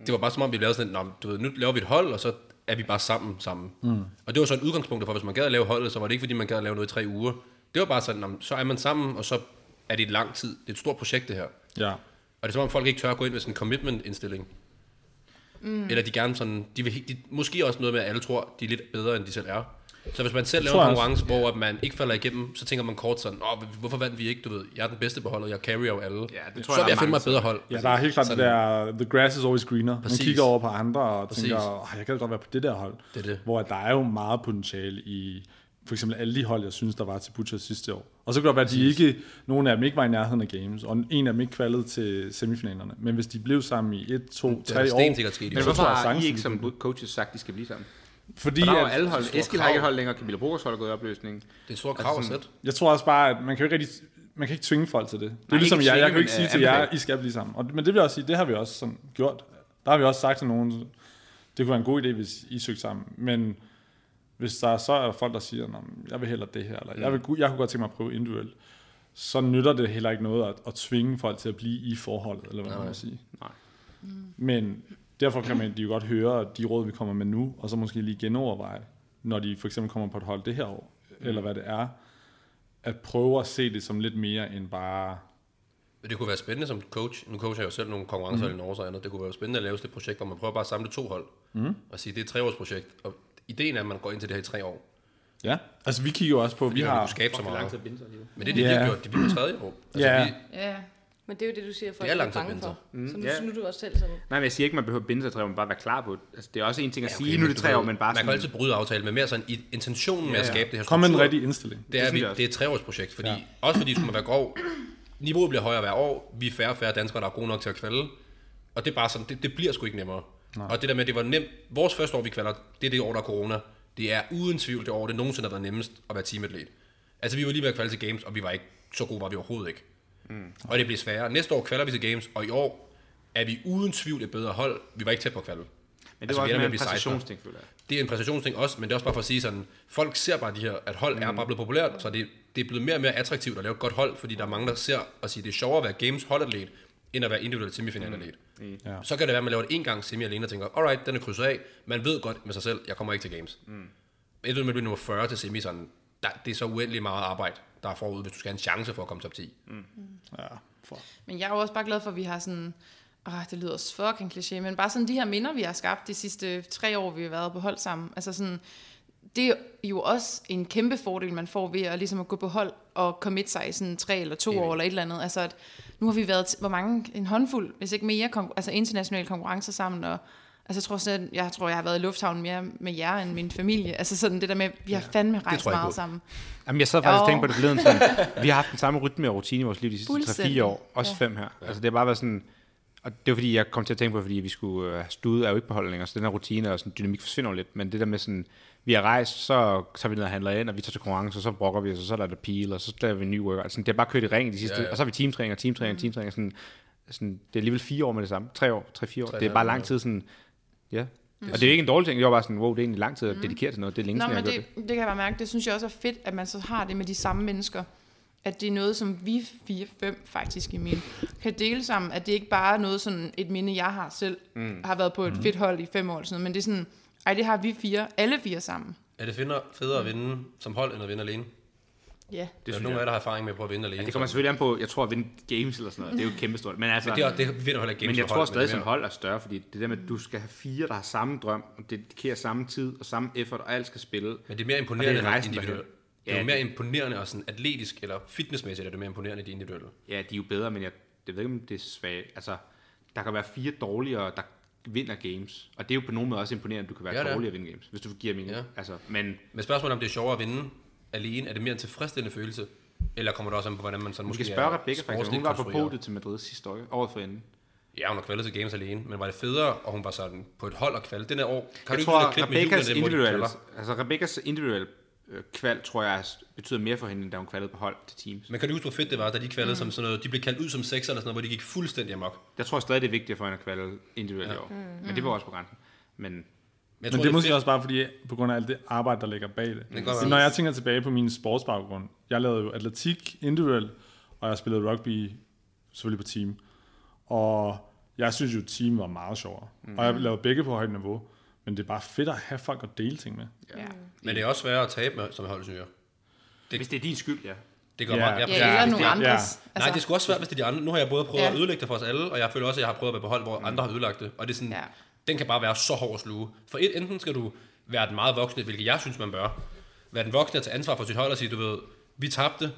[SPEAKER 5] Det var bare som om, vi lavede sådan, Nå, men du ved, nu laver vi et hold, og så er vi bare sammen sammen. Mm. Og det var sådan et udgangspunkt for, hvis man gad at lave holdet, så var det ikke, fordi man gad at lave noget i tre uger. Det var bare sådan, Nå, men så er man sammen, og så er det et lang tid. Det er et stort projekt, det her.
[SPEAKER 3] Ja.
[SPEAKER 5] Og det er som om folk ikke tør at gå ind med sådan en commitment-indstilling. Mm. Eller de gerne sådan, de vil, he- de, måske også noget med, at alle tror, de er lidt bedre, end de selv er. Så hvis man selv laver
[SPEAKER 3] tror
[SPEAKER 5] en
[SPEAKER 3] jeg også.
[SPEAKER 5] konkurrence, hvor at man ikke falder igennem, så tænker man kort sådan, Åh, hvorfor vandt vi ikke, du ved, jeg er den bedste på holdet, jeg carrier jo alle. Ja,
[SPEAKER 2] det tror jeg,
[SPEAKER 5] så
[SPEAKER 2] der
[SPEAKER 5] vil
[SPEAKER 2] er
[SPEAKER 5] jeg finde mig
[SPEAKER 2] mange,
[SPEAKER 5] et bedre hold.
[SPEAKER 3] Ja, der er helt klart det
[SPEAKER 5] Sådan.
[SPEAKER 3] der, the grass is always greener. Præcis. Man
[SPEAKER 5] Præcis.
[SPEAKER 3] kigger over på andre og
[SPEAKER 5] Præcis.
[SPEAKER 3] tænker, oh, jeg kan da godt være på det der hold.
[SPEAKER 5] Det er det.
[SPEAKER 3] Hvor der er jo meget potentiale i for eksempel alle de hold, jeg synes, der var til Butcher sidste år. Og så kan det godt være, at de ikke, nogle af dem ikke var i nærheden af games, og en af dem ikke kvalede til semifinalerne. Men hvis de blev sammen i 1, 2,
[SPEAKER 5] er
[SPEAKER 3] 3
[SPEAKER 5] der
[SPEAKER 3] år,
[SPEAKER 5] stensikkert sket i
[SPEAKER 2] Men
[SPEAKER 5] Så
[SPEAKER 2] hvorfor
[SPEAKER 3] tror jeg
[SPEAKER 2] har I
[SPEAKER 3] sagtens,
[SPEAKER 2] ikke
[SPEAKER 3] vi
[SPEAKER 2] som coaches sagt, at de skal blive sammen?
[SPEAKER 3] fordi
[SPEAKER 2] For der er jo
[SPEAKER 3] at-
[SPEAKER 2] alle hold.
[SPEAKER 5] store
[SPEAKER 2] Eskild har ikke et
[SPEAKER 5] krav.
[SPEAKER 2] hold længere. Camilla Brokers hold er gået i opløsning.
[SPEAKER 5] Det er et
[SPEAKER 2] Altså
[SPEAKER 5] stort krav at sætte.
[SPEAKER 3] Jeg tror også bare, at man kan jo ikke rigtig, man kan ikke tvinge folk til det. Det er Nej, ligesom
[SPEAKER 2] ikke
[SPEAKER 3] jeg,
[SPEAKER 2] tvinge,
[SPEAKER 3] jeg kan jo ikke
[SPEAKER 2] men,
[SPEAKER 3] sige
[SPEAKER 2] øh,
[SPEAKER 3] til jer,
[SPEAKER 2] anbefale.
[SPEAKER 3] I skal blive sammen. Og, men det vil jeg også sige, det har vi også sådan gjort. Der har vi også sagt til nogen, det kunne være en god idé, hvis I søgte sammen. Men hvis der så er folk, der siger, "Nå, men jeg vil hellere det her, eller jeg, vil, gu- jeg kunne godt tænke mig at prøve individuelt, så nytter det heller ikke noget at, at tvinge folk til at blive i forholdet, eller hvad man må sige.
[SPEAKER 2] Nej.
[SPEAKER 3] Men derfor kan man de jo godt høre de råd, vi kommer med nu, og så måske lige genoverveje, når de for eksempel kommer på et hold det her år, eller
[SPEAKER 2] Mm.
[SPEAKER 3] hvad det er, at prøve at se det som lidt mere end bare...
[SPEAKER 5] Men det kunne være spændende som coach. Nu coacher jeg jo selv nogle konkurrencer mm. i Norge og andet. Det kunne være spændende at lave sådan et projekt, hvor man prøver bare at samle to hold. Mm. Og sige, det er et treårsprojekt. Og ideen er, at man går ind til det her i tre år.
[SPEAKER 3] Ja, altså vi kigger jo også på, vi
[SPEAKER 5] Vi har kunne
[SPEAKER 3] har...
[SPEAKER 5] skabe så meget. Men det er det, de
[SPEAKER 3] Ja.
[SPEAKER 5] har gjort. De bliver på tredje år. Altså,
[SPEAKER 3] Ja.
[SPEAKER 5] vi,
[SPEAKER 4] Ja.
[SPEAKER 7] Men det er jo det, du siger, folk
[SPEAKER 5] Det er
[SPEAKER 7] er
[SPEAKER 5] lang tid
[SPEAKER 7] bange
[SPEAKER 5] venter.
[SPEAKER 7] for. Mm, så nu,
[SPEAKER 2] ja.
[SPEAKER 7] yeah. nu er du også selv sådan,
[SPEAKER 2] Nej, men jeg siger ikke, man behøver at binde sig til tre år, man bare være klar på det. Altså, det er også en ting at
[SPEAKER 5] Ja,
[SPEAKER 2] sige, nu er det
[SPEAKER 5] du
[SPEAKER 2] tre
[SPEAKER 5] ved,
[SPEAKER 2] år, men bare
[SPEAKER 5] Man kan
[SPEAKER 2] sådan,
[SPEAKER 5] altid bryde aftalen, men mere sådan i intentionen med at
[SPEAKER 2] Ja, ja.
[SPEAKER 5] skabe det her
[SPEAKER 3] Kom med en
[SPEAKER 5] struktur,
[SPEAKER 3] rigtig indstilling.
[SPEAKER 5] Det er,
[SPEAKER 2] synes
[SPEAKER 5] vi,
[SPEAKER 2] jeg også.
[SPEAKER 5] det er et treårsprojekt, fordi, ja. også fordi skulle man være grov, niveauet bliver højere hver år, vi er færre og færre danskere, der er gode nok til at kvalde, og det er bare sådan, det, det bliver sgu ikke nemmere. Nej. Og det der med, at det var nemt, vores første år, vi kvalder, det er det år, der er corona, det er uden tvivl det år, det nogensinde har været nemmest at være teamatlet. Altså vi var lige ved at kvalde til Games, og vi var ikke, så gode var vi overhovedet ikke. Mm. Og det bliver sværere. Næste år kvalder vi til Games, og i år er vi uden tvivl et bedre hold. Vi var ikke tæt på at kvalde.
[SPEAKER 2] men det
[SPEAKER 5] altså,
[SPEAKER 2] var
[SPEAKER 5] vi
[SPEAKER 2] også mere
[SPEAKER 5] ender
[SPEAKER 2] en
[SPEAKER 5] med at blive 16.
[SPEAKER 2] præstationsting, føler jeg.
[SPEAKER 5] Det er en præstationsting også, men det er også bare for at sige sådan, folk ser bare de her, at hold er bare blevet populært, så det, det er blevet mere og mere attraktivt at lave et godt hold, fordi der er mange, der ser og siger, det er sjovere at være games holdatlet, end at være individuel semifinalalet. Mm.
[SPEAKER 3] Ja.
[SPEAKER 5] Så kan det være, at man laver det en gang semi alene og tænker, alright, den er krydset af, man ved godt med sig selv, jeg kommer ikke til games. Mm. Efter man bliver nummer 40 til semi, sådan, der, det er så uendelig meget arbejde, der er forud, hvis du skal have en chance for at komme top 10. Mm.
[SPEAKER 3] Ja, for.
[SPEAKER 4] Men jeg er jo også bare glad for, at vi har sådan... Åh, det lyder også fucking kliché, men bare sådan de her minder, vi har skabt de sidste tre år, vi har været på hold sammen. Altså sådan, det er jo også en kæmpe fordel, man får ved at, ligesom at gå på hold og commit sig i sådan tre eller to år eller et eller andet. Altså, at nu har vi været, til- hvor mange, en håndfuld, hvis ikke mere, kon- altså internationale konkurrencer sammen, og altså, jeg tror, sådan, jeg tror, jeg har været i lufthavnen mere med jer end min familie. Altså sådan det der med, vi har fandme rejst
[SPEAKER 5] tror jeg
[SPEAKER 4] meget
[SPEAKER 5] på.
[SPEAKER 4] sammen.
[SPEAKER 2] Jamen, jeg sad faktisk og
[SPEAKER 4] Jo.
[SPEAKER 2] tænkte på det forleden sådan, vi har haft den samme rytme og rutine i vores liv de sidste 3-4
[SPEAKER 4] Fuldstændig.
[SPEAKER 2] år, også
[SPEAKER 4] Ja.
[SPEAKER 2] 5 her. Altså, det har bare været sådan, og det var fordi, jeg kom til at tænke på, fordi vi skulle øh, stude er jo ikke på hold længere, så den her rutine og sådan, dynamik forsvinder jo lidt, men det der med sådan, vi har rejst, så tager vi ned og handler ind, og vi tager til konkurrence, og så brokker vi os, og så lader der pil, og så laver vi en ny workout. Sådan, det har bare kørt i ring de sidste, ja,
[SPEAKER 5] Ja,
[SPEAKER 2] ja.
[SPEAKER 5] ja.
[SPEAKER 2] og så har vi teamtræning og
[SPEAKER 4] Mm.
[SPEAKER 2] teamtræning og teamtræning, sådan, sådan, det er alligevel fire år med det samme, tre år, tre-fire år, det er
[SPEAKER 5] et
[SPEAKER 2] bare
[SPEAKER 5] halvt,
[SPEAKER 2] lang tid sådan, ja. Mm. Og det er jo ikke en dårlig ting, det var bare sådan, wow, det er egentlig lang tid at dedikere til noget, det er længe
[SPEAKER 4] Mm. Nå,
[SPEAKER 2] siden, jeg
[SPEAKER 4] men
[SPEAKER 2] har
[SPEAKER 4] det,
[SPEAKER 2] gjort det.
[SPEAKER 4] det kan jeg bare mærke. Det synes jeg også er fedt, at man så har det med de samme mennesker. At det er noget, som vi fire, fem faktisk i min, kan dele sammen. At det ikke bare er noget, sådan et minde, jeg har selv, mm. har været på et mm. fedt hold i fem år eller sådan noget. Men det er sådan, ej, det har vi fire, alle fire sammen.
[SPEAKER 5] Er det finder, federe at vinde som hold, end at vinde alene?
[SPEAKER 4] Ja.
[SPEAKER 5] Det er der nogen af jer, der har erfaring med at prøve at vinde alene.
[SPEAKER 2] Det kommer
[SPEAKER 5] så-
[SPEAKER 2] selvfølgelig an på, jeg tror at vinde games eller sådan noget, det er jo kæmpestort. Men, altså, men,
[SPEAKER 5] det, er- det vinder heller ikke games
[SPEAKER 2] men jeg
[SPEAKER 5] som
[SPEAKER 2] tror
[SPEAKER 5] hold, det
[SPEAKER 2] stadig,
[SPEAKER 5] er
[SPEAKER 2] som
[SPEAKER 5] mere-
[SPEAKER 2] hold er større, fordi det der med, at du skal have fire, der har samme drøm, og dedikerer samme tid og samme effort, og alt skal spille.
[SPEAKER 5] Men det er mere
[SPEAKER 2] Og
[SPEAKER 5] imponerende,
[SPEAKER 2] det
[SPEAKER 5] det
[SPEAKER 2] er
[SPEAKER 5] er
[SPEAKER 2] rejsen
[SPEAKER 5] individuelt.
[SPEAKER 2] derhen.
[SPEAKER 5] Det er
[SPEAKER 2] Ja,
[SPEAKER 5] jo mere imponerende og sådan atletisk eller fitnessmæssigt, er det mere imponerende end de individuelle.
[SPEAKER 2] Ja, de er jo bedre, men jeg, jeg ved ikke, om det er svagt. Altså, der kan være fire dårligere, der vinder games. Og det er jo på nogen måde også imponerende, at du kan være
[SPEAKER 5] Ja,
[SPEAKER 2] ja,
[SPEAKER 5] det er.
[SPEAKER 2] dårlig at vinde games, hvis du giver mening. Ja.
[SPEAKER 5] Ja.
[SPEAKER 2] Altså, men
[SPEAKER 5] Men spørgsmålet er, om det er sjovere at vinde alene, er det mere en tilfredsstillende følelse? Eller kommer det også an på, hvordan man sådan
[SPEAKER 2] du
[SPEAKER 5] måske
[SPEAKER 2] skal spørge
[SPEAKER 5] er
[SPEAKER 2] Rebecca, faktisk.
[SPEAKER 5] sportsligt
[SPEAKER 2] Hun var på
[SPEAKER 5] konstrueret?
[SPEAKER 2] podiet til Madrid sidste år, året for enden.
[SPEAKER 5] Ja, hun har kvalget til games alene, men var det federe, og hun var sådan på et hold og kvalde den her år? Kan
[SPEAKER 2] jeg
[SPEAKER 5] du
[SPEAKER 2] tror,
[SPEAKER 5] ikke finde et klip med
[SPEAKER 2] Rebekkas
[SPEAKER 5] Julie, hvor de
[SPEAKER 2] individuelle,
[SPEAKER 5] kvalder?
[SPEAKER 2] altså Rebekkas individuelle øh, kval, tror jeg, s- betyder mere for hende, end da hun kvalede på hold til teams.
[SPEAKER 5] Men kan du huske, hvor fedt det var, da de kvalede mm. som sådan noget, de blev kaldt ud som sekser eller sådan noget, hvor de gik fuldstændig amok. Men
[SPEAKER 2] Jeg tror stadig, det er vigtigere for hende at kvalde individuelt ja. i år.
[SPEAKER 7] Mm.
[SPEAKER 2] Men det var også på grænsen. Men
[SPEAKER 5] jeg
[SPEAKER 3] Men det er måske
[SPEAKER 5] fedt.
[SPEAKER 3] også bare fordi, på grund af alt det arbejde, der ligger bag det.
[SPEAKER 5] godt
[SPEAKER 3] det
[SPEAKER 5] være.
[SPEAKER 3] når jeg tænker tilbage på min sportsbaggrund, jeg lavede jo atletik individuelt, og jeg spillede rugby selvfølgelig på team. Og jeg synes jo, team var meget sjovere. Mm. Og jeg lavede begge på højt niveau. Men det er bare fedt at have folk at dele ting med.
[SPEAKER 4] ja.
[SPEAKER 5] Men det er også sværere at tabe med, som hold, synes jeg.
[SPEAKER 2] hvis det er din skyld, ja.
[SPEAKER 5] Det gør
[SPEAKER 3] Ja.
[SPEAKER 5] yeah. meget. Jeg,
[SPEAKER 4] ja eller nogle
[SPEAKER 3] ja.
[SPEAKER 4] andres.
[SPEAKER 5] Altså, Nej, det er sgu også svært, hvis det er de andre. Nu har jeg både prøvet ja.
[SPEAKER 4] Ja.
[SPEAKER 5] at ødelægge det for os alle, og jeg føler også, at jeg har prøvet at være på hold, hvor mm. andre har ødelagt det. Og det er sådan, ja.
[SPEAKER 4] Ja.
[SPEAKER 5] den kan bare være så hård at sluge. For et, enten skal du være den meget voksne, hvilket jeg synes, man bør. Være den voksne og tage ansvar for sit hold og sige, du ved, vi tabte.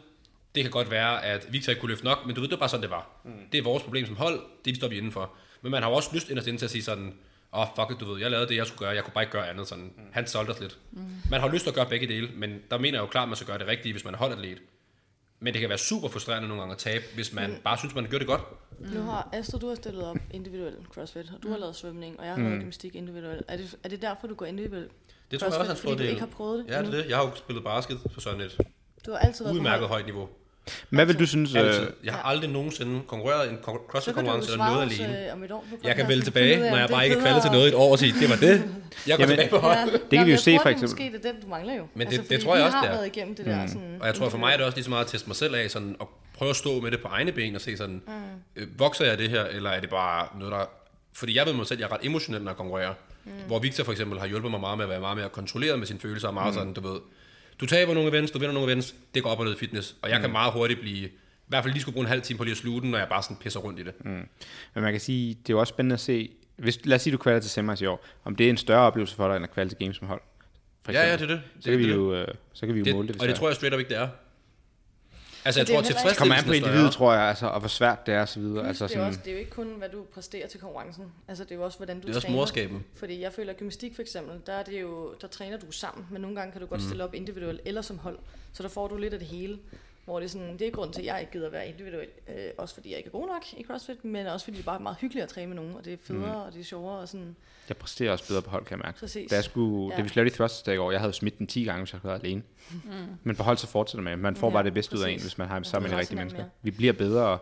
[SPEAKER 5] Det kan godt være, at Victor ikke kunne løfte nok, men du ved, det var bare sådan, det var. Mm. Det er vores problem som hold, det står vi indenfor. Men man har jo også lyst inderst inde til at sige sådan, åh, oh, fuck it, du ved, jeg lavede det, jeg skulle gøre, jeg kunne bare ikke gøre andet. Sådan. Mm. Han solgte os lidt. Mm. Man har lyst til at gøre begge dele, men der mener jeg jo klart, at man skal gøre det rigtige, hvis man er holdatlet. Men det kan være super frustrerende nogle gange at tabe, hvis man mm. bare synes, man gør det godt.
[SPEAKER 7] nu har Astrid, du har stillet op individuelt crossfit, og du har lavet svømning, og
[SPEAKER 5] Mm.
[SPEAKER 7] jeg har lavet gymnastik individuelt. Er det, er det derfor, du går individuelt?
[SPEAKER 5] Det tror jeg også er en
[SPEAKER 7] fordi du
[SPEAKER 5] fordel.
[SPEAKER 7] ikke har prøvet det
[SPEAKER 5] Ja, det
[SPEAKER 7] endnu?
[SPEAKER 5] er det. Jeg har jo spillet basket på sådan et
[SPEAKER 7] Du har altid været på
[SPEAKER 5] udmærket
[SPEAKER 7] hold.
[SPEAKER 5] højt niveau.
[SPEAKER 2] Hvad vil du synes?
[SPEAKER 5] Altid. Jeg har aldrig nogensinde konkurreret i en kon-
[SPEAKER 7] Så kan du jo
[SPEAKER 5] crossfit-konkurrence eller
[SPEAKER 7] svare
[SPEAKER 5] noget
[SPEAKER 7] os
[SPEAKER 5] alene.
[SPEAKER 7] øh, om et år på
[SPEAKER 5] Jeg kan
[SPEAKER 7] podcasten,
[SPEAKER 5] vælge
[SPEAKER 7] og
[SPEAKER 5] tilbage,
[SPEAKER 7] finde ud af,
[SPEAKER 5] når
[SPEAKER 7] om
[SPEAKER 5] jeg
[SPEAKER 7] det er
[SPEAKER 5] bare ikke er
[SPEAKER 7] federe.
[SPEAKER 5] kvalget til noget i et år og sige, det var det. Jeg går
[SPEAKER 2] Jamen-
[SPEAKER 5] tilbage på hold.
[SPEAKER 7] Ja.
[SPEAKER 2] vi
[SPEAKER 7] Jamen,
[SPEAKER 2] jo
[SPEAKER 7] jeg
[SPEAKER 2] se,
[SPEAKER 7] tror,
[SPEAKER 2] for
[SPEAKER 7] det er
[SPEAKER 2] eksempel.
[SPEAKER 7] Måske det er den, du mangler jo. Altså,
[SPEAKER 5] Men det- det
[SPEAKER 7] fordi
[SPEAKER 5] tror jeg
[SPEAKER 7] vi
[SPEAKER 5] også,
[SPEAKER 7] har
[SPEAKER 5] det er. Mm.
[SPEAKER 7] været igennem det der. Sådan,
[SPEAKER 5] Og jeg tror for mig er det også lige så meget at teste mig selv af, sådan,
[SPEAKER 7] Mm.
[SPEAKER 5] og prøve at stå med det på egne ben og se sådan, øh, vokser jeg af det her, eller er det bare noget, der Fordi jeg ved mig selv, at jeg er ret emotionel, når jeg konkurrerer. Mm. Hvor Victor for eksempel har hjulpet mig meget med at være meget mere kontrolleret med sine følelser, og meget mm. sådan, du ved, du taber nogle events, du vinder nogle events, det går op og ned i fitness. Og jeg mm. kan meget hurtigt blive, i hvert fald lige skulle bruge en halv time på lige at sluge den, når jeg bare sådan pisser rundt i det. Mm.
[SPEAKER 2] Men man kan sige, det er jo også spændende at se, hvis, lad os sige, du kvalder til semis i år, om det er en større oplevelse for dig, end at kvalde til games som hold. For
[SPEAKER 5] Ja, ja,
[SPEAKER 2] eksempel.
[SPEAKER 5] det er det.
[SPEAKER 2] Så
[SPEAKER 5] Det er
[SPEAKER 2] kan vi
[SPEAKER 5] det.
[SPEAKER 2] jo, øh, så kan vi jo
[SPEAKER 5] Det,
[SPEAKER 2] måle det, hvis
[SPEAKER 5] og det
[SPEAKER 2] det
[SPEAKER 5] tror jeg straight up ikke, det er. Altså, jeg
[SPEAKER 7] det er
[SPEAKER 5] tror,
[SPEAKER 7] jo heller ikke-
[SPEAKER 5] tilfredsstillelsen
[SPEAKER 2] kommer an på
[SPEAKER 5] er større.
[SPEAKER 2] individet, tror jeg, altså, og hvor svært det er, og så videre. Altså,
[SPEAKER 7] Altså det, er
[SPEAKER 2] sådan,
[SPEAKER 7] også, det er jo ikke kun, hvad du præsterer til konkurrencen. Altså, det er jo også, hvordan du
[SPEAKER 5] Det er også
[SPEAKER 7] træner.
[SPEAKER 5] morskaben.
[SPEAKER 7] Fordi jeg føler, at gymnastik for eksempel, der, er det jo, der træner du sammen, men nogle gange kan du
[SPEAKER 2] Mm.
[SPEAKER 7] godt stille op individuelt eller som hold. Så der får du lidt af det hele. Hvor det er sådan, det er grunden til, at jeg ikke gider være individuel. Øh, også fordi jeg ikke er god nok i CrossFit, men også fordi det er bare meget hyggeligt at træne med nogen, og det er federe, mm. og det er sjovere. Og sådan.
[SPEAKER 2] jeg præsterer også bedre på hold, kan jeg mærke.
[SPEAKER 7] Præcis.
[SPEAKER 2] Da, jeg skulle, ja. da
[SPEAKER 7] Ja.
[SPEAKER 2] vi slavede thrusters der i går, jeg havde jo smidt den 10 gange, hvis jeg havde været alene. Mm. Men på hold, så fortsætter man. Man får
[SPEAKER 7] Ja,
[SPEAKER 2] bare det bedste ud af en,
[SPEAKER 7] præcis.
[SPEAKER 2] hvis man har
[SPEAKER 7] Man
[SPEAKER 2] sammen med de
[SPEAKER 7] presser
[SPEAKER 2] rigtige
[SPEAKER 7] hinanden
[SPEAKER 2] mennesker. Vi bliver bedre, og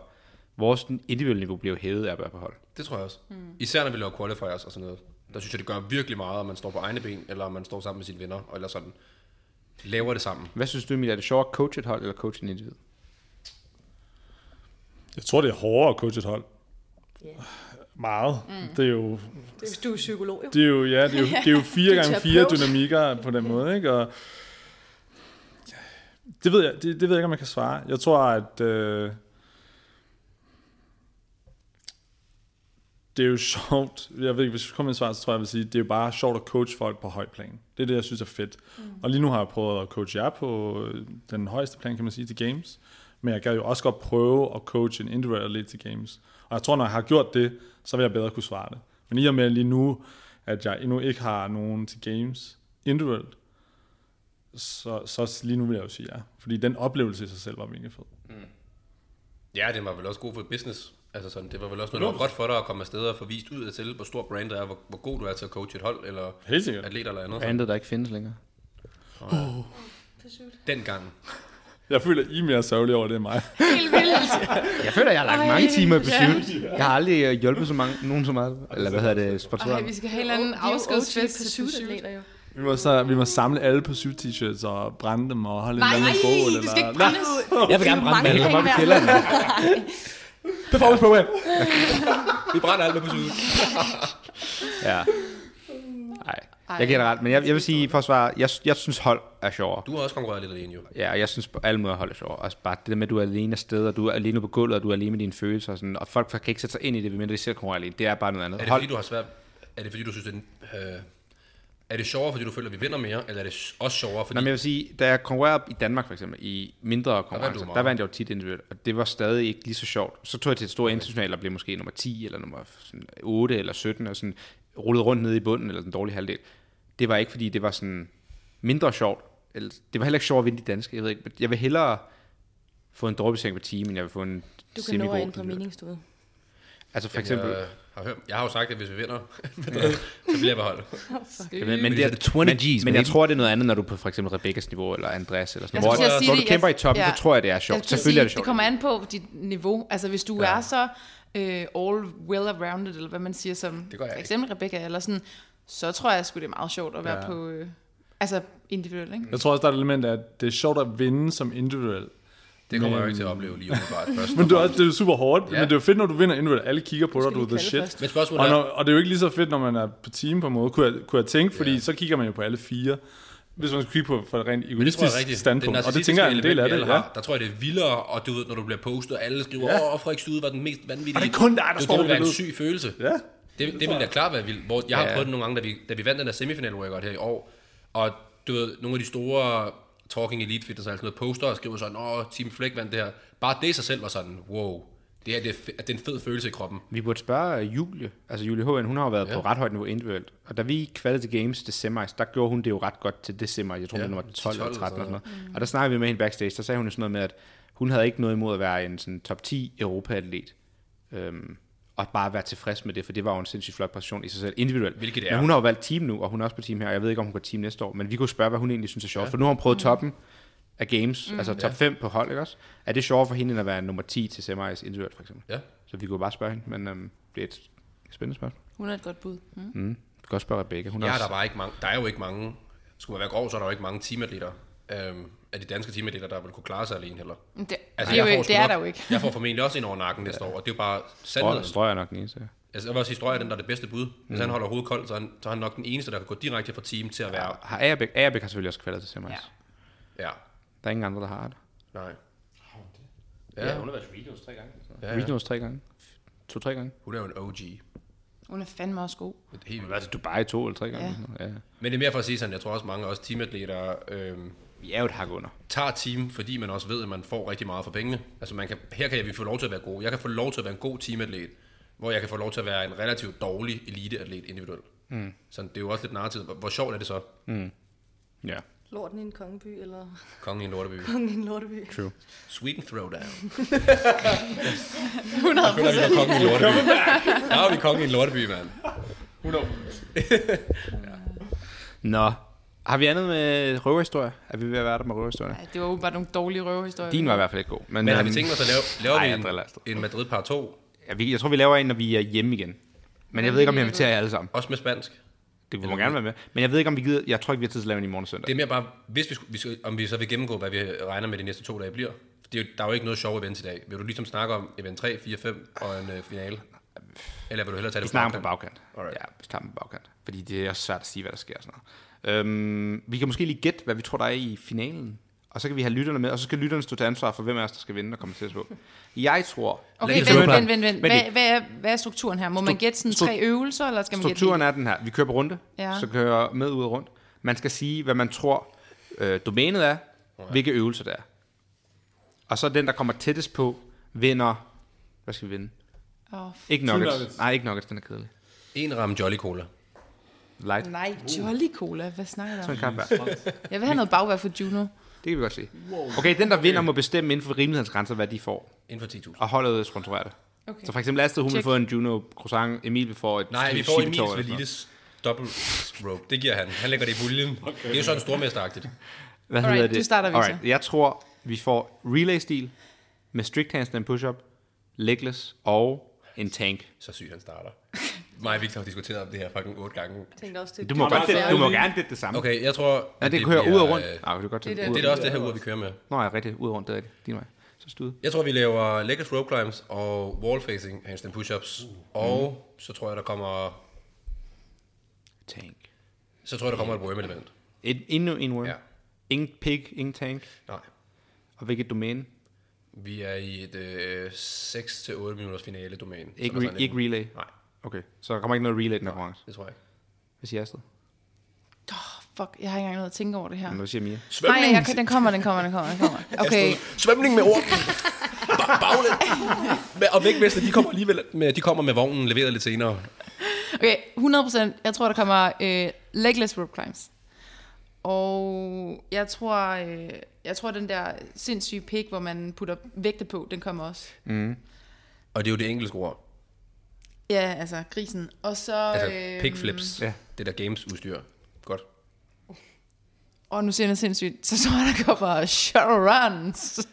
[SPEAKER 2] vores individuelle niveau bliver jo hævet af at være på hold.
[SPEAKER 5] Det tror jeg også. Mm. Især når vi laver qualifiers og sådan noget. Der synes jeg, det gør virkelig meget, om man står på egne ben, eller om man står sammen med sine venner, eller sådan laver det sammen.
[SPEAKER 2] Hvad synes du, Emil? Er det sjovere at coache et hold, eller coache en individ?
[SPEAKER 3] Jeg tror, det er hårdere at coache et hold.
[SPEAKER 7] Ja.
[SPEAKER 3] Meget. Mm. Det er jo
[SPEAKER 7] Det er, hvis du er psykolog, jo.
[SPEAKER 3] Det er jo, [laughs] ja, det er jo, det er jo fire
[SPEAKER 7] Du er
[SPEAKER 3] gange fire
[SPEAKER 7] terapeut.
[SPEAKER 3] dynamikker på den måde, ikke? Og, det ved jeg, det, det ved jeg ikke, om jeg kan svare. Jeg tror, at øh, det er jo [laughs] sjovt. Jeg ved ikke, hvis jeg skulle komme med et svar, så tror jeg, jeg vil sige, det er jo bare sjovt at coache folk på højt plan. Det er det, jeg synes er fedt. Mm. Og lige nu har jeg prøvet at coache jer på øh, den højeste plan, kan man sige, til games. Men jeg gad jo også godt prøve at coache en individuel atlet til games. Og jeg tror, når jeg har gjort det, så vil jeg bedre kunne svare det. Men i og med lige nu, at jeg endnu ikke har nogen til games individuelt, så, så lige nu vil jeg jo sige ja. Fordi den oplevelse i sig selv var mega fed.
[SPEAKER 5] Ja, det var vel også god for business. Altså sådan, det var vel også noget, der var godt for dig at komme afsted og få vist ud af til, hvor stor brand der er, hvor, hvor, god du er til at coache et hold, eller
[SPEAKER 3] Helt sikkert.
[SPEAKER 5] atleter eller andet.
[SPEAKER 2] Brandet, der ikke findes længere.
[SPEAKER 5] Dengang.
[SPEAKER 3] Jeg føler, I er mere sørgelig over det end mig.
[SPEAKER 4] Helt vildt.
[SPEAKER 2] Jeg føler, jeg har lagt
[SPEAKER 4] Ej,
[SPEAKER 2] mange timer i
[SPEAKER 4] ja.
[SPEAKER 2] Pursuit. Jeg har aldrig øh, hjulpet så mange, nogen så meget. Eller hvad hedder det?
[SPEAKER 4] Ej,
[SPEAKER 2] Sponsoreret.
[SPEAKER 4] vi skal have en eller anden afskedsfest til Pursuit.
[SPEAKER 7] jo.
[SPEAKER 3] Vi må, så, vi må samle alle på syv t-shirts og brænde dem og holde
[SPEAKER 4] Nej,
[SPEAKER 3] en
[SPEAKER 4] nej,
[SPEAKER 3] anden bål.
[SPEAKER 4] du skal ikke
[SPEAKER 3] Nej,
[SPEAKER 4] brændes.
[SPEAKER 2] Jeg vil gerne brænde
[SPEAKER 7] Mange penge værd.
[SPEAKER 2] Performance program.
[SPEAKER 5] Vi brænder alt med på syd.
[SPEAKER 2] Ja. Nej. Jeg giver dig ret, men jeg, jeg vil sige for at svare, jeg, jeg synes hold er sjovere.
[SPEAKER 5] Du har også konkurreret lidt alene jo.
[SPEAKER 2] Ja, og jeg synes på alle måder hold er sjovere. Altså bare det der med, at du er alene afsted, og du er alene på gulvet, og du er alene med dine følelser, og, sådan, og folk kan ikke sætte sig ind i det, medmindre de selv konkurrerer alene. Det er bare noget andet.
[SPEAKER 5] Er det
[SPEAKER 2] Hold-
[SPEAKER 5] fordi, du har svært... Er det fordi, du synes, det er, en- øh, er det sjovere, fordi du føler, at vi vinder mere, eller er det s- også sjovere, fordi...
[SPEAKER 2] Nå, men jeg vil sige, da jeg konkurrerede i Danmark for eksempel, i mindre konkurrencer, der,
[SPEAKER 5] meget.
[SPEAKER 2] der vandt jeg jo tit individuelt, og det var stadig ikke lige så sjovt. Så tog jeg til et stort okay. internationalt og blev måske nummer 10 eller nummer sådan 8 eller 17, og sådan rullede rundt nede i bunden eller den dårlige halvdel. Det var ikke, fordi det var sådan mindre sjovt. Eller, det var heller ikke sjovt at vinde de danske, jeg ved ikke. Men jeg vil hellere få en dårlig seng på 10, end jeg vil få en
[SPEAKER 7] Du kan nå
[SPEAKER 2] semigod
[SPEAKER 7] at ændre
[SPEAKER 2] individuel.
[SPEAKER 7] meningsstået.
[SPEAKER 2] Altså for eksempel...
[SPEAKER 5] Jeg, øh, har hørt, jeg har jo sagt, at hvis vi vinder, [laughs] så bliver jeg beholdt.
[SPEAKER 2] Men, men, det,
[SPEAKER 5] det er
[SPEAKER 2] er,
[SPEAKER 5] det 20
[SPEAKER 2] men,
[SPEAKER 5] altså, G's,
[SPEAKER 2] men jeg
[SPEAKER 5] baby.
[SPEAKER 2] tror, det er noget andet, når du er på for eksempel Rebekkas niveau, eller Andreas, eller sådan
[SPEAKER 4] Jeg
[SPEAKER 2] noget.
[SPEAKER 4] skulle til Altså, at
[SPEAKER 2] Hvor, hvor
[SPEAKER 4] sige
[SPEAKER 2] du
[SPEAKER 4] det, jeg-
[SPEAKER 2] kæmper i toppen,
[SPEAKER 4] ja.
[SPEAKER 2] så tror jeg, det er
[SPEAKER 4] Jeg
[SPEAKER 2] sjovt.
[SPEAKER 4] skulle
[SPEAKER 2] Selvfølgelig er
[SPEAKER 4] sige,
[SPEAKER 2] det sjovt.
[SPEAKER 4] det kommer an på dit niveau. Altså hvis du ja. er så øh, all well-rounded, eller hvad man siger, som
[SPEAKER 5] Det gør jeg
[SPEAKER 4] for
[SPEAKER 5] ikke.
[SPEAKER 4] eksempel Rebecca, eller sådan, så tror jeg sgu, det er meget sjovt at være ja. på øh, altså individuelt.
[SPEAKER 2] Mm.
[SPEAKER 4] Ikke?
[SPEAKER 3] Jeg tror også, der er et element af, at det er sjovt at vinde som individuel.
[SPEAKER 5] Det kommer jeg jo ikke til at opleve lige
[SPEAKER 3] [laughs]
[SPEAKER 5] umiddelbart først.
[SPEAKER 3] Men det er, også, det er jo super hårdt,
[SPEAKER 5] Ja.
[SPEAKER 3] ja. men det er jo fedt, når du vinder individuelt. Alle kigger på dig, du er the
[SPEAKER 7] lige kalde
[SPEAKER 3] shit.
[SPEAKER 7] først.
[SPEAKER 5] Men spørgsmålet
[SPEAKER 3] Og,
[SPEAKER 5] er,
[SPEAKER 3] når, og det er jo ikke lige så fedt, når man er på team på en måde, kunne jeg, kunne jeg tænke, fordi
[SPEAKER 5] Ja.
[SPEAKER 3] så kigger man jo på alle fire. Hvis man skulle kigge på fra et rent
[SPEAKER 5] Men det tror jeg er
[SPEAKER 3] egoistisk
[SPEAKER 5] rigtigt.
[SPEAKER 3] standpunkt. og det
[SPEAKER 5] narcissistiske
[SPEAKER 3] tænker jeg er en del af
[SPEAKER 5] element, vi
[SPEAKER 3] det,
[SPEAKER 5] alle
[SPEAKER 3] ja.
[SPEAKER 5] har, Der tror jeg, det er vildere, og du ved, når du bliver postet, og alle skriver, åh, ja. Frederik Stude var den mest vanvittige.
[SPEAKER 3] Og det er kun dig, der
[SPEAKER 5] det,
[SPEAKER 3] står
[SPEAKER 5] det ville være en
[SPEAKER 3] billedet.
[SPEAKER 5] syg følelse.
[SPEAKER 3] Ja.
[SPEAKER 5] Det, det, det ville da klart være vildt. Hvor jeg har prøvet det nogle gange, da vi, da vi vandt den der semifinal, hvor jeg godt her i år, og du ved, nogle af de store Talking Elite Fitness, altså noget poster, og skriver sådan, åh, Team Fleck vandt det her. Bare det i sig selv var sådan, wow, det her det er, fe- det er en fed følelse i kroppen.
[SPEAKER 2] Vi burde spørge øh, Julie, altså Julie HN, hun har jo været ja. på ret højt niveau individuelt. Og da vi kvalgte til Games, det semis, der gjorde hun det jo ret godt til det semis. Jeg tror, ja, det var nummer 12 eller
[SPEAKER 5] 12
[SPEAKER 2] 13 eller
[SPEAKER 5] eller
[SPEAKER 2] sådan noget. Og der snakkede vi med hende backstage, der sagde hun jo sådan noget med, at hun havde ikke noget imod at være en sådan top 10 Europa-atlet. Øhm, og bare være tilfreds med det, for det var jo en sindssygt flot præstation i sig selv individuelt.
[SPEAKER 5] Hvilket det er.
[SPEAKER 2] Men hun har jo valgt team nu, og hun er også på team her, og jeg ved ikke, om hun går team næste år, men vi kunne spørge, hvad hun egentlig synes er sjovt, ja. for nu har hun prøvet toppen af games, mm, altså top 5 på hold, ikke også? Er det sjovere for hende, end at være nummer 10 til semis individuelt, for eksempel?
[SPEAKER 5] Ja.
[SPEAKER 2] Så vi kunne bare spørge hende, men øhm, det er et spændende spørgsmål.
[SPEAKER 4] Hun er et godt bud. Mm.
[SPEAKER 2] Vi kan også spørge Rebecca. Hun
[SPEAKER 5] Jeg
[SPEAKER 2] er
[SPEAKER 5] har
[SPEAKER 2] også,
[SPEAKER 5] der bare ikke mange, der er jo ikke mange, skulle man være grov, så er der jo ikke mange teamatleter, øhm, af de danske teamatleter, der vil kunne klare sig alene heller.
[SPEAKER 4] Men Det,
[SPEAKER 5] Altså,
[SPEAKER 4] det, er jo
[SPEAKER 5] jeg får
[SPEAKER 4] ikke, det
[SPEAKER 5] sgu
[SPEAKER 4] er
[SPEAKER 5] nok-
[SPEAKER 4] der jo ikke.
[SPEAKER 5] Jeg får formentlig også en over nakken næste år, og det er jo bare
[SPEAKER 2] Strø-
[SPEAKER 5] sandheden.
[SPEAKER 2] Strøger nok den eneste.
[SPEAKER 5] Altså, jeg vil også sige, Strøjer er den, der er det bedste bud. Hvis mm. han holder hovedet koldt, så er, han, så er han nok den eneste, der kan gå direkte fra team til at være...
[SPEAKER 2] Ja, har Agerbæk, Agerbæk har selvfølgelig også kvalder til semis. Ja.
[SPEAKER 4] Ja.
[SPEAKER 5] Ja,
[SPEAKER 2] Der er ingen andre, der har det.
[SPEAKER 5] nej. Ja, hun
[SPEAKER 2] hun
[SPEAKER 5] er,
[SPEAKER 2] har været regions tre gange.
[SPEAKER 5] Ja,
[SPEAKER 2] Ja,
[SPEAKER 5] ja.
[SPEAKER 2] ja. Regions tre gange. To-tre gange.
[SPEAKER 5] hun er jo en OG.
[SPEAKER 4] Hun er fandme også god.
[SPEAKER 5] Det er helt
[SPEAKER 2] Hun har været til Dubai to eller tre gange.
[SPEAKER 4] Ja.
[SPEAKER 2] Ja. ja.
[SPEAKER 5] Men det er mere for at sige sådan, jeg tror også mange af os teamatleter øhm,
[SPEAKER 2] Vi er jo et hak under.
[SPEAKER 5] tager team, fordi man også ved, at man får rigtig meget for pengene. Altså man kan, her kan jeg få lov til at være god. Jeg kan få lov til at være en god teamatlet, hvor jeg kan få lov til at være en relativt dårlig eliteatlet individuelt. Mm. Så det er jo også lidt narrativ. Hvor, hvor sjovt er det så?
[SPEAKER 2] Ja.
[SPEAKER 7] Lorten i en kongeby, eller [laughs]
[SPEAKER 5] Kongen i en lorteby.
[SPEAKER 7] kongen i en
[SPEAKER 2] [laughs]
[SPEAKER 7] lorteby.
[SPEAKER 5] Sweden throwdown.
[SPEAKER 4] 100
[SPEAKER 5] Nu er vi kongen i en lorteby. Der er vi kongen i en lorteby, mand.
[SPEAKER 2] Nå. Har vi andet med røverhistorie? Er vi ved at være der med røverhistorie?
[SPEAKER 4] Ej, det var jo bare nogle dårlige røverhistorier.
[SPEAKER 2] Din var i hvert fald ikke god. Men,
[SPEAKER 5] Men har
[SPEAKER 2] øhm,
[SPEAKER 5] vi tænkt os at lave, laver
[SPEAKER 2] Ej,
[SPEAKER 5] vi
[SPEAKER 2] jeg driller altså.
[SPEAKER 5] en, en Madrid par 2?
[SPEAKER 2] Ja, vi, jeg tror, vi laver en, når vi er hjemme igen. Men jeg ved ikke, om jeg inviterer jer alle sammen.
[SPEAKER 5] Også med spansk.
[SPEAKER 2] Det må gerne være med. Men jeg ved ikke, om vi gider... Jeg tror ikke, vi har tid til at lave en i morgen og søndag.
[SPEAKER 5] Det er mere bare, hvis vi, skulle, vi skulle, om vi så vil gennemgå, hvad vi regner med de næste to dage bliver. For det er jo, der er jo ikke noget sjovt event i dag. Vil du ligesom snakke om event 3, 4, 5 og en øh, finale? Eller vil du hellere tage
[SPEAKER 2] Vi
[SPEAKER 5] det
[SPEAKER 2] snakker på
[SPEAKER 5] bagkant?
[SPEAKER 2] bagkant.
[SPEAKER 5] Alright.
[SPEAKER 2] Ja, vi snakker på bagkant. Fordi det er også svært at sige, hvad der sker og sådan noget. Øhm, vi kan måske lige gætte, hvad vi tror, der er i finalen. Og så kan vi have lytterne med, og så skal lytterne stå til ansvar for, hvem af os, der skal vinde og komme til at på. Jeg tror...
[SPEAKER 4] Okay,
[SPEAKER 2] Lad os
[SPEAKER 4] vent,
[SPEAKER 2] høre
[SPEAKER 4] vent,
[SPEAKER 2] planen.
[SPEAKER 4] vent, vent.
[SPEAKER 2] det-
[SPEAKER 4] Hvad, hvad, er, hvad er strukturen her? Må man gætte sådan
[SPEAKER 2] stru-
[SPEAKER 4] tre øvelser, eller skal man gætte
[SPEAKER 2] Strukturen er den her. Vi kører på runde,
[SPEAKER 4] Ja.
[SPEAKER 2] ja. så kører med ud og rundt. Man skal sige, hvad man tror øh, domænet er, hvilke øvelser det er. Og så den, der kommer tættest på, vinder... Hvad skal vi vinde?
[SPEAKER 4] Åh,
[SPEAKER 2] Ikke nuggets.
[SPEAKER 8] nuggets.
[SPEAKER 2] Nej, ikke nuggets, den er kedelig.
[SPEAKER 5] En ramme Jolly Cola.
[SPEAKER 2] Light.
[SPEAKER 4] Nej, Jolly Cola. Hvad snakker du
[SPEAKER 2] Så en
[SPEAKER 4] om?
[SPEAKER 2] kaffe hver.
[SPEAKER 4] Jeg vil have noget bagvær for Juno.
[SPEAKER 2] Det kan vi godt se. Okay, den, der vinder, må bestemme inden for rimelighedensgrænser, hvad de får.
[SPEAKER 5] Inden for 10.000.
[SPEAKER 2] Og holdet sponsorerer det.
[SPEAKER 4] Okay.
[SPEAKER 2] Så for eksempel Astrid, hun vil
[SPEAKER 4] Check.
[SPEAKER 2] få en Juno croissant. Emil vil få et
[SPEAKER 5] Nej,
[SPEAKER 2] stykke
[SPEAKER 5] vi får Emil
[SPEAKER 2] chipetår eller sådan
[SPEAKER 5] Svelides dobbelt rope. Det giver han. Han lægger det i puljen. Det er jo sådan stormesteragtigt.
[SPEAKER 2] noget. Hvad
[SPEAKER 4] Alright,
[SPEAKER 2] hedder det?
[SPEAKER 4] nu starter vi så.
[SPEAKER 2] Jeg tror, vi får relay-stil med strict handstand push-up, legless og en tank.
[SPEAKER 5] Så syg han starter. Mig og Victor har diskuteret om det her fucking otte gange.
[SPEAKER 7] Jeg tænkte også, det
[SPEAKER 2] Du må,
[SPEAKER 8] bare
[SPEAKER 2] godt, det,
[SPEAKER 8] fair.
[SPEAKER 2] du må gerne det det samme. Okay.
[SPEAKER 5] Okay, jeg tror...
[SPEAKER 2] Ja,
[SPEAKER 5] at
[SPEAKER 2] det, kører ud og
[SPEAKER 5] bliver,
[SPEAKER 2] rundt.
[SPEAKER 5] øh,
[SPEAKER 2] Ah, det er godt til.
[SPEAKER 7] det er
[SPEAKER 5] Det er da også det her ur, vi kører med.
[SPEAKER 2] Nå, ja, rigtigt. Ud og rundt, det er rigtigt. Din vej. Så stud.
[SPEAKER 5] Jeg tror, vi laver legless rope climbs og wall facing handstand push-ups. Og så tror jeg, der kommer...
[SPEAKER 2] Tank.
[SPEAKER 5] Så tror jeg, der kommer et worm element.
[SPEAKER 2] Et, endnu en word.
[SPEAKER 5] Ja.
[SPEAKER 2] Ja. Ingen pig, ingen tank.
[SPEAKER 5] Nej.
[SPEAKER 2] Og hvilket domæne?
[SPEAKER 5] Vi er i et øh, 6-8 minutters finale domæne. Så
[SPEAKER 2] Ikke,
[SPEAKER 5] der er
[SPEAKER 2] re-
[SPEAKER 5] sådan
[SPEAKER 2] ikke
[SPEAKER 5] en-
[SPEAKER 2] relay.
[SPEAKER 5] Nej,
[SPEAKER 2] Okay, så der kommer ikke noget relay i den her konkurrence.
[SPEAKER 5] det tror jeg ikke.
[SPEAKER 2] Hvad siger Astrid?
[SPEAKER 4] Oh, fuck, jeg har ikke engang noget at tænke over det her.
[SPEAKER 2] Hvad siger Mia?
[SPEAKER 4] Nej, jeg, kan- den kommer, den kommer, den kommer, den
[SPEAKER 2] [laughs]
[SPEAKER 4] kommer. Okay,
[SPEAKER 5] Svømning med [laughs] ord. Baglæns. Og vægtmester, de kommer alligevel med, de kommer med vognen leveret lidt senere.
[SPEAKER 4] okay 100%. Jeg tror, der kommer øh, legless rope climbs. Og jeg tror, øh, jeg tror, den der sindssyge pig, hvor man putter vægte på, den kommer også.
[SPEAKER 5] Og det er jo det engelske ord.
[SPEAKER 4] Ja, altså grisen. Og så...
[SPEAKER 5] Altså
[SPEAKER 4] øhm,
[SPEAKER 5] pig flips.
[SPEAKER 2] Ja.
[SPEAKER 5] Det der games udstyr. Godt.
[SPEAKER 4] Og nu siger jeg noget sindssygt. Så tror jeg, der kommer
[SPEAKER 2] [laughs]
[SPEAKER 4] shadowruns.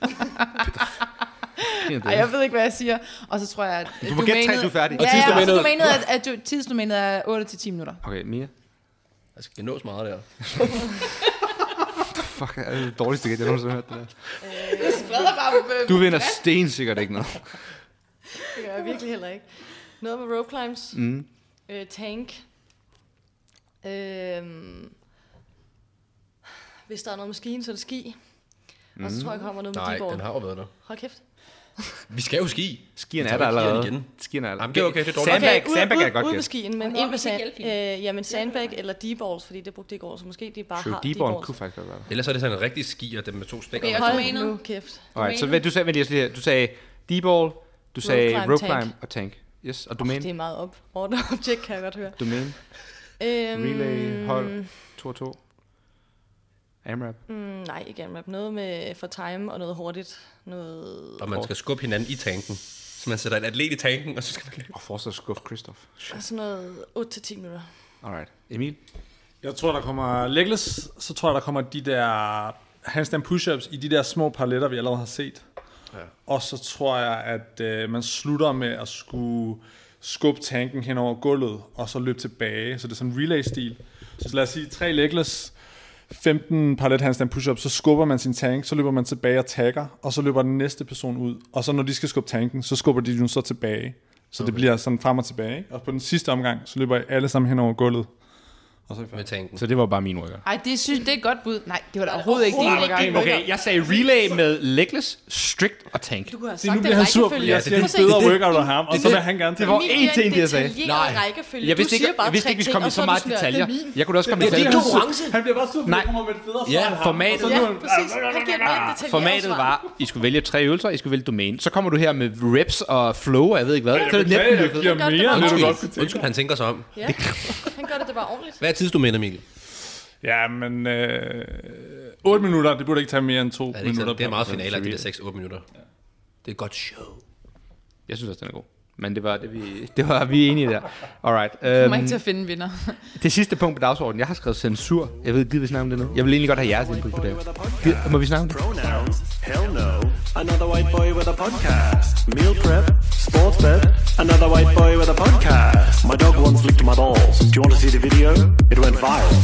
[SPEAKER 4] Ej, jeg ved ikke, hvad jeg siger. Og så tror jeg, at
[SPEAKER 2] Du må gætte tre, du er færdig.
[SPEAKER 4] Ja,
[SPEAKER 2] Og
[SPEAKER 4] ja, og
[SPEAKER 5] tidsdomænet-
[SPEAKER 4] så domænet er, at du- tidsdomænet er 8-10 minutter.
[SPEAKER 2] Okay, Mia.
[SPEAKER 5] Altså, det nås meget der.
[SPEAKER 2] Fuck, det er det dårligste gæt, jeg nogensinde har hørt det der.
[SPEAKER 4] Jeg spreder bare på
[SPEAKER 2] Du vinder stensikkert ikke noget.
[SPEAKER 7] Det gør jeg virkelig heller ikke. Noget med rope climbs. Mm. Øh, tank. Øhm, hvis der er noget med skien, så er det ski. Og
[SPEAKER 2] Mm.
[SPEAKER 7] så tror jeg, der kommer noget med
[SPEAKER 5] Nej,
[SPEAKER 7] d-board.
[SPEAKER 5] den har jo været der.
[SPEAKER 7] Hold kæft.
[SPEAKER 5] Vi skal jo ski.
[SPEAKER 2] Skierne
[SPEAKER 5] Jeg
[SPEAKER 2] er
[SPEAKER 5] tager
[SPEAKER 2] der
[SPEAKER 5] ikke
[SPEAKER 2] allerede.
[SPEAKER 5] skierne igen.
[SPEAKER 2] Skierne er der.
[SPEAKER 5] Jamen, det er okay, det er dårligt.
[SPEAKER 2] Sandbag,
[SPEAKER 7] Okay, ud-
[SPEAKER 2] sandbag
[SPEAKER 7] ud-
[SPEAKER 2] kan jeg godt
[SPEAKER 7] Ud med
[SPEAKER 2] gætte.
[SPEAKER 7] skien, men ind med sand, øh, jamen sandbag eller d-balls, fordi det brugte det i går, så måske de bare
[SPEAKER 2] True,
[SPEAKER 7] har
[SPEAKER 2] Deeborn
[SPEAKER 7] d-balls.
[SPEAKER 2] kunne faktisk godt være der.
[SPEAKER 5] Ellers er det sådan en rigtig ski, og dem med to stikker.
[SPEAKER 4] Okay, og
[SPEAKER 5] Okay,
[SPEAKER 4] så-
[SPEAKER 7] Hold nu kæft.
[SPEAKER 2] Alright, så hvad du sagde, vent lige, jeg skal lige her. du sagde D-ball, du sagde
[SPEAKER 7] climb,
[SPEAKER 2] rope
[SPEAKER 7] tank.
[SPEAKER 2] climb og tank. Yes, og
[SPEAKER 7] Det er
[SPEAKER 2] domæne.
[SPEAKER 7] meget op. [laughs] Order object, kan jeg godt høre.
[SPEAKER 2] Domæne,
[SPEAKER 7] Øhm,
[SPEAKER 2] relay, hold, 2 og 2. AMRAP.
[SPEAKER 7] mm, Nej, ikke map. Noget med for time og noget hurtigt. Noget...
[SPEAKER 5] og man skal skubbe hinanden i tanken. Så man sætter en atlet i tanken, og så skal man løbe.
[SPEAKER 2] Og fortsat skuffe Christoph.
[SPEAKER 7] Og sådan noget 8-10 minutter.
[SPEAKER 2] Alright. Emil?
[SPEAKER 8] Jeg tror, der kommer legless, så tror jeg, der kommer de der handstand push-ups i de der små paletter, vi allerede har set. Ja. Og så tror jeg, at øh, man slutter med at skulle skubbe tanken hen over gulvet, og så løbe tilbage. Så det er sådan en relay-stil. Så lad os sige, tre legless, 15 parallelt handstand push-ups, så skubber man sin tank, så løber man tilbage og tagger, og så løber den næste person ud. Og så når de skal skubbe tanken, så skubber de den så tilbage.
[SPEAKER 3] Så okay. det bliver sådan frem og tilbage. Ikke? Og på den sidste omgang, så løber jeg alle sammen hen over gulvet. [laughs] Og så er I
[SPEAKER 5] med
[SPEAKER 3] færdig.
[SPEAKER 5] tanken.
[SPEAKER 2] Så det var bare min workout.
[SPEAKER 4] Ej, det, synes, det er et godt bud. Nej, det var da overhovedet ikke din overgang.
[SPEAKER 2] Okay, jeg sagde relay med legless, strict og tank.
[SPEAKER 7] Du kunne have
[SPEAKER 3] Se,
[SPEAKER 7] sagt
[SPEAKER 3] nu bliver han sur,
[SPEAKER 7] rækkefølge.
[SPEAKER 3] fordi jeg siger,
[SPEAKER 7] Prøv
[SPEAKER 3] en
[SPEAKER 7] at se,
[SPEAKER 3] bedre
[SPEAKER 7] det-
[SPEAKER 3] workout af ham, og så vil han gerne til
[SPEAKER 2] det var
[SPEAKER 7] Min
[SPEAKER 2] én
[SPEAKER 7] er
[SPEAKER 2] ting, det jeg sagde.
[SPEAKER 7] detaljeret rækkefølge.
[SPEAKER 2] jeg
[SPEAKER 7] Du
[SPEAKER 2] vidste ikke,
[SPEAKER 7] siger bare
[SPEAKER 2] jeg vidste ikke, vi
[SPEAKER 7] tre
[SPEAKER 2] skulle komme i
[SPEAKER 7] ting,
[SPEAKER 2] så
[SPEAKER 7] og
[SPEAKER 2] meget
[SPEAKER 7] er du sådan der,
[SPEAKER 2] detaljer.
[SPEAKER 7] det er min.
[SPEAKER 2] Jeg kunne da også komme i
[SPEAKER 5] Det er
[SPEAKER 2] detaljer.
[SPEAKER 5] din konkurrence.
[SPEAKER 3] Han bliver bare sur, fordi
[SPEAKER 2] Nej.
[SPEAKER 3] jeg kommer med et federe
[SPEAKER 2] Ja,
[SPEAKER 3] svar.
[SPEAKER 2] formatet.
[SPEAKER 3] Og så nu er han-
[SPEAKER 7] præcis. Han giver et meget detaljeret
[SPEAKER 2] Formatet
[SPEAKER 7] svar.
[SPEAKER 2] var, I skulle vælge tre øvelser, I skulle vælge domæne. Så kommer du her med reps og flow, og jeg ved ikke hvad. Så er det
[SPEAKER 3] Ja,
[SPEAKER 2] næsten
[SPEAKER 3] jeg
[SPEAKER 2] løbet.
[SPEAKER 3] giver
[SPEAKER 7] Det er godt,
[SPEAKER 3] mere,
[SPEAKER 7] det
[SPEAKER 3] end
[SPEAKER 7] var
[SPEAKER 3] det du
[SPEAKER 7] meget
[SPEAKER 3] godt kunne tænke.
[SPEAKER 5] Undskyld, han tænker sig om.
[SPEAKER 7] Ja, han gør det, det var ordentligt.
[SPEAKER 5] Hvad er tidsdomænet, Mikkel?
[SPEAKER 3] Ja, men øh, 8 minutter, det burde ikke tage mere end 2
[SPEAKER 5] Er det, ikke
[SPEAKER 3] minutter.
[SPEAKER 5] sådan? det er
[SPEAKER 3] per
[SPEAKER 5] meget
[SPEAKER 3] person.
[SPEAKER 5] finaler, de der 6-8 minutter. Det er et godt show.
[SPEAKER 2] Jeg synes også, den er god. Men det var, det, vi, det var vi er enige der. Alright.
[SPEAKER 4] Du må
[SPEAKER 2] Øhm,
[SPEAKER 4] ikke til at finde vinder.
[SPEAKER 2] det sidste punkt på dagsordenen, jeg har skrevet censur. Jeg ved, gider vi snakke om det nu? Jeg vil egentlig godt have jeres input på det.
[SPEAKER 1] With a
[SPEAKER 2] Gider-
[SPEAKER 1] podcast.
[SPEAKER 2] Må vi snakke om det?
[SPEAKER 1] Pronouns? Hell no. Another white boy with a podcast. Meal prep, sports bet. Another white boy with a podcast. My dog once licked my balls. Do you want to see the video? It went viral.